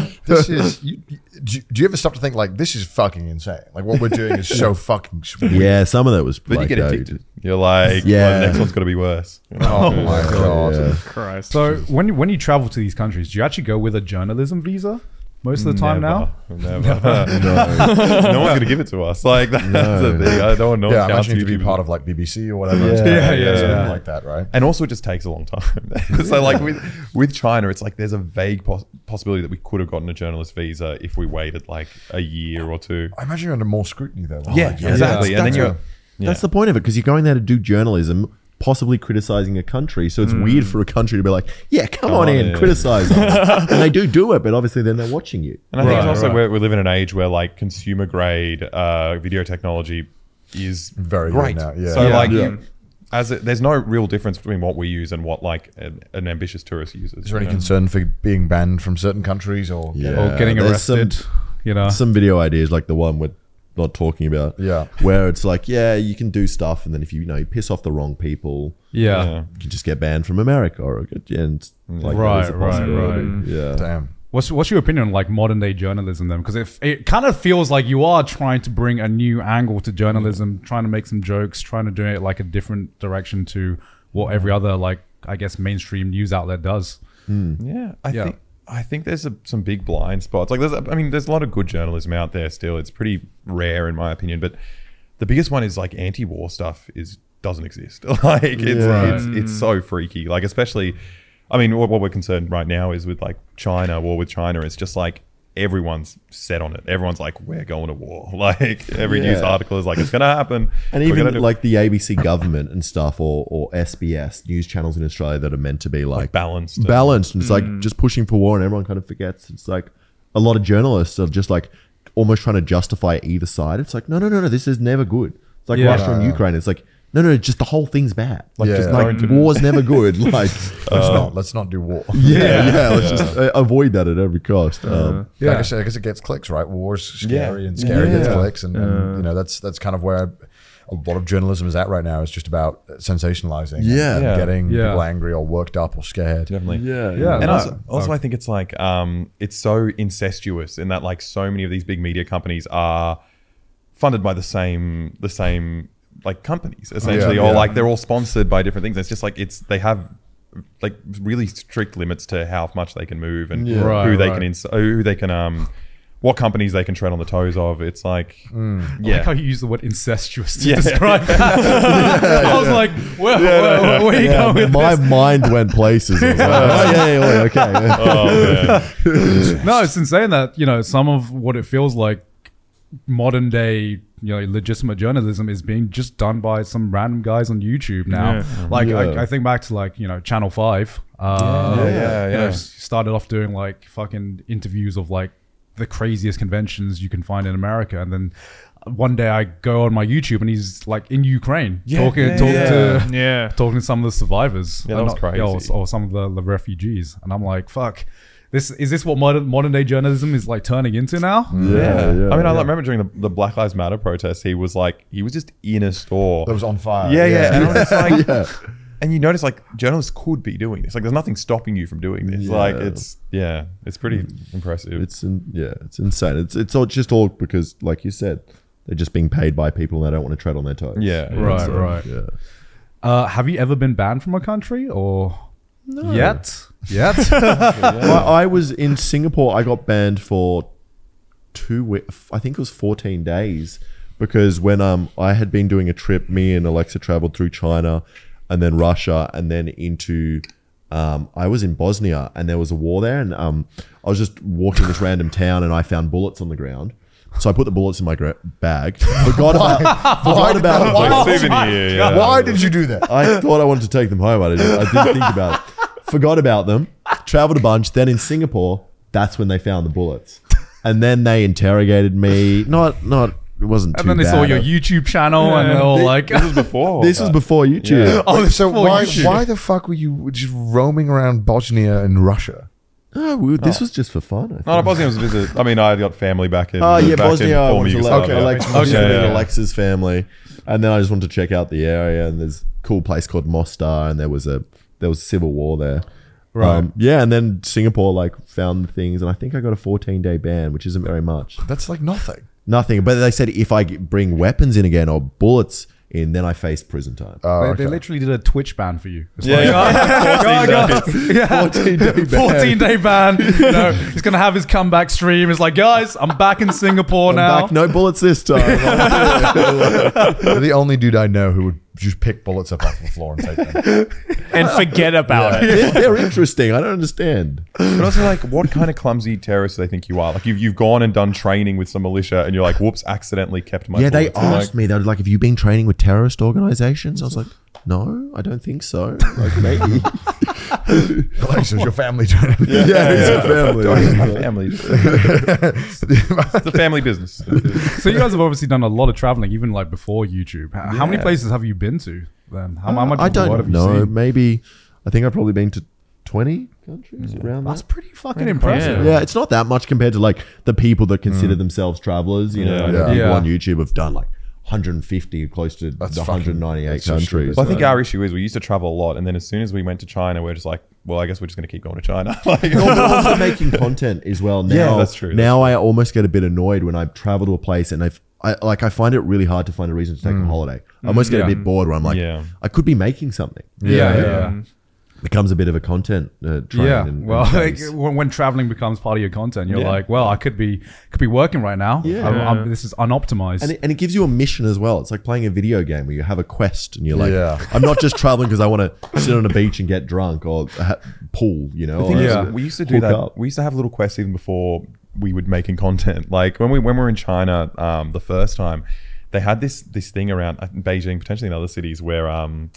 bad.
This is. You, do, do you ever stop to think like this is fucking insane? Like what we're doing is so fucking. Sweet.
yeah, some of that was.
But
like,
you get
dope.
addicted. You're like, yeah,
Yeah.
the next one's got to be worse.
Oh my god.
Yeah.
Christ.
so when you, when you travel to these countries, do you actually go with a journalism visa most of the time now?
Never. Never. no. one's going to give it to us. Like, that, that's the thing. I don't know.
Yeah, I imagine you to be part of like BBC or whatever. Yeah,
Yeah, yeah,
something
yeah.
like that, right?
And also, it just takes a long time. so, like with with China, it's like there's a vague pos- possibility that we could have gotten a journalist visa if we waited like a year or two.
I imagine you're under more scrutiny though.
Yeah,
Like,
exactly. and
That's-
then you're.
that's That's the point of it because you're going there to do journalism, possibly criticizing a country. So it's weird for a country to be like, Oh, "Yeah, come
on
on in,
in."
criticize." us. and they do do it, but obviously then they're watching you.
And I think
Right,
it's also
right.
where we live in an age where like consumer grade uh, video technology is
Very good
great.
now, yeah.
So
Yeah.
like,
Yeah.
you- as a, there's no real difference between what we use and what like an, an ambitious tourist uses.
Is there any
you know?
concern for being banned from certain countries or
or getting
there's some-
arrested. you know,
some video ideas like the one we're not talking about.
Yeah.
Where it's like, yeah, you can do stuff, and then if you, you know you piss off the wrong people,
yeah.
Yeah.
you can just get banned from America or get and like
Right,
there's a
right,
possibility.
right.
Yeah.
damn?
What's what's your opinion on like modern day journalism then? Because if it kind of feels like you are trying to bring a new angle to journalism, trying to make some jokes, trying to do it like a different direction to what every other like I guess mainstream news outlet does.
Yeah, I
Yeah.
think I think there's a, some big blind spots. Like, there's I mean, there's a lot of good journalism out there still. It's pretty rare, in my opinion. But the biggest one is like anti-war stuff is doesn't exist. like, it's it's, it's so freaky. Like, especially, I mean, what, what we're concerned right now is with like China war with China. It's just like everyone's set on it. Everyone's like, we're going to war. Like every news
Yeah.
article is like, it's gonna happen.
And
We're gonna
even
do-
like the ABC government and stuff, or or SBS news channels in Australia that are meant to be like,
balanced and-
balanced, and it's like just pushing for war, and everyone kind of forgets. It's like a lot of journalists are just like almost trying to justify either side. It's like, no, no, no, no, this is never good. It's like
Yeah.
Russia and Ukraine. It's like, no, no, just the whole thing's bad. Like, just
Yeah.
like war's never good. Like,
Let's not let's not do war.
yeah, yeah, let's just uh, avoid that at every cost. Um,
Like I said, because it gets clicks, right? War's scary
Yeah.
and scary gets
Yeah.
clicks, and, and you know that's that's kind of where a lot of journalism is at right now. Is just about sensationalizing, and-
Yeah.
and
Yeah.
getting
Yeah.
people angry or worked up or scared.
definitely.
yeah,
Yeah.
and
no.
also, also I think it's like um, it's so incestuous in that like so many of these big media companies are funded by the same the same like companies essentially, or
yeah.
like they're all sponsored by different things. It's just like it's they have like really strict limits to how much they can move and
Yeah.
Right,
who they
right.
can ins- who they can um what companies they can tread on the toes of. It's like
I like how
yeah.
you use the word incestuous to
Yeah.
describe that. I was like, where, where, where, are you going with
my mind went places. I was like, oh, yeah, yeah, yeah, okay.
Oh, man.
this? No, it's insane that, you know, some of what it feels like modern day, you know, legitimate journalism is being just done by some random guys on YouTube now. Mm-hmm. Like,
Yeah.
I, I think back to like, you know, Channel 5. Uh,
Yeah, yeah,
you know,
yeah.
s- started off doing like fucking interviews of like the craziest conventions you can find in America. And then one day I go on my YouTube and he's like in Ukraine talking,
yeah,
talking to
Yeah.
talking to some of the survivors
Yeah, that was
Uh, not- yeah, or-
crazy.
or, some of the, the refugees and i'm like fuck this is this what modern, modern day journalism is like turning into now
Mm. Yeah.
yeah,
I mean, I
yeah.
remember during the, the Black Lives Matter protest, he was like, he was just in a store.
That was on fire.
Yeah, yeah. And I was just like,
Yeah.
and you notice like journalists could be doing this. Like, there's nothing stopping you from doing this. Like,
Yeah. Mm.
it's yeah, it's pretty impressive.
It's in, yeah, it's insane. It's it's all just all because, like you said, they're just being paid by people and they don't want to tread on their toes.
yeah,
right
So,
right
Yeah.
uh, have you ever been banned from a country or yet yet
Well, I was in Singapore. I got banned for two weeks. I think it was fourteen days because when um I had been doing a trip, me and Alexa traveled through China and then Russia and then into. Um, I was in Bosnia and there was a war there, and um, I was just walking this random town and I found bullets on the ground. So I put the bullets in my gra- bag. Forgot about, forgot about them.
Like,
Oh my
souvenir. Yeah.
Why did you do that?
I thought I wanted to take them home. I didn't, I didn't think about it. Forgot about them. Traveled a bunch. Then in Singapore, that's when they found the bullets. And then they interrogated me. Not, not, it wasn't too
and then they saw
bad.
your youtube channel and they're all like
This was before.
This was before YouTube.
Oh, so
before
why
YouTube.
why the fuck were you just roaming around Bosnia and Russia?
No, we- Oh, this
Oh.
was just for fun. I think.
No, no, Bosnia was a visit. I mean, I got family back in.
Oh yeah,
back in
Bosnia. I
former
went to Ale-
Yugoslavia.
Alex-
Okay,
visiting
yeah.
Alexa's family, and then I just wanted to check out the area. And there's a cool place called Mostar, and there was a there was a civil war there. Um,
Right.
yeah, and then Singapore like found the things, and I think I got a 14 day ban, which isn't very much.
That's like nothing.
Nothing. But they said if I g- bring weapons in again or bullets in, then I face prison
Uh,
time.
they,
Oh,
they
okay.
literally did a twitch ban for you It's
Yeah, Oh
like,
yeah.
Yeah.
14 day ban.
14 day ban. You know, he's going to have his comeback stream. He's like, guys, I'm back in Singapore
I'm
now.
back, no bullets this time.
You're the only dude I know who would just pick bullets up off the floor and take them.
And forget about it.
they're, they're interesting. I don't understand.
But also, like, what kind of clumsy terrorist do they think you are? Like, you've, you've gone and done training with some militia, and you're like, whoops, accidentally kept my.
yeah, they
bullets. And, like,
asked me. They were like, "Have you been training with terrorist organizations?" I was like, No, I don't think so. Like maybe.
Relations, your family doing it.
yeah, it's a
My family.
family.
it's a family business.
So you guys have obviously done a lot of traveling, even like before YouTube. H- How many
Yeah.
places have you been to? Then how, how much?
I
of the world
don't
have you
know.
seen?
Maybe I think I've probably been to twenty countries around that.
That's pretty fucking impressive. Mm.
Yeah, it's not that much compared to like the people that consider themselves travelers. You know,
Yeah.
I know
Yeah.
people
Yeah.
on YouTube have done like 150, close to
That's
the
fucking-
198
that's so
countries.
Well, I think our issue is we used to travel a lot, and then as soon as we went to China, we are just like, well, I guess we're just going to keep going to China. like,
No, but also making content as well. Now,
Yeah, that's true,
Now I almost get a bit annoyed when I travel to a place and I've, I like I find it really hard to find a reason to take a holiday. I almost get
Yeah.
a bit bored where I'm like,
Yeah.
I could be making something.
Yeah, yeah.
becomes a bit of a content uh, train.
Yeah,
and-
well,
and
like,
phase.
when, when traveling becomes part of your content, you're
Yeah.
like, well, I could be could be working right now.
Yeah.
I'm, I'm, this is unoptimized.
And it, and it gives you a mission as well. It's like playing a video game where you have a quest and you're like,
Yeah.
I'm not just traveling because I want to sit on a beach and get drunk or ha- pool, you know?
The thing
or
is,
Yeah.
we used to do
hook
that.
up.
We used to have little quests even before we would making content. Like when we when we were in China um, the first time, they had this this thing around I think, Beijing, potentially in other cities, where um,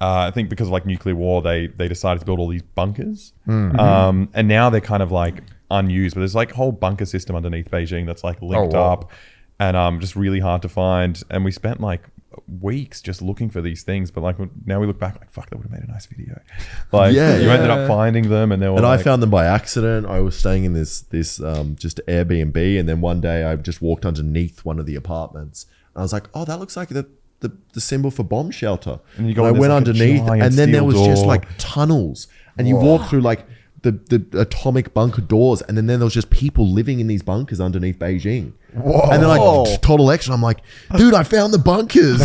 uh, I think because of like nuclear war, they they decided to build all these bunkers, um,
Hmm. Mm-hmm.
and now they're kind of like unused. But there's like a whole bunker system underneath Beijing that's
Oh,
like linked
wow.
up, and um, just really hard to find. And we spent like weeks just looking for these things but like now we look back like fuck that would have made a nice video like
Yeah,
you ended
yeah.
up finding them and they were
And
like,
I found them by accident. I was staying in this this um, just Airbnb, and then one day I just walked underneath one of the apartments, and I was like, "Oh, that looks like the the, the symbol for bomb shelter."
And you go
I
in, there's
went
like a
underneath,
giant
and then there
steel
was just
door.
like tunnels, and you walk through like the the atomic bunker doors, and then, then there was just people living in these bunkers underneath Beijing.
Whoa.
And then I told Alexa, I'm like, dude, I found the bunkers.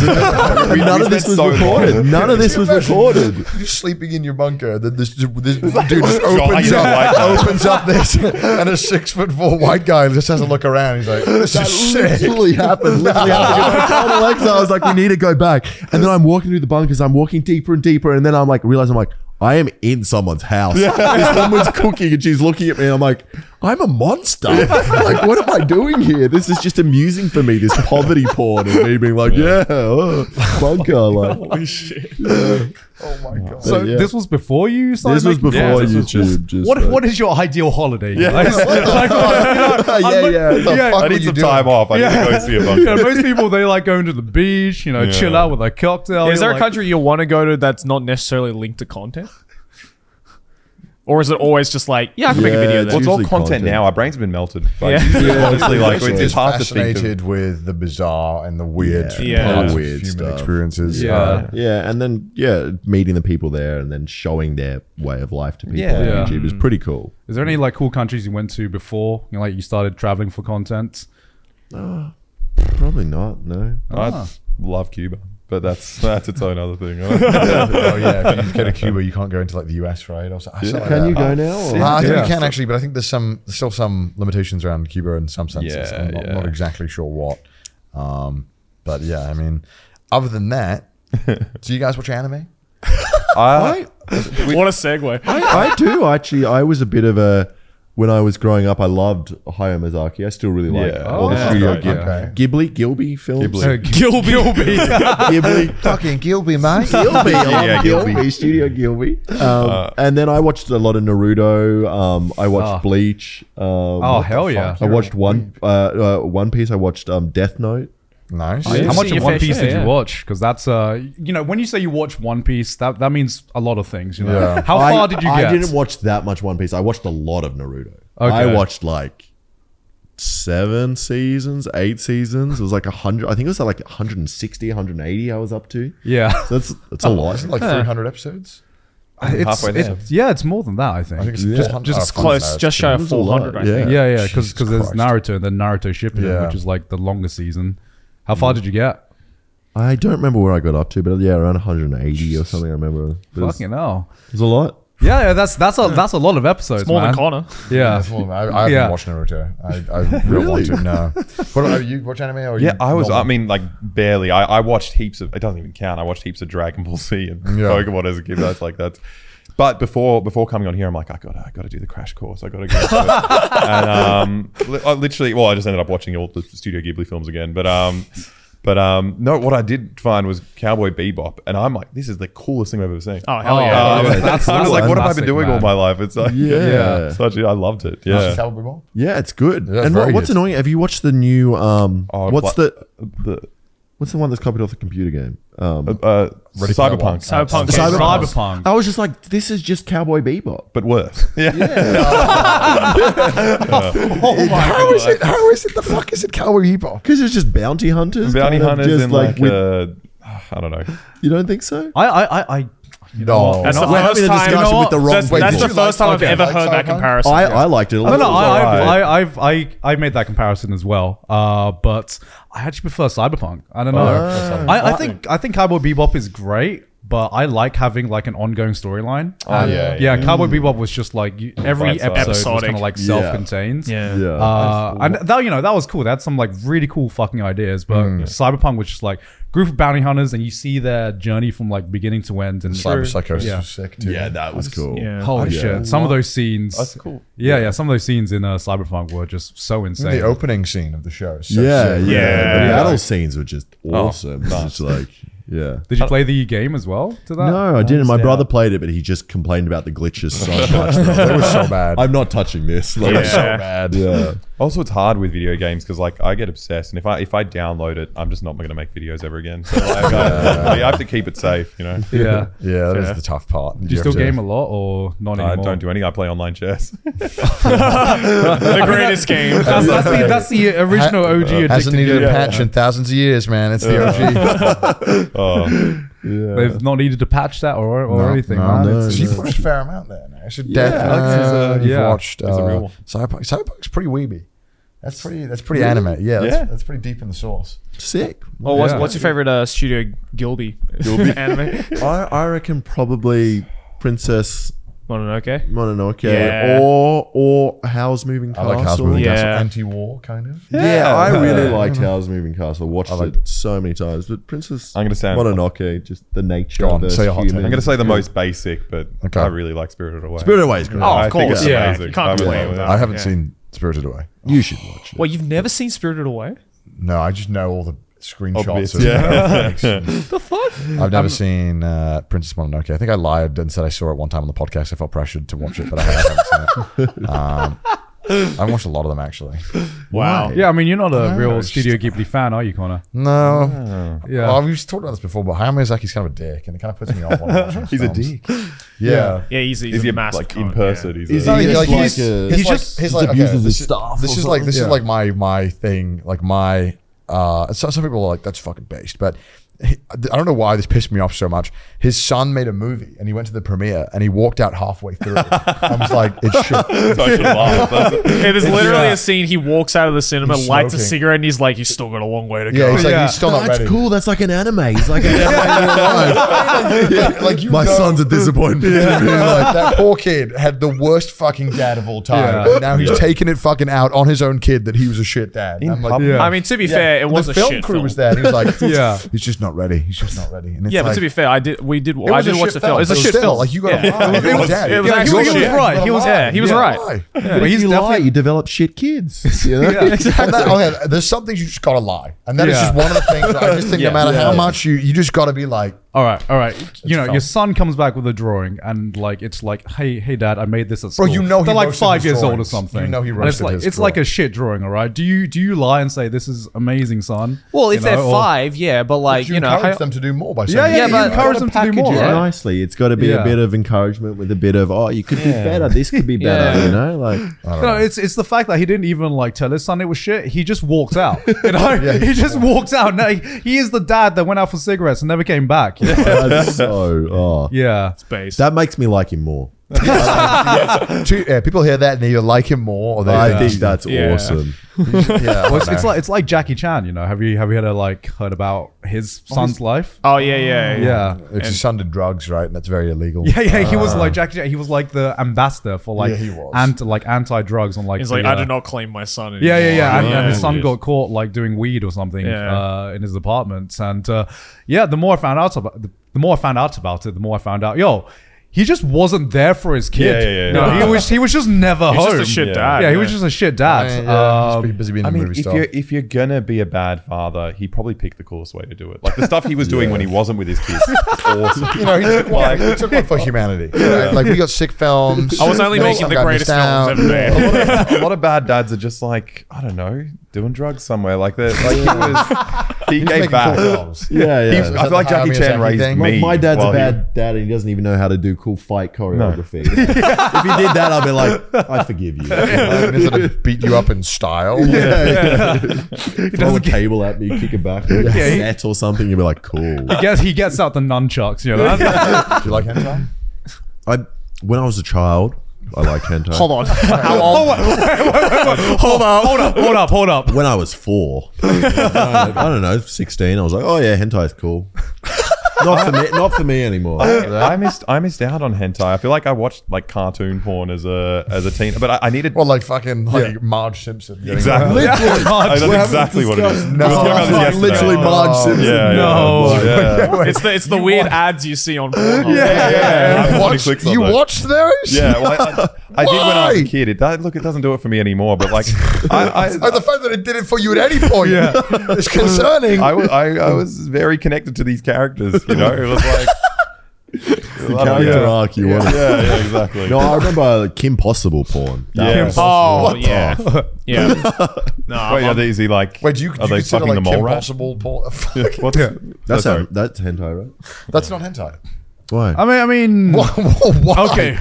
We-
none
we
of this
spent
was
so long.
recorded. None of this
Can you
was
imagine?
recorded.
You're sleeping in your bunker. Then this, this dude just opens up,
giant white guy.
opens up this, and a six foot four white guy just has a look around. He's like, "This
That
is shit."
literally happened. Literally happened. I told Alexa, I was like, we need to go back. And then I'm walking through the bunkers. I'm walking deeper and deeper. And then I'm like, realize I'm like, I am in someone's house. This woman's cooking and she's looking at me. And I'm like, I'm a monster. like, what am I doing here? This is just amusing for me, this poverty porn and me being like, yeah, uh, bunker. Like,
Oh my god!
so
yeah.
this was before you started.
this was
making-
before
Yeah, this was-
YouTube. Just
What,
like-
what is your ideal holiday? Like, like,
yeah, yeah.
What the
Yeah,
fuck
I
were
need
you
some
doing?
time off. I need to go see a bunker.
you know, most people they like going to the beach, you know, chill out with a cocktail.
is
You're
there a
like-
country you want to go to that's not necessarily linked to content? Or is it always just like, yeah, I can make a
Yeah,
video
it's
there?
Well, it's all
Usually
content,
content.
now. Our brain's been melted. Like,
Yeah.
usually, Honestly, like it's, it's
Just
hard to think of.
fascinated with the bizarre and the weird,
Yeah.
parts of
Weird
human
stuff.
experiences.
Yeah.
Uh,
Yeah, and then yeah, meeting the people there and then showing their way of life to people
Yeah.
on
Yeah.
YouTube is pretty cool.
Is there any like cool countries you went to before, you know, like you started traveling for content?
Probably not. No.
I love Cuba, but that's that's its own other thing. right?
oh yeah, if you go to Cuba, you can't go into like the US, right? Or so, I said like
Can
that.
you
Uh,
go now?
Uh, I think
Yeah.
you can actually, but I think there's some there's still some limitations around Cuba in some senses.
Yeah,
I'm not,
yeah.
not exactly sure what. Um, but yeah, I mean, other than that, do you guys watch anime?
I,
what a segue.
I, I do actually. I was a bit of a when I was growing up. I loved Hayao Miyazaki. I still really like
Yeah.
all the
Oh,
Studio
right,
Ghib-
okay.
Ghibli, Gilby films.
Ghibli.
Gilby.
Ghibli.
Fucking Gilby, mate.
Gilby, I love
Yeah,
Gilby. Studio Gilby. Um, and then I watched a lot of Naruto. Um, I watched
Ah.
Bleach. Um,
Oh hell yeah!
I watched one uh, uh, One Piece. I watched um, Death Note.
Nice.
yeah.
How
You've
much
seen
of
your
One
fair
Piece
share,
did
yeah.
you watch? Because that's uh, you know, when you say you watch One Piece, that that means a lot of things. You know,
Yeah.
how
I-
far did you get?
I didn't watch that much One Piece. I watched a lot of Naruto.
Okay.
I watched like seven seasons, eight seasons. It was like a hundred. I think it was like 160, 180 I was up to.
yeah,
So that's that's a lot.
Isn't it like 300 episodes?
it's,
halfway there.
it's- yeah, it's more than that. I think.
I think it's
Yeah.
just, 100
Just
oh, fuck, no,
Close,
it's
just
too-
shy of
That's a lot,
400, I
yeah.
think.
yeah, yeah, because
Jesus
there's
Christ.
Naruto and then Naruto Shippuden,
Yeah.
which is like the longest season. How far did you get?
I don't remember where I got up to, but yeah, around 180 or something. I remember. It was, it
Fucking hell!
was a lot.
Yeah, yeah, that's that's a that's a lot of episodes.
It's more
man.
than Connor.
Yeah,
That's one. I, I haven't
Yeah.
watched Naruto. I, I really? don't want to. No. What about you? Watch anime? Or
yeah,
you
I was.
not-
I mean, like barely. I, I watched heaps of. It doesn't even count. I watched heaps of Dragon Ball Z and
Yeah.
Pokemon as a kid. That's like that's. But before before coming on here, I'm like, I gotta I gotta do the crash course. I gotta go. to it. and um, li- I literally, well, I just ended up watching all the Studio Ghibli films again. But um, But um, no, what I did find was Cowboy Bebop, and I'm like, this is the coolest thing I've ever seen.
Oh hell yeah!
Um,
yeah, that's-
I
that's
was like,
a
what have I been
classic,
doing all
man.
my life? It's like,
Yeah.
such a, I loved it. Yeah.
Cowboy Bebop?
Yeah, it's good.
Yeah,
and
very
what, what's
good.
annoying? Have you watched the new? Um,
Oh,
what's
but-
the
The,
what's the one that's copied off the computer game? Um,
uh,
Ready for that one.
Cyberpunk,
Cyberpunk.
Cyberpunk.
I was just like, this is just Cowboy Bebop.
but worse. Yeah.
Oh,
How is it? How is it? The fuck is it? Cowboy Bebop?
Because it's just bounty hunters.
Bounty
kind of
hunters
just
and like,
with-
uh, I don't know.
you don't think so?
I, I, I, I
No,
That's the
We're having
first
a
time.
discussion with the wrong
that's,
people.
that's
Did
the
you
first
like-
time
okay,
I've ever
like
heard that
Cyberpunk?
comparison.
I, I liked it a
No,
lot.
no,
was
I, I've,
alright.
I, I've, I, I made that comparison as well. Uh, but I actually prefer Cyberpunk. I don't know. I, I think, I think Cowboy Bebop is great, but I like having like an ongoing storyline.
Ah,
Oh,
And,
yeah,
yeah,
yeah.
Cowboy Bebop was just like you, every
Right, so-
episode was
Episodic.
kind of like
Yeah.
self-contained.
yeah.
yeah,
Uh, and that you know that was cool. They had some like really cool fucking ideas, but Cyberpunk was just like group of bounty hunters, and you see their journey from like beginning to end. And
Cyber Psychosis
Yeah.
was sick too.
yeah, that was cool.
yeah.
Holy
Yeah.
shit! Some of those scenes.
That's cool.
Yeah, yeah. Some of those scenes in uh, Cyberpunk were just so insane.
The opening scene of the show. is so
Yeah,
sick.
yeah,
Yeah.
The battle scenes were just awesome. It's
nice.
just like, yeah.
Did you play the game as well? To that?
No, I didn't. My brother played it, but he just complained about the glitches so much.
It was so bad.
I'm not touching this. Like,
Yeah.
it's so bad. Yeah.
Also, it's hard with video games because like I get obsessed, and if I if I download it, I'm just not going to make videos ever again. So like, I, I have to keep it safe, you know.
Yeah.
yeah, that is the tough part.
Do you still game a lot or not
I
anymore?
don't do any. I play online chess.
the greatest game.
That's, that's, the, that's the original OG
Hasn't
addicted
needed
game.
a patch in thousands of years, man. It's the OG.
Oh,
They've not needed to patch that or, or
No,
anything.
no,
man.
no,
It's-
So you've watched a fair amount there now. So
Uh,
definitely, you've
yeah.
watched
It's a real
uh,
one.
Cyberpunk. Cyberpunk's pretty weeby. That's pretty. That's pretty anime. Yeah, that's,
Yeah.
that's pretty deep in the source.
Sick.
Well, Oh, what's,
Yeah.
what's your favorite uh, studio Gilby, Gilby. anime?
I, I reckon probably Princess
Mononoke.
Mononoke
Yeah.
or or How's Moving
I
Castle.
like House Moving
Yeah.
Castle. Anti-war kind of.
Yeah, I
Yeah.
really liked How's Moving Castle. Watched
liked
it so many times, but Princess
I'm gonna say-
Mononoke, just the nature
Go on,
of the
say your hot take.
human.
I'm going to say the most basic, but
Okay.
I really like Spirited Away.
Spirit Away is great.
Oh,
I
of
think
course.
it's
Yeah,
amazing.
you can't
I'm in
complain
love with
with that.
it.
I haven't
yeah.
seen Spirited Away.
you should watch it.
Well, you've never seen Spirited Away?
No, I just know all the screenshots.
Obvious,
Of
yeah.
the fuck? I've never seen uh, Princess Mononoke. I think I lied and said I saw it one time on the podcast. I felt pressured to watch it, but I haven't seen it. Um, I've watched a lot of them actually.
Wow.
Yeah, I mean, you're not a
know,
real
it's
Studio Ghibli fan, are you, Connor?
No,
Yeah.
well, we've talked about this before, but Hayao Miyazaki's kind of a dick, and it kind of puts me off. On watching
He's a
films.
dick.
Yeah.
Yeah, he's, he's
Is he
a massive
like
cunt,
in person? He's,
He's
a,
not-
He's
just
like-
like a-
he's
he's
like- he's
just- he's
like,
abuses
okay,
his
this is-
staff
This
or
is like this is
something.
like my my thing. Like my uh, so- some people are like that's fucking based, but he, I don't know why this pissed me off so much. His son made a movie and he went to the premiere and he walked out halfway through. I was like, it's shit.
so I should laugh. That's-
Yeah, there's literally
Yeah.
a scene he walks out of the cinema,
He's
lights a
smoking.
cigarette, and he's like, "You still got a long way to go."
Yeah, he's like
Yeah.
he's still not
That's
ready.
cool. That's like an anime. It's like a,
Yeah, like you
my
know-
son's a disappointment.
Yeah, like, that poor kid had the worst fucking dad of all time.
Yeah.
And now he's taking it fucking out on his own kid that he was a shit dad. And I'm like,
public.
Yeah.
I mean, to be fair, it was
the
a
film
shit
crew
film.
was there. And he was like,
Yeah.
he's just not ready. He's just not ready. And it's
Yeah,
like,
but to be fair, I did. We did.
It
I
was
did
a
watch
shit
the film. It's a
but
shit
still,
film.
Like you got
Yeah.
to
It was- it was actually shit. Yeah, he was- yeah, he was right.
But
he's
he's
Like you develop shit kids. You know?
exactly. That, okay, there's some things you just gotta lie, and that is
Yeah.
just one of the things. That I just think,
Yeah.
no matter how
Yeah.
much you, you just gotta be like,
All right, all right. You know,
fun.
your son comes back with a drawing, and like it's like, hey, hey, dad, I made this at
Bro,
school.
you know he
they're like
roasted
five
his
years old or
drawings.
something.
You know he
And
roasted
It's like
his
it's like a shit drawing. All right. Do you do you lie and say this is amazing, son?
well, if
You
they're
know, or-
five, yeah, but like
you,
you, know,
encourage
how-
them to do more by saying,
Yeah, yeah,
Yeah,
you
but-
encourage them to do
Package
more.
it
right?
nicely. It's got to be
Yeah.
a bit of encouragement with a bit of oh, you could do better. This could be better.
Yeah.
You know, like
No, it's it's the fact that he didn't even like tell his son it was shit. He just walked out. You know, he just walked out. Now he, he is the dad that went out for cigarettes and never came back. you know?
that's so. Oh.
yeah.
space.
That makes me like him more.
Two- yeah, people hear that and they either like him more or they
I think that's
Yeah.
awesome.
yeah, I
Well, it's,
don't
it's
know.
like it's like Jackie Chan. You know, have you have you had a, like heard about his son's life?
oh yeah, yeah, yeah.
Yeah.
it's his son did drugs, right? And that's very illegal.
Yeah, yeah, he was like Jackie. Chan, He was like the ambassador for like
Yeah, he was.
anti like anti drugs on like.
He's
the,
like,
uh,
I did not claim my son. Anymore.
Yeah, yeah, yeah. And,
Yeah.
and his son got caught like doing weed or something
Yeah.
uh, in his apartment. And uh, yeah, the more I found out about the, the more I found out about it, the more I found out, yo. He just wasn't there for his kid.
Yeah, yeah, yeah,
No,
yeah.
he was he was just never
He's
home.
just a shit
Yeah.
dad.
yeah, he was just a shit dad.
yeah, he's
Um,
pretty uh, busy being
I
a
mean,
movie
if
star.
you're if you're gonna be a bad father, he probably picked the coolest way to do it. Like the stuff he was doing when he wasn't with his kids. is awesome.
You know, he took one, he took one for humanity. Like we got sick films.
I was only
you know,
making
some
the
guy
greatest
missed out.
films ever made.
a, lot of, a lot of bad dads are just like I don't know, doing drugs somewhere. Like that. Like he was, he
He's
gave
making cool
back.
films.
Yeah, yeah.
He-
Is
I
that
feel like
the
Jackie
Hayao
Chan
Miyazaki
raised
thing?
me.
Well,
My, my dad's
while
a
he-
bad dad and he doesn't even know how to do cool fight choreography. if he did that, I'd be like, I forgive you.
Like, instead of beat you up in style.
Throw a cable at me, kick it back, yeah,
he-
set or something, you'd be like, cool.
he gets he gets out the nunchucks. You know, that's,
Do you like hentai?
I when I was a child, I liked hentai.
Hold on. How old?
hold up, hold up, hold up, hold up.
When I was four, I don't know, sixteen, I was like, oh yeah, hentai's cool. Not for me, not for me anymore.
I missed I missed out on hentai. I feel like I watched like cartoon porn as a as a teen, but I, I needed
Well, like fucking like Marge Simpson. getting-
exactly.
Literally.
I, that's
We're having
exactly what it is.
discussed-
We were talking about this
Oh,
yesterday.
literally Marge
Oh.
Simpson.
Yeah, yeah,
No.
yeah. yeah.
It's the it's the weird ads you see on Pornhub.
Yeah, yeah,
You
yeah.
watched, you watched those?
Yeah, well, I, I, I did when I was a
Why?
kid. It does, look, it doesn't do it for me anymore. But like, I,
Like, Oh, the
I,
fact that it did it for you at any point is concerning.
I, wa- I, I was very connected to these characters. You know, it was like Oh,
Character
yeah.
arc, you
Yeah,
want.
yeah, exactly.
No, I remember like, Kim Possible porn. That
Yeah.
was-
Oh yeah, yeah. no,
Wait,
I'm-
are these the, like?
Wait, do you, do
are
you
they
consider like
fucking the mole
Kim
rat?
Possible porn?
What's,
that's
Oh, sorry.
a, that's hentai, right?
That's not hentai.
Why?
I mean, I mean,
Why?
okay.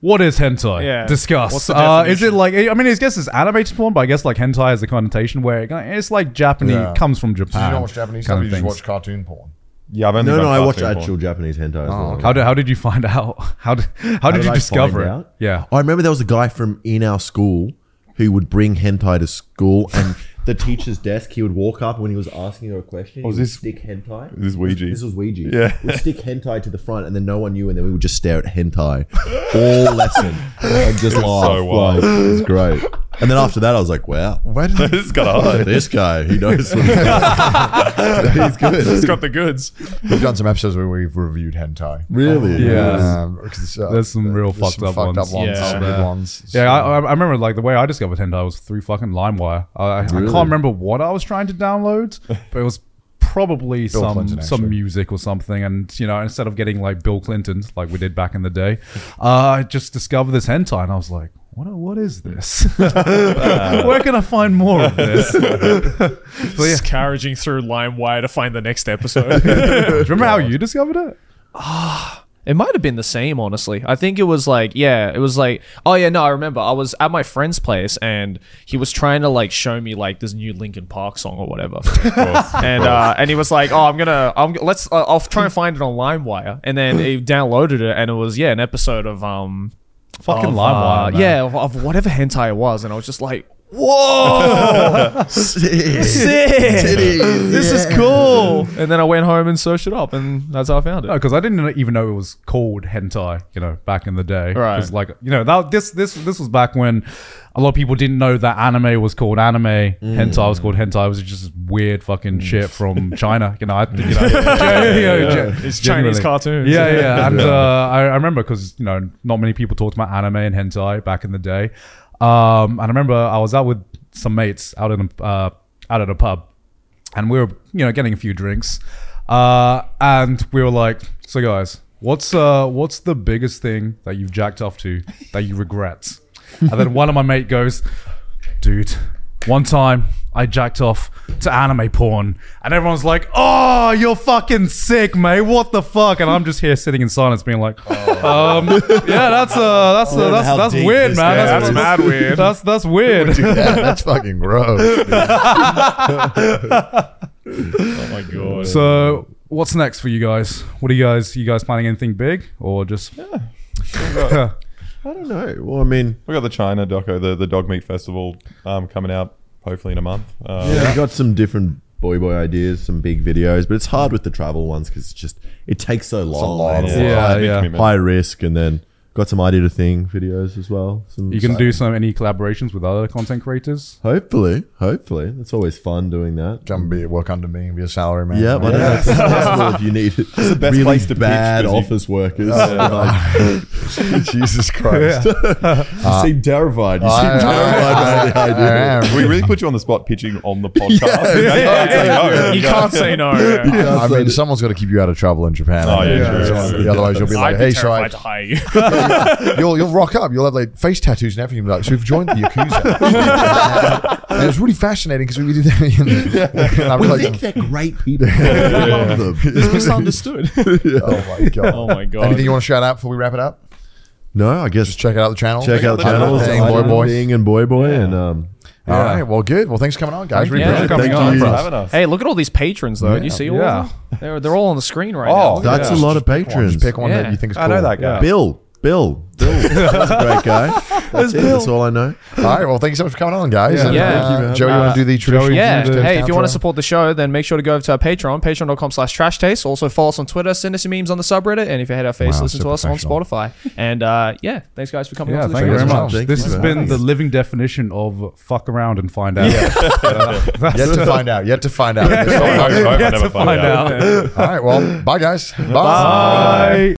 What is hentai?
Yeah.
Discuss.
What's the
uh, is it
definition?
like? I mean, I guess it's animated porn, but I guess like hentai is a connotation where it, it's like Japanese
Yeah.
comes from
Do
Japan.
you not watch Japanese stuff?
kind of
You just
Ah, things.
watch cartoon porn.
Yeah, I've only
no,
done
no, I watch
cartoon
actual Japanese hentai.
Oh,
As well.
okay.
How did how did you find out? How did how, did, you
I
discover
find
it?
out?
Yeah.
I remember there was a guy from in our school who would bring hentai to school and the teacher's desk, he would walk up when he was asking her a question.
Was
he would
Oh, this-
stick hentai?
this Ouija?
This was Ouija.
Yeah.
We'd stick hentai to the front and then no one knew and then we would just stare at hentai all lesson and just laugh.
so wild.
like, it was great. And then after that, I was like, wow.
Where did
porn. This got a hard.
This guy, he knows. What he's doing. He's
It's
good.
got the goods.
We've done some episodes where we've reviewed hentai.
Really?
Yeah.
Um, 'cause, uh,
There's some real
there's
fucked up ones.
Yeah.
some good ones.
Yeah, I, I I remember like the way I discovered hentai was through fucking LimeWire. I, I- I
Really?
can't remember what I was trying to download, but it was probably some
Clinton, actually.
some music or something. And you know, instead of getting like Bill Clinton like we did back in the day, uh, I just discovered this hentai, and I was like, what what is this? Where can I find more of this? So, yeah.
Scourging through LimeWire to find the next episode.
Do you remember how you discovered it?
It might have been the same, honestly. I think it was like, yeah, it was like, oh yeah, no, I remember. I was at my friend's place and he was trying to like show me like this new Linkin Park song or whatever, and uh, and he was like, oh, I'm gonna, I'm let's, uh, I'll try and find it on LimeWire, and then he downloaded it and it was yeah, an episode of um,
Fucking
of,
LimeWire,
uh,
man.
yeah, of, of whatever hentai it was, and I was just like, whoa, sick. This is cool. And then I went home and searched it up, and that's how I found it.
No, because I didn't even know it was called hentai. You know, back in the day,
Right.
'Cause, like you know, that this this this was back when a lot of people didn't know that anime was called anime.
Mm.
Hentai was called hentai. It was just weird fucking shit from China. You know, I, you know, you know, ge-
It's Chinese
genuinely.
cartoons.
Yeah, yeah. And uh, I, I remember because you know, not many people talked about anime and hentai back in the day. Um, and I remember I was out with some mates out in a, uh, out at a pub and we were you know getting a few drinks uh, and we were like so guys what's uh what's the biggest thing that you've jacked off to that you regret and then one of my mate goes dude one time I jacked off to anime porn, and everyone's like, "Oh, you're fucking sick, mate! What the fuck?" And I'm just here sitting in silence, being like, um, "Yeah, that's uh, that's uh, that's
how
that's
deep
weird,
this
man.
goes.
that's, mad weird. That's that's weird."
Yeah, that's fucking gross.
So what's next for you guys? What are you guys? You guys planning anything big or just?
I don't know. Well, I mean,
We got the China doco, the, the dog meat festival um, coming out hopefully in a month. Um,
We got some different boy boy ideas, some big videos, but it's hard with the travel ones because it's just it takes so long.
lot
and
of
it's
work. Yeah,
high-
yeah.
High risk, and then Got some idea to thing videos as well. Some
You can do some any collaborations with other content creators.
Hopefully, hopefully, it's always fun doing that.
Come be work under me and be a salary man.
Yeah, well, I don't know if it's possible if you need the
best
really
place to pitch
bad
'cause you-
office workers. Like,
Jesus Christ.
you seem terrified. You seem
I-
terrified by the idea.
I am.
we really put you on the spot pitching on the podcast.
Yeah.
You can't say no.
you can't say no. yeah.
I
so-
mean, someone's got to keep you out of trouble in Japan.
Oh, yeah,
Yeah,
true,
someone-
true.
Otherwise, you'll be like,
I'd be
"Hey, so
terrified
I,
to hire you.
you'll you'll rock up. You'll have like face tattoos and everything. You'll be like, so we've joined the yakuza." and it's really fascinating because we did that. In the, and I was like,
they're great people. We love them.
It's misunderstood.
"Oh my god!"
oh my god.
Anything you want to shout out before we wrap it up?
No, I guess
Just check out the channel.
check out the
out the
channel.
Thing, boy, boy.
Thing and boy, boy, and um,
All right. Well, good. Well, thanks for coming on, guys. Really
Yeah.
appreciate it.
Coming
thank
on
you.
for
Having us.
Hey, look at all these patrons though. Do you see all
Yeah.
of them? They're, they're all on the screen right
Oh,
now.
That's a lot of patrons.
Just pick one that
Yeah.
you think is cool.
I know that guy.
Bill, Bill, Bill. That's a great guy. That's, it. That's all I know.
All right. Well, thank you so much for coming on, guys.
Yeah.
And,
Yeah.
uh,
Thank you,
man.
Joe, you want to do the traditional?
Yeah.
Tuesday
Hey, if you want to
outro?
support the show, then make sure to go over to our Patreon, patreon.com slash trash taste. Also follow us on Twitter, send us your memes on the subreddit, and if you hate our face,
Wow,
listen to
super
us on
professional.
Spotify. And uh, yeah, thanks guys for coming
Yeah,
on to the
thank you
show.
very
as well.
much.
Thank
this
you
has
for
been
having
the
us.
living definition of fuck around and find out. Uh,
Yet to find out. Yet to find out.
I hope- I hope I
Yeah,
never
to
find
find
out.
out.
All right. Well, bye, guys. Bye.
Bye.